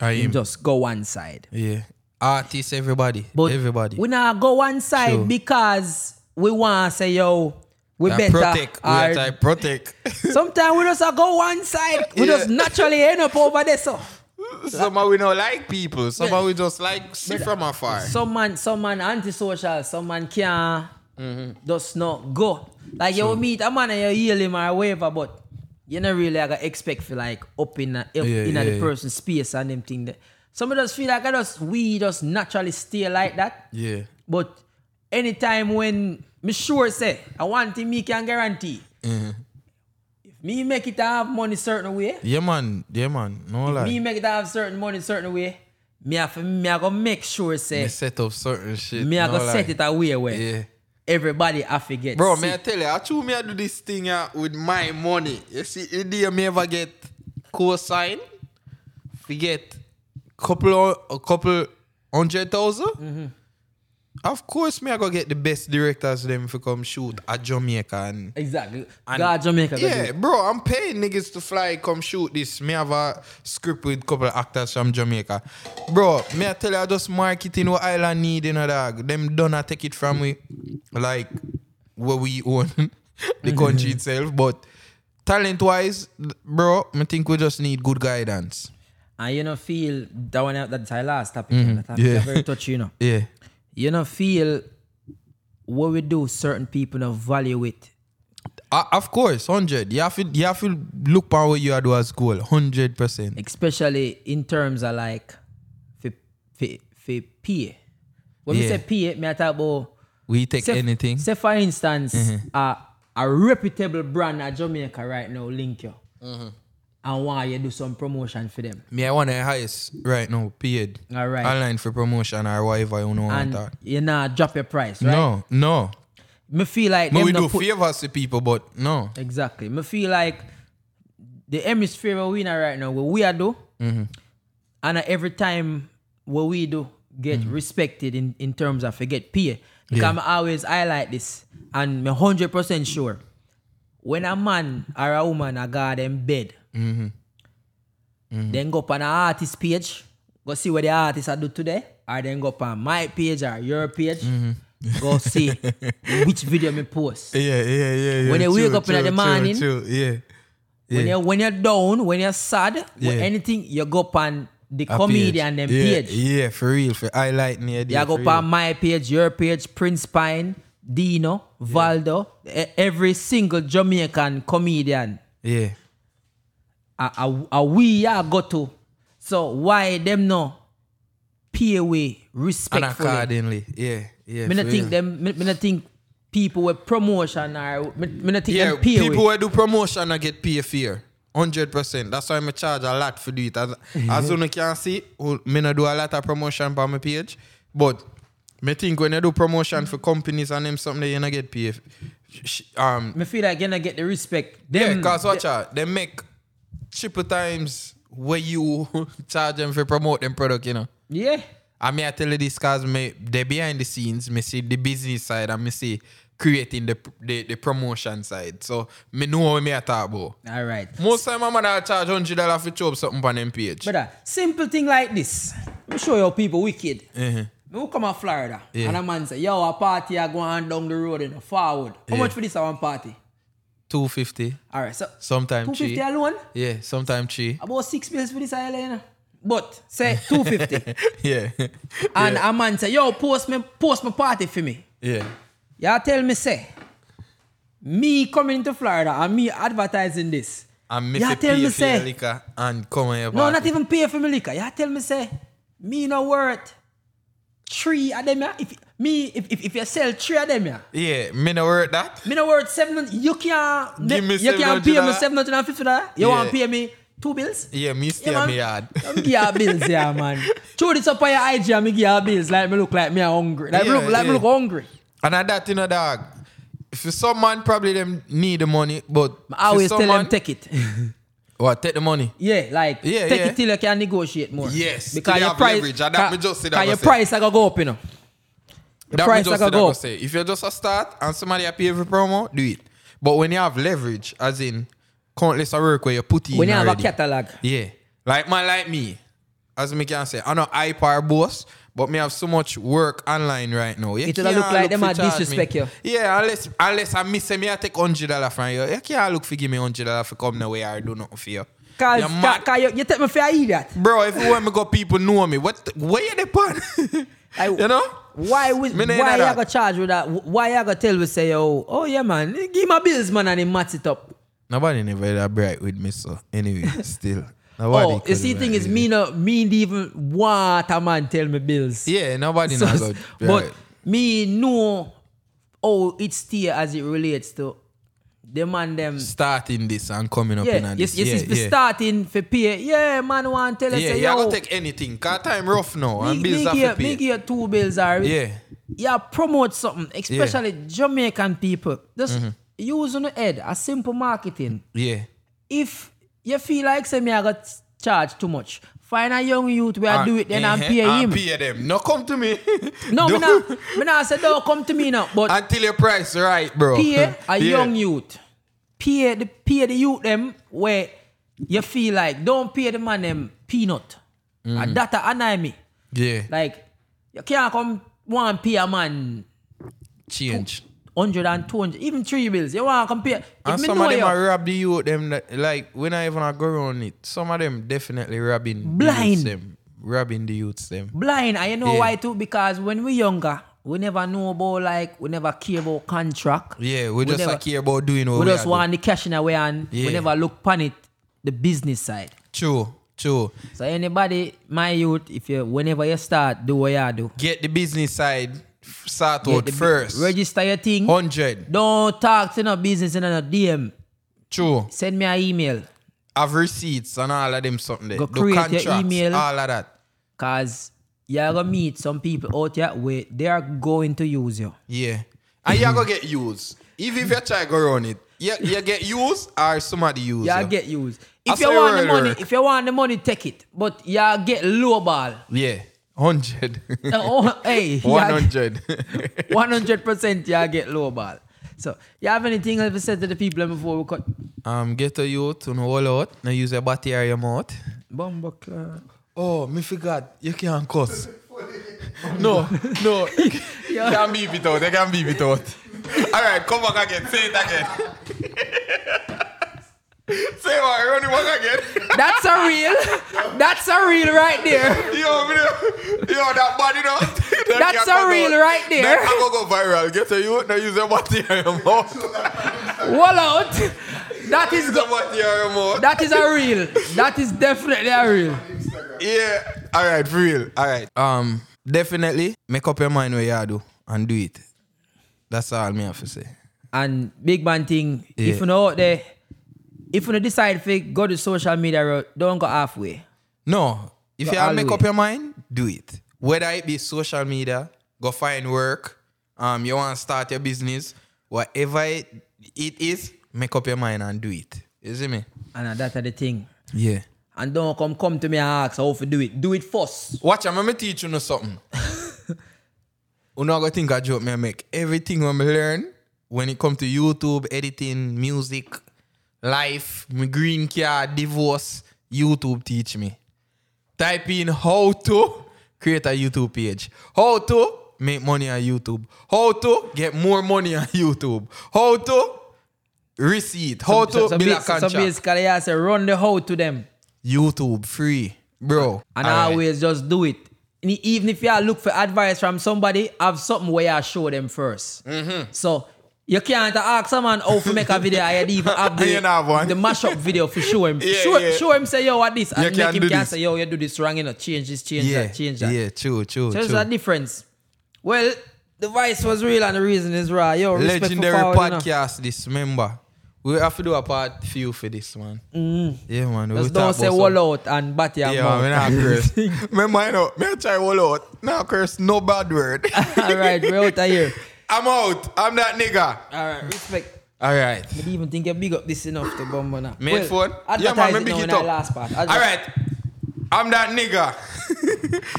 B: I
A: him
B: am.
A: just go one side.
B: Yeah. Artists, everybody.
A: But
B: everybody.
A: we not go one side
B: Sure.
A: because we want to say yo, we
B: I
A: better.
B: protect. We
A: or-
B: are type protect.
A: sometimes we just a go one side. We
B: Yeah.
A: just naturally end up over there. So
B: Somehow we don't like people. Somehow we just like see from afar.
A: some man, some man antisocial, some man can't
B: Mm-hmm.
A: just not go. Like you meet a man and you heal him or whatever, but you not really like expect for like up in a, up
B: Yeah,
A: in a
B: yeah,
A: the person's space and them thing that some of us feel like I just we just naturally stay like that.
B: Yeah.
A: But anytime when me sure say I want thing me can guarantee.
B: Mm-hmm.
A: If me make it have money certain way,
B: Yeah man. Yeah man. No lie.
A: me make it have certain money certain way, me have to- me I go make sure say
B: Me set up certain shit.
A: me I
B: no
A: go
B: lie.
A: set it away where
B: Yeah.
A: everybody I forget.
B: Bro,
A: see.
B: may I tell you, I true me I do this thing uh, with my money. You see, the day me ever get cosign, forget couple o- a couple hundred thousand. Of course, me I go get the best directors them for come shoot at Jamaica and.
A: Exactly.
B: and-
A: God Jamaica. go do
B: Yeah,
A: it.
B: bro, I'm paying niggas to fly come shoot this. Me have a script with couple actors from Jamaica. Bro, me I tell you, I just marketing what island need, you know, dog. Them done I take it from we, like, what we own, the country itself. But talent-wise, bro, I think we just need good guidance.
A: And you know feel that one that's our last topic. that topic
B: Mm-hmm. yeah.
A: is very touchy, you know.
B: Yeah.
A: You know feel what we do certain people don't value it.
B: Uh, of course, 100. You have to, you have to look for what you are do as goal, 100%.
A: Especially in terms of like for for pay. When we
B: Yeah.
A: say pay, me I talk about
B: We take
A: say,
B: anything. Mm-hmm.
A: Say for instance, a, a reputable brand at Jamaica right now link you.
B: Mm-hmm.
A: And why you do some promotion for them.
B: Me, I want the highest right now, period.
A: All right.
B: Online for promotion or whatever you know want
A: And
B: that.
A: you not drop your price, right?
B: No, no.
A: Me feel like
B: But
A: them
B: we
A: no
B: do
A: put-
B: favors to people, but no.
A: Exactly. Me feel like the hemisphere where we in right now, what we are do, and uh, every time what we do get respected in, in terms of forget peer. Because
B: Yeah.
A: I'm always highlight this, and I'm hundred percent sure when a man or a woman a guard in bed, then go up on an artist page, go see what the artist a do today, or then go up on my page or your page, go see which video me post.
B: Yeah, yeah, yeah. yeah.
A: When they wake up in the
B: true,
A: morning-
B: true, yeah.
A: When
B: Yeah.
A: you're when you're down, when you're sad, when
B: Yeah.
A: anything, you go up on the
B: A
A: comedian them
B: yeah,
A: page.
B: Yeah, for real. For highlight me.
A: You go up on my page, your page, Prince Pine, Dino, Valdo, e- every single Jamaican comedian.
B: Yeah.
A: A, a, a we are go to. So why them no pay away
B: And
A: respectfully?
B: accordingly. Yeah, yeah.
A: Me
B: for
A: not
B: real.
A: think them. Me, me not think people with promotion or me, me not think
B: Yeah,
A: them pay away.
B: people who do promotion I get paid fair. 100%. That's why I charge a lot for do it. As,
A: Mm-hmm.
B: as you can see, I do a lot of promotion on my page. But I think when you do promotion for companies and them something, you don't get paid. Sh- sh- Um,
A: me feel like you not get the respect.
B: yeah,
A: Them,
B: because watch out. They make triple times where you charge them for promote them product, you know.
A: yeah.
B: I mean, I tell you this because they behind the scenes, me see the business side and me see creating the, the, the promotion side. So, me know what me a talk about.
A: All right.
B: Most time, my man I charge hundred dollar for chop something on them page.
A: Brother, simple thing like this. I'm show you people wicked. Me will come to Florida
B: Uh-huh. Yeah.
A: and a man say, yo, a party are going on down the road in a forward. How
B: Yeah.
A: much for this one party?
B: Two fifty,
A: All right, so
B: sometime three.
A: 250 alone,
B: Yeah, sometime three.
A: about six bills for this island. you know. But say 250.
B: yeah,
A: and a man say, yo, post me, post my party for me.
B: yeah,
A: Y'all tell me say, me coming to Florida and me advertising this.
B: and me
A: Ya
B: fi
A: tell me
B: pay for your
A: say-
B: liquor and come on your
A: No,
B: party.
A: not even pay for me liquor. You tell me say, me no worth three of them. yeah. If me if, if, if you sell three of them, yeah.
B: Yeah, me no worth that.
A: Me no worth seven. hun- You can't.
B: Give me
A: you can't pay me
B: $700.
A: seven hundred and fifty dollars. You
B: Yeah.
A: want pay me two bills?
B: Yeah, me stay in
A: man.
B: my yard.
A: Give your bills, yeah, man. Throw this up on your IG and me give your bills. Like me look like me a hungry. Like me
B: Yeah,
A: look like me
B: yeah.
A: look hungry.
B: And at that, you know, dog. For some man, probably them need the money, but
A: I always
B: for
A: tell
B: some
A: them
B: man,
A: take it.
B: what take the money.
A: yeah, like
B: Yeah,
A: take
B: yeah.
A: it till you can negotiate more.
B: Yes, till
A: because
B: you
A: your
B: have
A: price,
B: leverage, and that
A: ca-
B: me just said
A: ca-
B: I go
A: your
B: say.
A: price I go go up, you know. The
B: That
A: price
B: me
A: I
B: just
A: go
B: said I
A: go
B: go
A: up.
B: say. If you're just a start and somebody a pay for promo, do it. But when you have leverage, as in countless of work where you put in
A: When you have a
B: already.
A: catalog.
B: Yeah. Like man like me, as me can say, I know hype or boss, but me have so much work online right now. You
A: It don't look
B: can't
A: like them
B: fi
A: a
B: charge
A: disrespect
B: me.
A: you.
B: Yeah, unless unless I miss me, I take hundred dollar from you. You can't look for give me hundred dollar for come nowhere or do nothing for you.
A: Cause,
B: You're
A: ca-
B: mad.
A: ca- you, you take me for an idiot.
B: Bro, everywhere me go, people know me. What the- where you depend?
A: I-
B: you know?
A: Why we,
B: Me nah
A: why
B: hear
A: you
B: that.
A: gonna charge with that? Why you gonna tell we say oh oh yeah man, give my bills man and he mats it up.
B: Nobody never that bright with me, so anyway, still. Nobody
A: Oh, you
B: could
A: see
B: bright
A: thing is
B: with
A: me no me need even want a man tell me bills.
B: Yeah, nobody
A: So,
B: know about
A: but me know oh it's still as it relates to the man them.
B: starting this and coming up in
A: Yeah,
B: and
A: yes,
B: this.
A: yes,
B: yeah,
A: it's
B: yeah.
A: starting for pay. Yeah, man want tell us
B: Yeah,
A: say
B: you
A: yo.
B: gotta take anything. Cause time rough now
A: Me,
B: and
A: me,
B: bills have to
A: give, me
B: pay.
A: give two bills or
B: Yeah.
A: yeah, promote something, especially Jamaican people. Just use on the head a simple marketing.
B: Yeah.
A: If you feel like say me I got charged too much, find a young youth where I do it then and
B: eh,
A: pay
B: and
A: him.
B: pay them. No come to me.
A: No, me
B: Don't-
A: not, me not say don't come to me now, but
B: Until your price right, bro.
A: pay a
B: Yeah.
A: young youth. Pay the pay the youth them where you feel like don't pay the man them peanut. And that a annoy me.
B: Yeah.
A: Like you can't come one pay a man
B: Change.
A: 100 and 200, even three bills. You want to compare. If
B: And
A: me
B: some
A: know
B: of them
A: you,
B: are rob the youth them that, like when I even a go around it. Some of them definitely robbing the
A: Blind.
B: youths them. Robbing the youths them.
A: blind, and you know
B: Yeah.
A: why too? Because when we younger, we never know about like, we never care about contract.
B: Yeah, we, just
A: never-
B: like care about doing what
A: We
B: we,
A: just
B: are
A: want the cash in our way and
B: Yeah.
A: we never look upon it, the business side.
B: doing. True, true.
A: So anybody, my youth, if you, whenever you start, do what you do.
B: Get the business side f- sort
A: Get
B: out
A: the bu-
B: first.
A: Register your thing.
B: Hundred.
A: Don't talk to no business in a DM.
B: True.
A: Send me an email.
B: have receipts and all of them something there.
A: Go
B: Do
A: create your
B: contracts,
A: email.
B: all of that.
A: Because you're going to meet some people out here where they are going to use you.
B: Yeah. And you're gonna get used. If if you try go around it, you, you get used or somebody use
A: Y'all
B: you.
A: get used.
B: I
A: If
B: saw
A: you want the
B: it
A: money,
B: work.
A: if you want the money, take it. But y'all get low ball.
B: Yeah. Hundred.
A: Uh, oh, hey,
B: One
A: y'all get-
B: hundred.
A: 100% y'all get low ball. So, you have anything else to say to the people before we cut?
B: um get a youth and all out. Now use your body or your mouth.
A: Bomba club.
B: Oh, me forgot. You can't cuss. no, no. You can't beep it out. You can't beep it out. Alright, come back again. Say it again. Say what? Run it back again.
A: That's a real. That's a real right there.
B: Yo, me know- yo, that body now.
A: That's a reel right there.
B: That can go viral. Get a youth now use a body in your mouth.
A: Wall out. That is
B: Use a
A: go-
B: body in your mouth.
A: that is a real. That is definitely a real.
B: yeah. All right, for real. All right. Um, definitely make up your mind where you do and do it. That's all me have to say.
A: And big man thing. If
B: Yeah.
A: you know out there, if you know decide to go to social media route, don't go halfway.
B: No, if
A: Go
B: you
A: all
B: have make
A: the
B: up
A: way.
B: your mind, do it. Whether it be social media, go find work. Um, you want to start your business, whatever it, it is, make up your mind and do it. You see me?
A: And that's the thing.
B: Yeah.
A: And don't come come to me and ask how to do it. Do it first.
B: Watch, I'm gonna teach you know something. you know, I think I joke me I make everything when I learn when it comes to YouTube, editing, music, life, my green card, divorce. YouTube teach me. Type in how to create a YouTube page, how to make money on YouTube, how to get more money on YouTube, how to receipt, how to build a
A: ba- so
B: contract.
A: basically, I say run the hoe to them.
B: YouTube free, bro.
A: And
B: All right.
A: always just do it. And
B: Mm-hmm.
A: Even if you look for advice from somebody, have something where you show them 1st So You can't ask someone how to make a video and you even have
B: And you
A: the,
B: not have one.
A: the mashup video for show him.
B: Yeah,
A: show,
B: yeah.
A: show him say, yo, what this? And
B: You
A: make
B: can't
A: him
B: do
A: can
B: this.
A: say, yo, you do this wrong, you know, change this, change
B: Yeah,
A: that, change that.
B: yeah, true, true,
A: So there's
B: true.
A: a difference. Well, the vice was real and the reason is raw. Yo, respect
B: Legendary
A: for power, you know.
B: podcast, this member. We have to do a part few for this man. Yeah, man. we
A: Mm. Just
B: talk
A: don't
B: about
A: say
B: some-
A: wall out and bat your
B: Yeah,
A: mouth.
B: man, we not curse. Remember, you know, me I try wall out. Now curse, no bad word.
A: All right, we're out of here.
B: I'm out. I'm that nigga.
A: All right, respect.
B: All right.
A: I didn't even think you big up this enough to bomb on
B: Made phone?
A: Yeah,
B: man,
A: man, it
B: me
A: now
B: pick
A: in
B: it
A: our
B: up.
A: last part.
B: All right. I'm that nigga.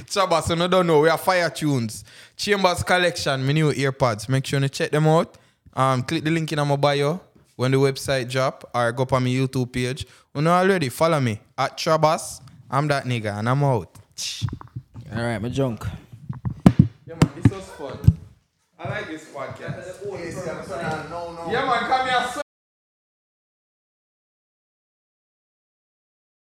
B: Chabas, you don't know. We are Fire Tunes. Chambers Collection, my new earpads. Make sure you check them out. Um, click the link in my bio when the website drop or go on my YouTube page. You know already, follow me at Chabas. I'm that nigga and I'm out.
A: All right, my junk.
B: Yeah, man, this was fun. I like this podcast. Yeah, man, come here,